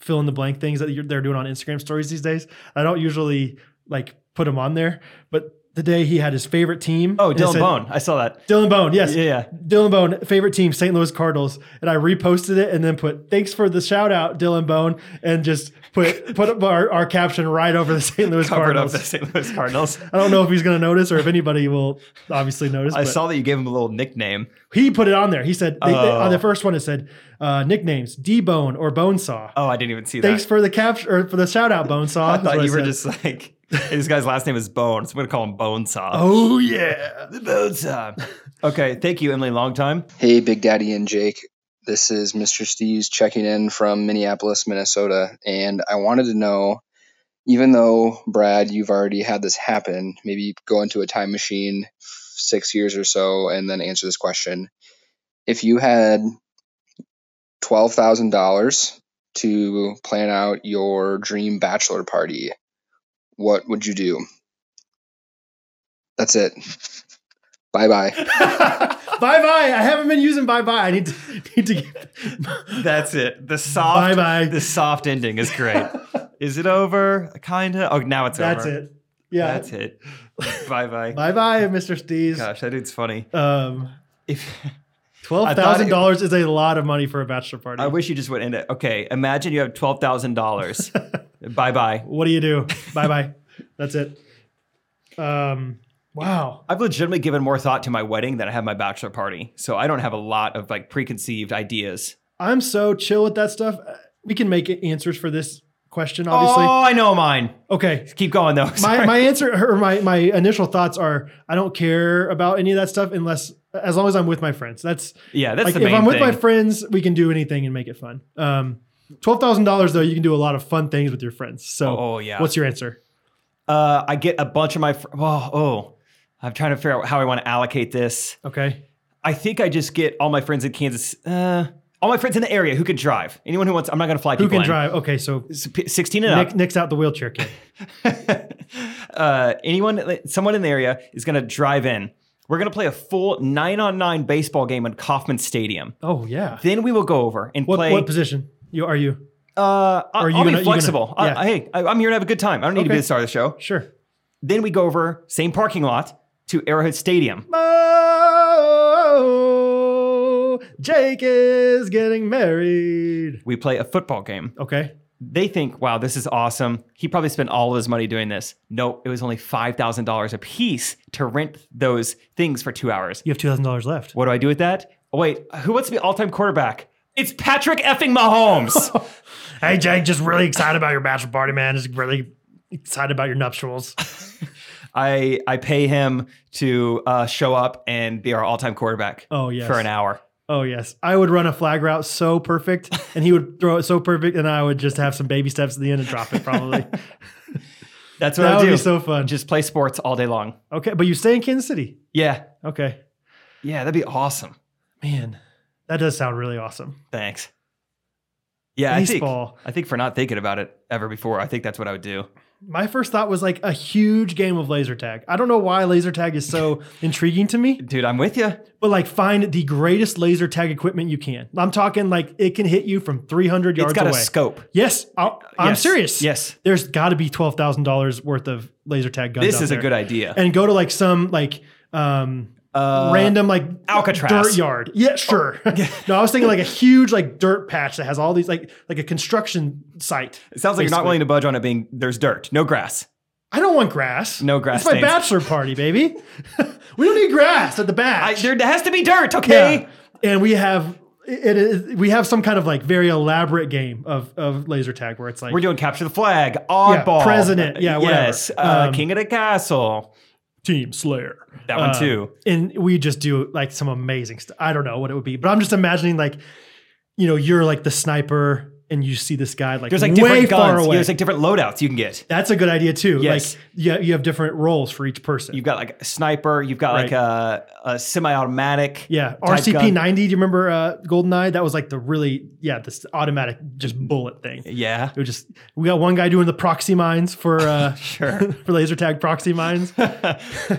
Speaker 2: fill in the blank things that you're, they're doing on Instagram stories these days. I don't usually like put them on there, but the day he had his favorite team.
Speaker 1: Oh,
Speaker 2: and it
Speaker 1: Dylan
Speaker 2: said-
Speaker 1: Bone. I saw that.
Speaker 2: Dylan Bone, yes.
Speaker 1: Yeah.
Speaker 2: Dylan Bone, favorite team, St. Louis Cardinals. And I reposted it and then put, thanks for the shout out, Dylan Bone, and just put put up our, our caption right over the St. Louis
Speaker 1: <laughs> Covered up
Speaker 2: Cardinals.
Speaker 1: the St. Louis Cardinals.
Speaker 2: <laughs> I don't know if he's going to notice or if anybody will obviously <laughs> notice.
Speaker 1: I
Speaker 2: but
Speaker 1: saw that you gave him a little nickname.
Speaker 2: he put it on there. He said they, they-
Speaker 1: Oh.
Speaker 2: on the first one it said uh, nicknames D Bone or Bonesaw.
Speaker 1: Oh, I didn't even see
Speaker 2: Thanks
Speaker 1: that.
Speaker 2: for the caption or for the shout out, Bonesaw.
Speaker 1: <laughs> I
Speaker 2: is what
Speaker 1: thought you were
Speaker 2: said.
Speaker 1: just like <laughs> "Hey, this guy's last name is Bone, so I'm gonna call him Bonesaw.
Speaker 2: <laughs> Oh
Speaker 1: <laughs>
Speaker 2: yeah.
Speaker 1: Bonesaw. Okay, thank you, Emily. Long time.
Speaker 3: Hey, Big Daddy and Jake. This is Mr. Steve's checking in from Minneapolis, Minnesota, and I wanted to know
Speaker 9: even though Brad, you've already had this happen, maybe go into a time machine f- six years or so and then answer this question. If you had twelve thousand dollars to plan out your dream bachelor party, what would you do? That's it. Bye bye.
Speaker 2: bye bye. I haven't been using bye bye. I need to <laughs> need to get <laughs>
Speaker 1: <laughs> That's it. The
Speaker 2: bye
Speaker 1: soft
Speaker 2: bye.
Speaker 1: the soft ending is
Speaker 2: <laughs>
Speaker 1: great. is it over? Kinda. Oh, now it's
Speaker 2: That's
Speaker 1: over.
Speaker 2: it. Yeah.
Speaker 1: That's it. bye
Speaker 2: <laughs>
Speaker 1: bye.
Speaker 2: Bye bye, Mr. Stees.
Speaker 1: Gosh, that dude's funny.
Speaker 2: Um,
Speaker 1: If <laughs>
Speaker 2: twelve thousand dollars is a lot of money for a bachelor party.
Speaker 1: I wish you just would end it. Okay, imagine you have twelve
Speaker 2: <laughs>
Speaker 1: thousand dollars. bye bye.
Speaker 2: what do you
Speaker 1: <laughs>
Speaker 2: do? bye bye. That's it. Um. Wow.
Speaker 1: I've legitimately given more thought to my wedding than I have my bachelor party, so I don't have a lot of like preconceived ideas.
Speaker 2: I'm so chill with that stuff. Uh, We can make answers for this question, obviously.
Speaker 1: Oh, I know mine.
Speaker 2: Okay.
Speaker 1: Keep going though. <laughs>
Speaker 2: my,
Speaker 1: Sorry.
Speaker 2: my answer or my, my initial thoughts are I don't care about any of that stuff unless as long as I'm with my friends. That's,
Speaker 1: yeah, that's
Speaker 2: like
Speaker 1: the
Speaker 2: if
Speaker 1: main
Speaker 2: I'm with
Speaker 1: thing.
Speaker 2: my friends, we can do anything and make it fun. Um, twelve thousand dollars though, you can do a lot of fun things with your friends. So
Speaker 1: oh, oh, yeah.
Speaker 2: what's your answer?
Speaker 1: uh, I get a bunch of my. Fr- oh, oh, I'm trying to figure out how I want to allocate this.
Speaker 2: Okay.
Speaker 1: I think I just get all my friends in Kansas. Uh, all my friends in the area who can drive. Anyone who wants. I'm not going to fly
Speaker 2: Who
Speaker 1: people
Speaker 2: can
Speaker 1: in.
Speaker 2: drive? Okay, so
Speaker 1: S- p- 16 and
Speaker 2: Nick, Nick's out the wheelchair kid.
Speaker 1: up. <laughs> uh, anyone, someone in the area is going to drive in. We're going to play a full nine on nine baseball game in Kauffman Stadium.
Speaker 2: Oh yeah.
Speaker 1: Then we will go over and
Speaker 2: What
Speaker 1: play.
Speaker 2: what position you are you?
Speaker 1: uh,
Speaker 2: are
Speaker 1: I'll,
Speaker 2: you gonna-
Speaker 1: I'll
Speaker 2: you
Speaker 1: be
Speaker 2: gonna-
Speaker 1: flexible. I-
Speaker 2: yeah.
Speaker 1: I- hey, I, I'm here to have a good time. I don't need to be
Speaker 2: Okay.
Speaker 1: the star of the show.
Speaker 2: Sure.
Speaker 1: Then we go over same parking lot to Arrowhead Stadium.
Speaker 2: Oh, Jake is getting married.
Speaker 1: We play a football game.
Speaker 2: Okay.
Speaker 1: They think, wow, this is awesome. He probably spent all of his money doing this. Nope, it was only $5,000 a piece to rent those things for two hours.
Speaker 2: You have two thousand dollars left.
Speaker 1: What do I do with that? Oh, wait, who wants to be all time quarterback? It's Patrick
Speaker 2: <laughs>
Speaker 1: effing Mahomes.
Speaker 2: Hey, Jake, just really excited about your bachelor party, man. Just really excited about your nuptials.
Speaker 1: I, I pay him to uh, show up and be our all time quarterback
Speaker 2: Oh, yes.
Speaker 1: for an hour.
Speaker 2: Oh, yes. I would run a flag route so perfect, and he would throw it so perfect, and I would just have some baby steps at the end and drop it <laughs>
Speaker 1: <laughs>
Speaker 2: probably.
Speaker 1: That's what
Speaker 2: that
Speaker 1: I
Speaker 2: would
Speaker 1: do.
Speaker 2: be so fun.
Speaker 1: Just play sports all day long.
Speaker 2: Okay, but you stay in Kansas City.
Speaker 1: Yeah.
Speaker 2: Okay.
Speaker 1: Yeah, that'd be awesome.
Speaker 2: Man, that does sound really awesome.
Speaker 1: Thanks. Yeah, I think,
Speaker 2: Baseball.
Speaker 1: I think for not thinking about it ever before, I think that's what I would do.
Speaker 2: My first thought was like a huge game of laser tag. I don't know why laser tag is
Speaker 1: <laughs>
Speaker 2: so intriguing to me.
Speaker 1: Dude, I'm with you.
Speaker 2: But like, find the greatest laser tag equipment you can. I'm talking like it can hit you from 300 yards
Speaker 1: It's got
Speaker 2: away.
Speaker 1: a scope.
Speaker 2: yes, i am
Speaker 1: Yes.
Speaker 2: serious.
Speaker 1: Yes.
Speaker 2: there's got to be twelve thousand dollars worth of laser tag guns.
Speaker 1: This
Speaker 2: out
Speaker 1: is a
Speaker 2: there.
Speaker 1: good idea.
Speaker 2: And go to like some like um
Speaker 1: Uh,
Speaker 2: random like
Speaker 1: Alcatraz. Oh.
Speaker 2: dirt yard. Yeah, sure. <laughs> no, I was thinking like a huge like dirt patch that has all these like like a construction site.
Speaker 1: It sounds like you're not
Speaker 2: basically.
Speaker 1: willing to budge on it being there's dirt, no grass.
Speaker 2: I don't want grass.
Speaker 1: No grass
Speaker 2: It's my
Speaker 1: stains.
Speaker 2: bachelor party, baby. <laughs> we don't need grass at the back.
Speaker 1: I, there has to be dirt, okay?
Speaker 2: Yeah. And we have it is we have some kind of like very elaborate game of of laser tag where it's like
Speaker 1: We're doing capture the flag, oddball,
Speaker 2: president, yeah, whatever.
Speaker 1: yes, uh,
Speaker 2: Um,
Speaker 1: king of the castle,
Speaker 2: team slayer.
Speaker 1: that one
Speaker 2: Uh,
Speaker 1: too.
Speaker 2: And we just do like some amazing stuff. I don't know what it would be, but I'm just imagining like you know, you're like the sniper and you see this guy like,
Speaker 1: There's like
Speaker 2: way
Speaker 1: different
Speaker 2: far
Speaker 1: guns. Yeah,
Speaker 2: away.
Speaker 1: there's like different loadouts you can get.
Speaker 2: That's a good idea too.
Speaker 1: Yes.
Speaker 2: Like yeah, you have different roles for each person.
Speaker 1: You've got like a sniper. You've got like
Speaker 2: Right.
Speaker 1: a, a semi-automatic.
Speaker 2: yeah,
Speaker 1: gun.
Speaker 2: RCP ninety. Do you remember uh, GoldenEye? That was like the really yeah, this automatic just bullet thing.
Speaker 1: Yeah,
Speaker 2: It was just we got one guy doing the proxy mines for
Speaker 1: <laughs>
Speaker 2: uh
Speaker 1: Sure.
Speaker 2: <laughs> for laser tag proxy mines.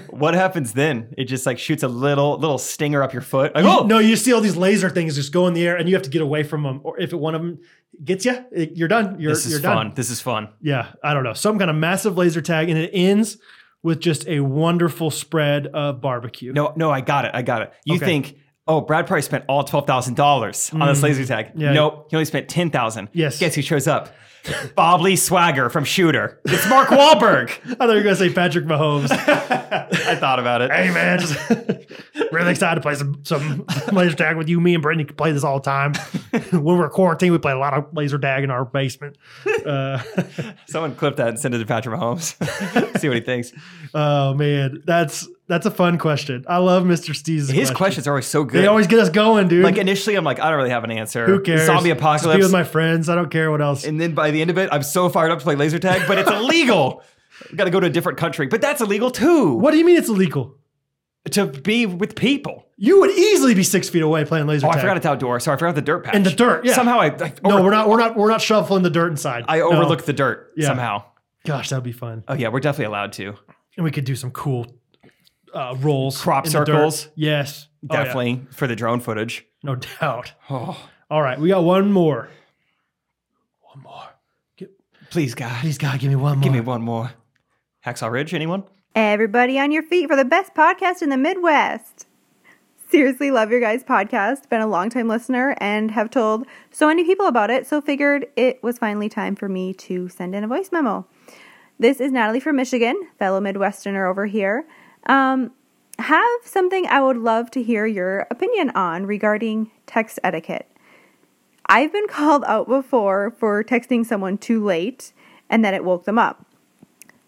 Speaker 1: what happens then? It just like shoots a little little stinger up your foot. Like, oh,
Speaker 2: No, you see all these laser things just go in the air, and you have to get away from them. Or if one of them gets you, you're done. You're,
Speaker 1: this is
Speaker 2: you're
Speaker 1: fun.
Speaker 2: done.
Speaker 1: This is fun.
Speaker 2: Yeah, I don't know. Some kind of massive laser tag, and it ends with just a wonderful spread of barbecue.
Speaker 1: No, no, I got it. I got it. You
Speaker 2: Okay.
Speaker 1: think, oh, Brad probably spent all twelve thousand dollars on this
Speaker 2: Mm.
Speaker 1: laser tag.
Speaker 2: Yeah.
Speaker 1: Nope, he only spent ten thousand.
Speaker 2: Yes.
Speaker 1: Guess who shows up? Bob Lee Swagger from Shooter. It's
Speaker 2: <laughs>
Speaker 1: Mark Wahlberg.
Speaker 2: I thought you were gonna say Patrick
Speaker 1: <laughs>
Speaker 2: Mahomes.
Speaker 1: I thought about it. <laughs>
Speaker 2: hey man, just really excited to play some some laser tag with you. Me and Brittany can play this all the time. <laughs> when we're quarantined, we play a lot of laser tag in our
Speaker 1: <laughs>
Speaker 2: basement. Uh,
Speaker 1: <laughs> Someone clip that and send it to Patrick Mahomes. See what he thinks.
Speaker 2: oh man, that's That's a fun question. I love Mr. Steve's.
Speaker 1: His questions are always so good.
Speaker 2: They always get us going, dude.
Speaker 1: like initially, I'm like, I don't really have an answer.
Speaker 2: Who cares?
Speaker 1: Zombie
Speaker 2: Just Be
Speaker 1: apocalypse.
Speaker 2: with my friends. I don't care what else.
Speaker 1: and then by the end of it, I'm so fired up to play laser tag, but it's illegal. <laughs> Got to go to a different country, but that's illegal too.
Speaker 2: what do you mean it's illegal?
Speaker 1: to be with people?
Speaker 2: You would easily be six feet away playing laser
Speaker 1: Oh,
Speaker 2: tag.
Speaker 1: I forgot it's outdoor. Sorry, I forgot the dirt patch.
Speaker 2: And the dirt, yeah.
Speaker 1: Somehow I, I
Speaker 2: no,
Speaker 1: over-
Speaker 2: we're not. We're not. We're not shuffling the dirt inside.
Speaker 1: I
Speaker 2: No.
Speaker 1: overlooked the dirt
Speaker 2: Yeah. Oh,
Speaker 1: somehow.
Speaker 2: Gosh, that'd be fun.
Speaker 1: Oh yeah, we're definitely allowed to.
Speaker 2: And we could do some cool uh, rolls,
Speaker 1: Crop
Speaker 2: in the dirt.
Speaker 1: circles.
Speaker 2: Yes, Oh, yeah.
Speaker 1: Definitely for the drone footage.
Speaker 2: no doubt.
Speaker 1: Oh,
Speaker 2: All right, we got one more. One more.
Speaker 1: please God,
Speaker 2: Please, God, give me one more.
Speaker 1: give me one more. Hacksaw Ridge, anyone?
Speaker 10: Everybody on your feet for the best podcast in the Midwest. Seriously, love your guys' podcast. Been a longtime listener and have told so many people about it, so figured it was finally time for me to send in a voice memo. This is Natalie from Michigan, fellow Midwesterner over here. Um, have something I would love to hear your opinion on regarding text etiquette. I've been <laughs> called out before for texting someone too late and then it woke them up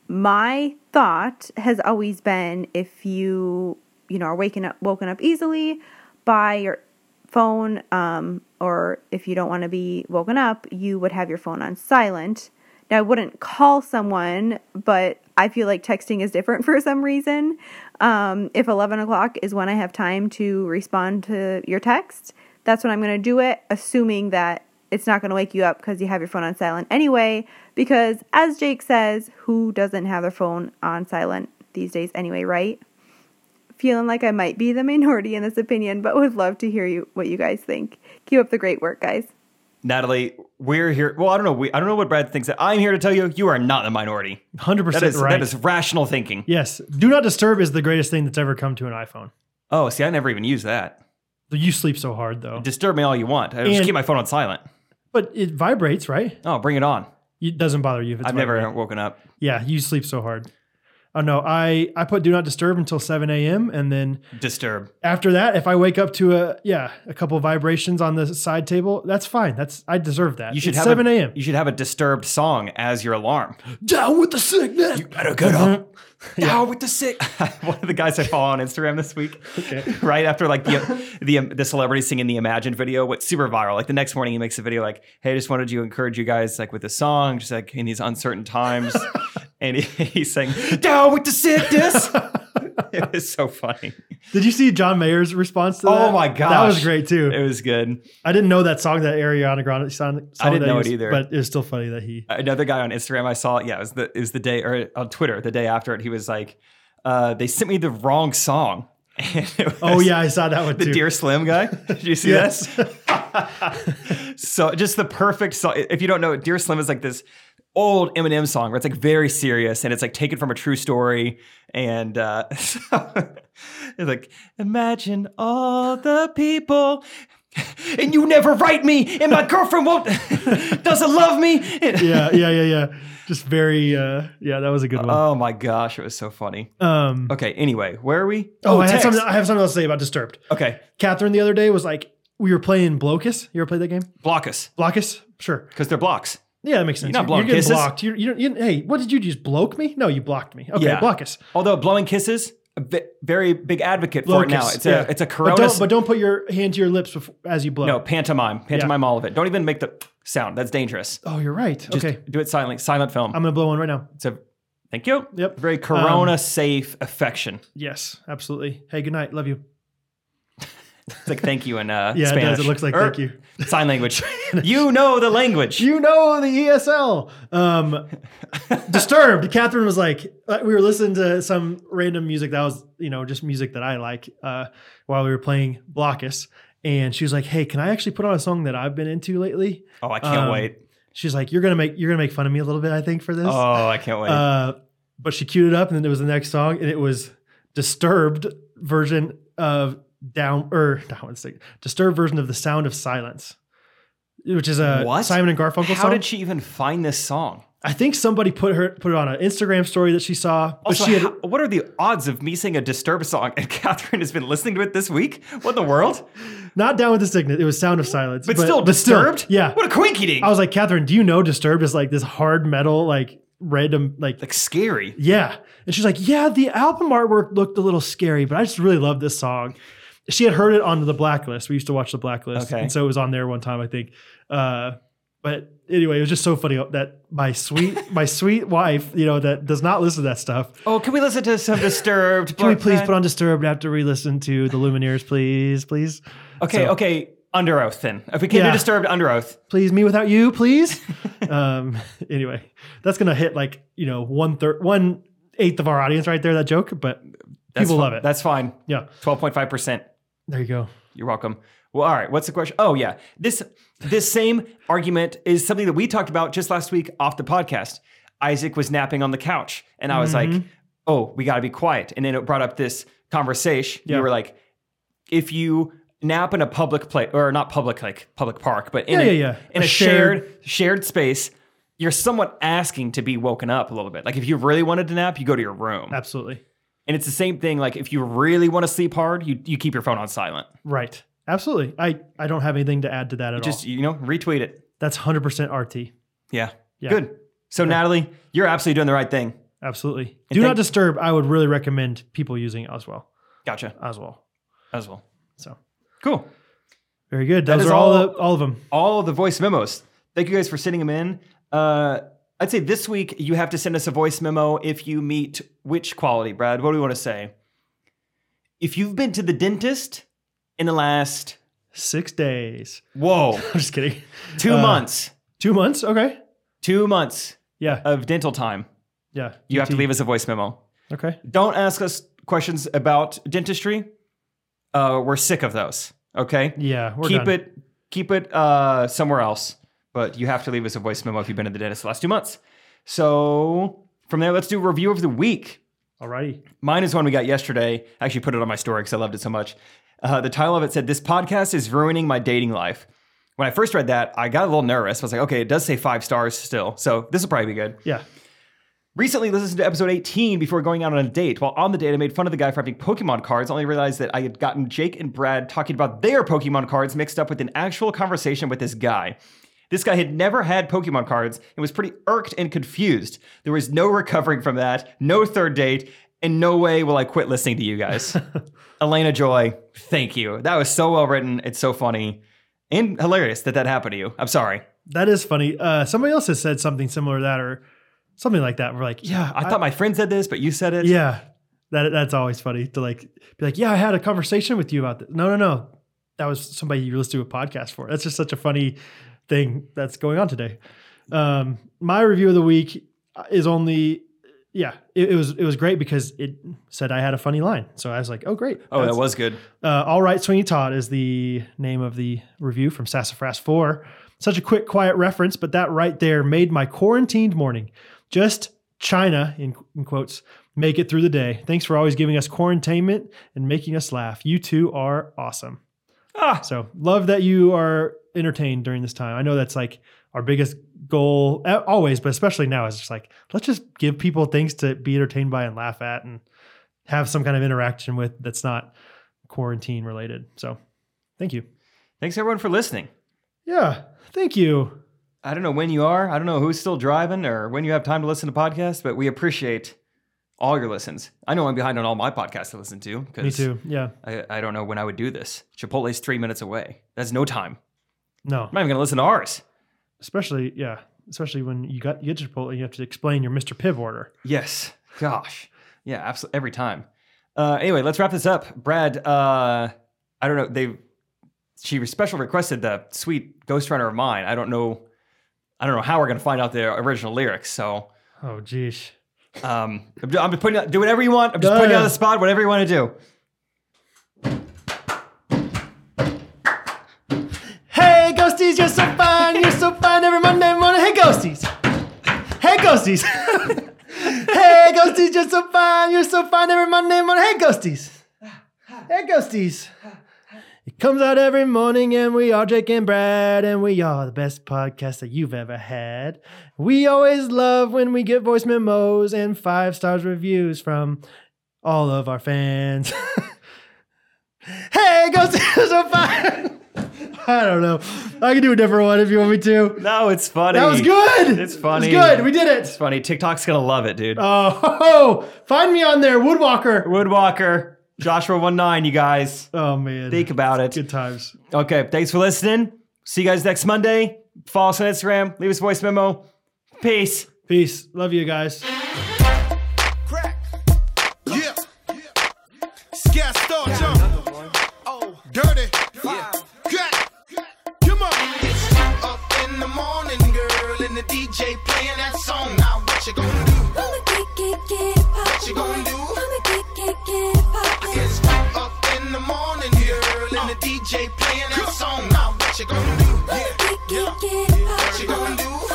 Speaker 10: my thought has always been if you you know are waking up woken up easily by your phone um or if you don't want to be woken up you would have your phone on silent now i wouldn't call someone but i feel like texting is different <laughs> for some reason um if 11 o'clock is when i have time to respond to your text that's when i'm going to do it assuming that it's not going to wake you up because you have your phone on silent anyway. Because as Jake says, who doesn't have their phone on silent these days anyway, right? Feeling like I might be the minority in this opinion, but would love to hear you what you guys think. Keep up the great work, guys.
Speaker 1: Natalie, we're here. Well, I don't know. We, I don't know what Brad thinks. I'm here to tell you, you are not the minority.
Speaker 2: Hundred
Speaker 1: That
Speaker 2: percent
Speaker 1: is
Speaker 2: right.
Speaker 1: that is rational thinking.
Speaker 2: yes, do not disturb is the greatest thing that's ever come to an iPhone.
Speaker 1: Oh, see, I never even use that.
Speaker 2: You sleep so hard though,
Speaker 1: Disturb me all you want. I just
Speaker 2: And-
Speaker 1: keep my phone on silent.
Speaker 2: but it vibrates, right?
Speaker 1: Oh, bring it on.
Speaker 2: It doesn't bother you. If it's
Speaker 1: I've never
Speaker 2: vibrating.
Speaker 1: woken up.
Speaker 2: Yeah, you sleep so hard. Oh no, I I put do not disturb until seven a.m. and then
Speaker 1: Disturb.
Speaker 2: after that, if I wake up to a yeah a couple vibrations on the side table, that's fine. That's I deserve that.
Speaker 1: You should
Speaker 2: It's
Speaker 1: have
Speaker 2: seven
Speaker 1: a,
Speaker 2: a.m.
Speaker 1: You should have a disturbed song as your alarm. <laughs>
Speaker 2: Down with the sickness. Mm-hmm.
Speaker 1: better get up. Now with the sick. <laughs> One of the guys I follow on Instagram this week, <laughs> right after like the the the celebrity singing the Imagine video, what's super viral. Like the next morning, he makes a video like, "Hey, I just wanted to encourage you guys like with a song, just like in these uncertain <laughs> times." and he, he's saying, "Down with the sickness." <laughs> it was so funny.
Speaker 2: Did you see John Mayer's response to that?
Speaker 1: Oh my gosh,
Speaker 2: that was great too.
Speaker 1: It was good.
Speaker 2: I didn't know that song that Ariana Grande song. song
Speaker 1: didn't
Speaker 2: that he
Speaker 1: know it
Speaker 2: was-
Speaker 1: either.
Speaker 2: but it's still funny that
Speaker 1: <laughs>
Speaker 2: he.
Speaker 1: another guy on Instagram I saw, yeah, it was the it was the day or on Twitter the day after it. He was like, uh, they sent me the wrong song. <laughs> And it was
Speaker 2: Oh yeah, I saw that one
Speaker 1: the
Speaker 2: too.
Speaker 1: Dear Slim guy.
Speaker 2: <laughs>
Speaker 1: Did you see
Speaker 2: Yes.
Speaker 1: that? so just the perfect song. If you don't know, Dear Slim is like this old Eminem song where it's like very serious and it's like taken from a true story. And uh, <laughs> so it's like, imagine all the people. And you never write me, and my girlfriend won't <laughs> doesn't love me.
Speaker 2: <laughs>
Speaker 1: And-
Speaker 2: <laughs> yeah, yeah, yeah, yeah. Just very. uh Yeah, that was a good one.
Speaker 1: Oh my gosh, it was so funny.
Speaker 2: um.
Speaker 1: Uh, Okay, anyway, where are we?
Speaker 2: Oh, I have
Speaker 1: text.
Speaker 2: something. I have something else to say about Disturbed.
Speaker 1: Okay,
Speaker 2: Catherine the other day was like, we were playing Blocus. You ever played that game?
Speaker 1: block us
Speaker 2: Blocus? Sure.
Speaker 1: because they're blocks.
Speaker 2: Yeah, that makes sense.
Speaker 1: not blowing
Speaker 2: getting
Speaker 1: kisses?
Speaker 2: blocked. You're, you don't, you, hey, what did you do? just bloke me? No, you blocked me. Okay,
Speaker 1: Yeah.
Speaker 2: block us.
Speaker 1: Although blowing kisses, a ve- very big advocate for
Speaker 2: Bloke
Speaker 1: it now.
Speaker 2: us.
Speaker 1: It's
Speaker 2: Yeah.
Speaker 1: a it's a
Speaker 2: But
Speaker 1: corona.
Speaker 2: don't, but don't put your hand to your lips before, as you blow.
Speaker 1: no pantomime, pantomime all of it. Don't even make the sound. That's dangerous.
Speaker 2: Oh, you're right.
Speaker 1: Just
Speaker 2: okay,
Speaker 1: do it silently. Silent film.
Speaker 2: I'm gonna blow one right now.
Speaker 1: it's a thank you.
Speaker 2: Yep. Um,
Speaker 1: Very corona safe affection.
Speaker 2: Yes, absolutely. Hey, good night.
Speaker 1: <laughs>
Speaker 2: Love you.
Speaker 1: It's like thank you in uh,
Speaker 2: <laughs> Yeah, it
Speaker 1: Spanish.
Speaker 2: does. It looks like
Speaker 1: Or
Speaker 2: thank you. <laughs>
Speaker 1: Sign language. <laughs> you know the language.
Speaker 2: You know the ESL.
Speaker 1: <laughs>
Speaker 2: Um, disturbed. Catherine was like, uh, we were listening to some random music that was, you know, just music that I like uh, while we were playing Blockus. And she was like, hey, can I actually put on a song that I've been into lately?
Speaker 1: oh, I can't
Speaker 2: Um,
Speaker 1: wait.
Speaker 2: She's like, you're gonna make you're gonna make fun of me a little bit, I think, for this.
Speaker 1: Oh, I can't wait.
Speaker 2: uh, but she queued it up, and then it was the next song, and it was Disturbed version of Down or <laughs> not one second, Disturbed version of the Sound of Silence, which is a
Speaker 1: What?
Speaker 2: Simon and Garfunkel
Speaker 1: How
Speaker 2: song.
Speaker 1: did she even find this song?
Speaker 2: I think somebody put her put it on an Instagram story that she saw, but
Speaker 1: Also,
Speaker 2: she had
Speaker 1: how- what are the odds of me singing a Disturb song and <laughs> Catherine has been listening to it this week? What in the world?
Speaker 2: not Down with the Signet. It was Sound of Silence,
Speaker 1: But, still
Speaker 2: but
Speaker 1: Disturbed?
Speaker 2: yeah. Oh.
Speaker 1: What a quinky ding.
Speaker 2: I was like, Catherine, do you know Disturbed is like this hard metal, like random like
Speaker 1: Like scary.
Speaker 2: yeah. And she's like, yeah, the album artwork looked a little scary, but I just really love this song. She had heard it on the Blacklist. We used to watch the Blacklist,
Speaker 1: Okay.
Speaker 2: and so it was on there one time, I think. Uh, but anyway, it was just so funny that my
Speaker 1: <laughs>
Speaker 2: sweet, my sweet wife, you know, that does not listen to that stuff.
Speaker 1: Oh, can we listen to some
Speaker 2: <laughs>
Speaker 1: Disturbed?
Speaker 2: Can we
Speaker 1: Black
Speaker 2: please
Speaker 1: Knight?
Speaker 2: put on Disturbed after we listen to the Lumineers, please, please,
Speaker 1: Okay,
Speaker 2: So-
Speaker 1: okay. Under oath, then. If we can not
Speaker 2: Yeah.
Speaker 1: do Disturbed, under oath.
Speaker 2: please, me without you,
Speaker 1: <laughs>
Speaker 2: please. um, anyway, that's gonna hit like you know one third, one eighth of our audience right there. That joke, but
Speaker 1: That's
Speaker 2: people
Speaker 1: fi-
Speaker 2: love it.
Speaker 1: That's fine.
Speaker 2: yeah,
Speaker 1: Twelve point five percent.
Speaker 2: there you go.
Speaker 1: You're welcome. Well, all right. What's the question? Oh, yeah. This this same argument is something that we talked about just last week off the podcast. Isaac was napping on the couch, and I was like,
Speaker 2: Mm-hmm.
Speaker 1: "Oh, we got to be quiet." And then it brought up this conversation.
Speaker 2: Yeah.
Speaker 1: You were like, "If you nap in a public place, or not public, like public park, but in
Speaker 2: Yeah, yeah,
Speaker 1: a,
Speaker 2: yeah.
Speaker 1: in a,
Speaker 2: A
Speaker 1: shared shared, space." You're somewhat asking to be woken up a little bit. Like if you really wanted to nap, you go to your room.
Speaker 2: Absolutely.
Speaker 1: And it's the same thing. Like if you really want to sleep hard, you, you keep your phone on silent.
Speaker 2: Right. Absolutely. I, I don't have anything to add to that at
Speaker 1: Just,
Speaker 2: all.
Speaker 1: you know, retweet it.
Speaker 2: That's 100% RT.
Speaker 1: Yeah.
Speaker 2: Yeah.
Speaker 1: Good. So, Natalie, you're absolutely doing the right thing.
Speaker 2: Absolutely.
Speaker 1: And
Speaker 2: Do not
Speaker 1: thank-
Speaker 2: disturb. I would really recommend people using Oswell.
Speaker 1: Gotcha.
Speaker 2: Oswell.
Speaker 1: As well.
Speaker 2: So
Speaker 1: Cool.
Speaker 2: very good.
Speaker 1: That
Speaker 2: Those
Speaker 1: is
Speaker 2: are all,
Speaker 1: all-
Speaker 2: the, all of them.
Speaker 1: All the voice memos. Thank you guys for sending them in. Uh, I'd say this week you have to send us a voice memo if you meet which quality, Brad? What do we want to say? If you've been to the dentist in the last,
Speaker 2: Six days. <laughs>
Speaker 1: whoa,
Speaker 2: I'm just kidding.
Speaker 1: two
Speaker 2: Uh,
Speaker 1: months,
Speaker 2: Two months. Okay.
Speaker 1: two months
Speaker 2: Yeah.
Speaker 1: of dental time,
Speaker 2: yeah.
Speaker 1: you have to
Speaker 2: DT.
Speaker 1: leave us a voice memo.
Speaker 2: Okay.
Speaker 1: Don't ask us questions about dentistry. Uh, we're sick of those. Okay.
Speaker 2: Yeah. We're
Speaker 1: keep
Speaker 2: done.
Speaker 1: it keep it uh, somewhere else. But you have to leave us a voice memo if you've been to the dentist the last two months. So from there, let's do review of the week.
Speaker 2: Alrighty.
Speaker 1: Mine is one we got yesterday. I actually put it on my story because I loved it so much. Uh, the title of it said, "This podcast is ruining my dating life." When I first read that, I got a little nervous. I was like, "Okay, it does say five stars still, so this will probably be good."
Speaker 2: Yeah.
Speaker 1: Recently listened to episode 18 before going out on a date. While on the date, I made fun of the guy for having Pokemon cards. I only realized that I had gotten Jake and Brad talking about their Pokemon cards mixed up with an actual conversation with this guy. This guy had never had Pokemon cards and was pretty irked and confused. There was no recovering from that, no third date, and no way will I quit listening to you
Speaker 2: <laughs>
Speaker 1: guys. Elena Joy, thank you. That was so well written. It's so funny and hilarious that that happened to you. I'm sorry.
Speaker 2: That is funny. Uh, somebody else has said something similar to that or something like that. We're like, yeah,
Speaker 1: I, thought my friend said this, but you said it.
Speaker 2: Yeah. That that's always funny to like be like, yeah, I had a conversation with you about this. No, no, no. That was somebody you listened to a podcast for. That's just such a funny thing that's going on today. Um, my review of the week uh, is only yeah, it, it was it was great because it said I had a funny line. So I was like, oh great.
Speaker 1: Oh, that
Speaker 2: That's-
Speaker 1: was good.
Speaker 2: uh, All Right Swingy Todd is the name of the review from Sassafras 4. Such a quick, quiet reference, but that right there made my quarantined morning. Just China, in, in quotes, make it through the day. Thanks for always giving us quarantainment and making us laugh. You two are awesome.
Speaker 1: Ah.
Speaker 2: So love that you are entertained during this time. I know that's like our biggest goal uh, always, but especially now is just like, let's just give people things to be entertained by and laugh at and have some kind of interaction with that's not quarantine related. So thank you.
Speaker 1: Thanks everyone for listening.
Speaker 2: Yeah. Thank you.
Speaker 1: I don't know when you are. I don't know who's still driving or when you have time to listen to podcasts, but we appreciate all your listens. I know I'm behind on all my podcasts to listen to
Speaker 2: Me
Speaker 1: because
Speaker 2: too. Yeah.
Speaker 1: I, I don't know when I would do this. Chipotle's three minutes away. That's no time.
Speaker 2: No.
Speaker 1: I'm not even going to listen to ours.
Speaker 2: Especially yeah. Especially when you got you get Chipotle, you have to explain your Mr. Piv order.
Speaker 1: Yes. Gosh. Yeah, absolutely. Every time. Uh, anyway, let's wrap this up. Brad, uh, I don't know. They She special requested the sweet Ghost Runner of mine. I don't know. I don't know how we're going to find out the original lyrics. So
Speaker 2: Oh geez.
Speaker 1: Um, I'm, ju- I'm just putting out, do whatever you want. I'm just
Speaker 2: No,
Speaker 1: putting you
Speaker 2: no.
Speaker 1: on the spot, whatever you want to do.
Speaker 2: Hey ghosties, you're so fine, you're so fine every Monday morning. Hey ghosties. Hey ghosties. <laughs> hey ghosties, you're so fine, you're so fine every Monday morning. Hey ghosties. Hey ghosties. It comes out every morning, and we are Jake and Brad, and we are the best podcast that you've ever had. We always love when we get voice memos and five stars reviews from all of <laughs> our fans. hey, ghosties are fine. I don't know. I can do a different one if you want me to.
Speaker 1: No, it's funny.
Speaker 2: That was good.
Speaker 1: It's funny.
Speaker 2: It's good. We did
Speaker 1: It's
Speaker 2: it.
Speaker 1: funny. TikTok's gonna love it, dude.
Speaker 2: Oh, <laughs> ho, ho. find me on there, Woodwalker.
Speaker 1: Woodwalker, Joshua one nine, you guys
Speaker 2: Oh man,
Speaker 1: think about it.
Speaker 2: good times.
Speaker 1: Okay, thanks for listening. See you guys next Monday. Follow us on Instagram. Leave us a voice memo. Peace.
Speaker 2: Peace. Love you guys.
Speaker 11: crack. Yeah. Scare star jump. Oh, dirty. Yeah. Crack. Come on. It's up in the morning, girl, and the DJ playing that song. Now what you gonna do? What you gonna do? I guess up in the morning, girl, and the DJ playing that song. Now what you gonna do? Yeah. Yeah. What you gonna do?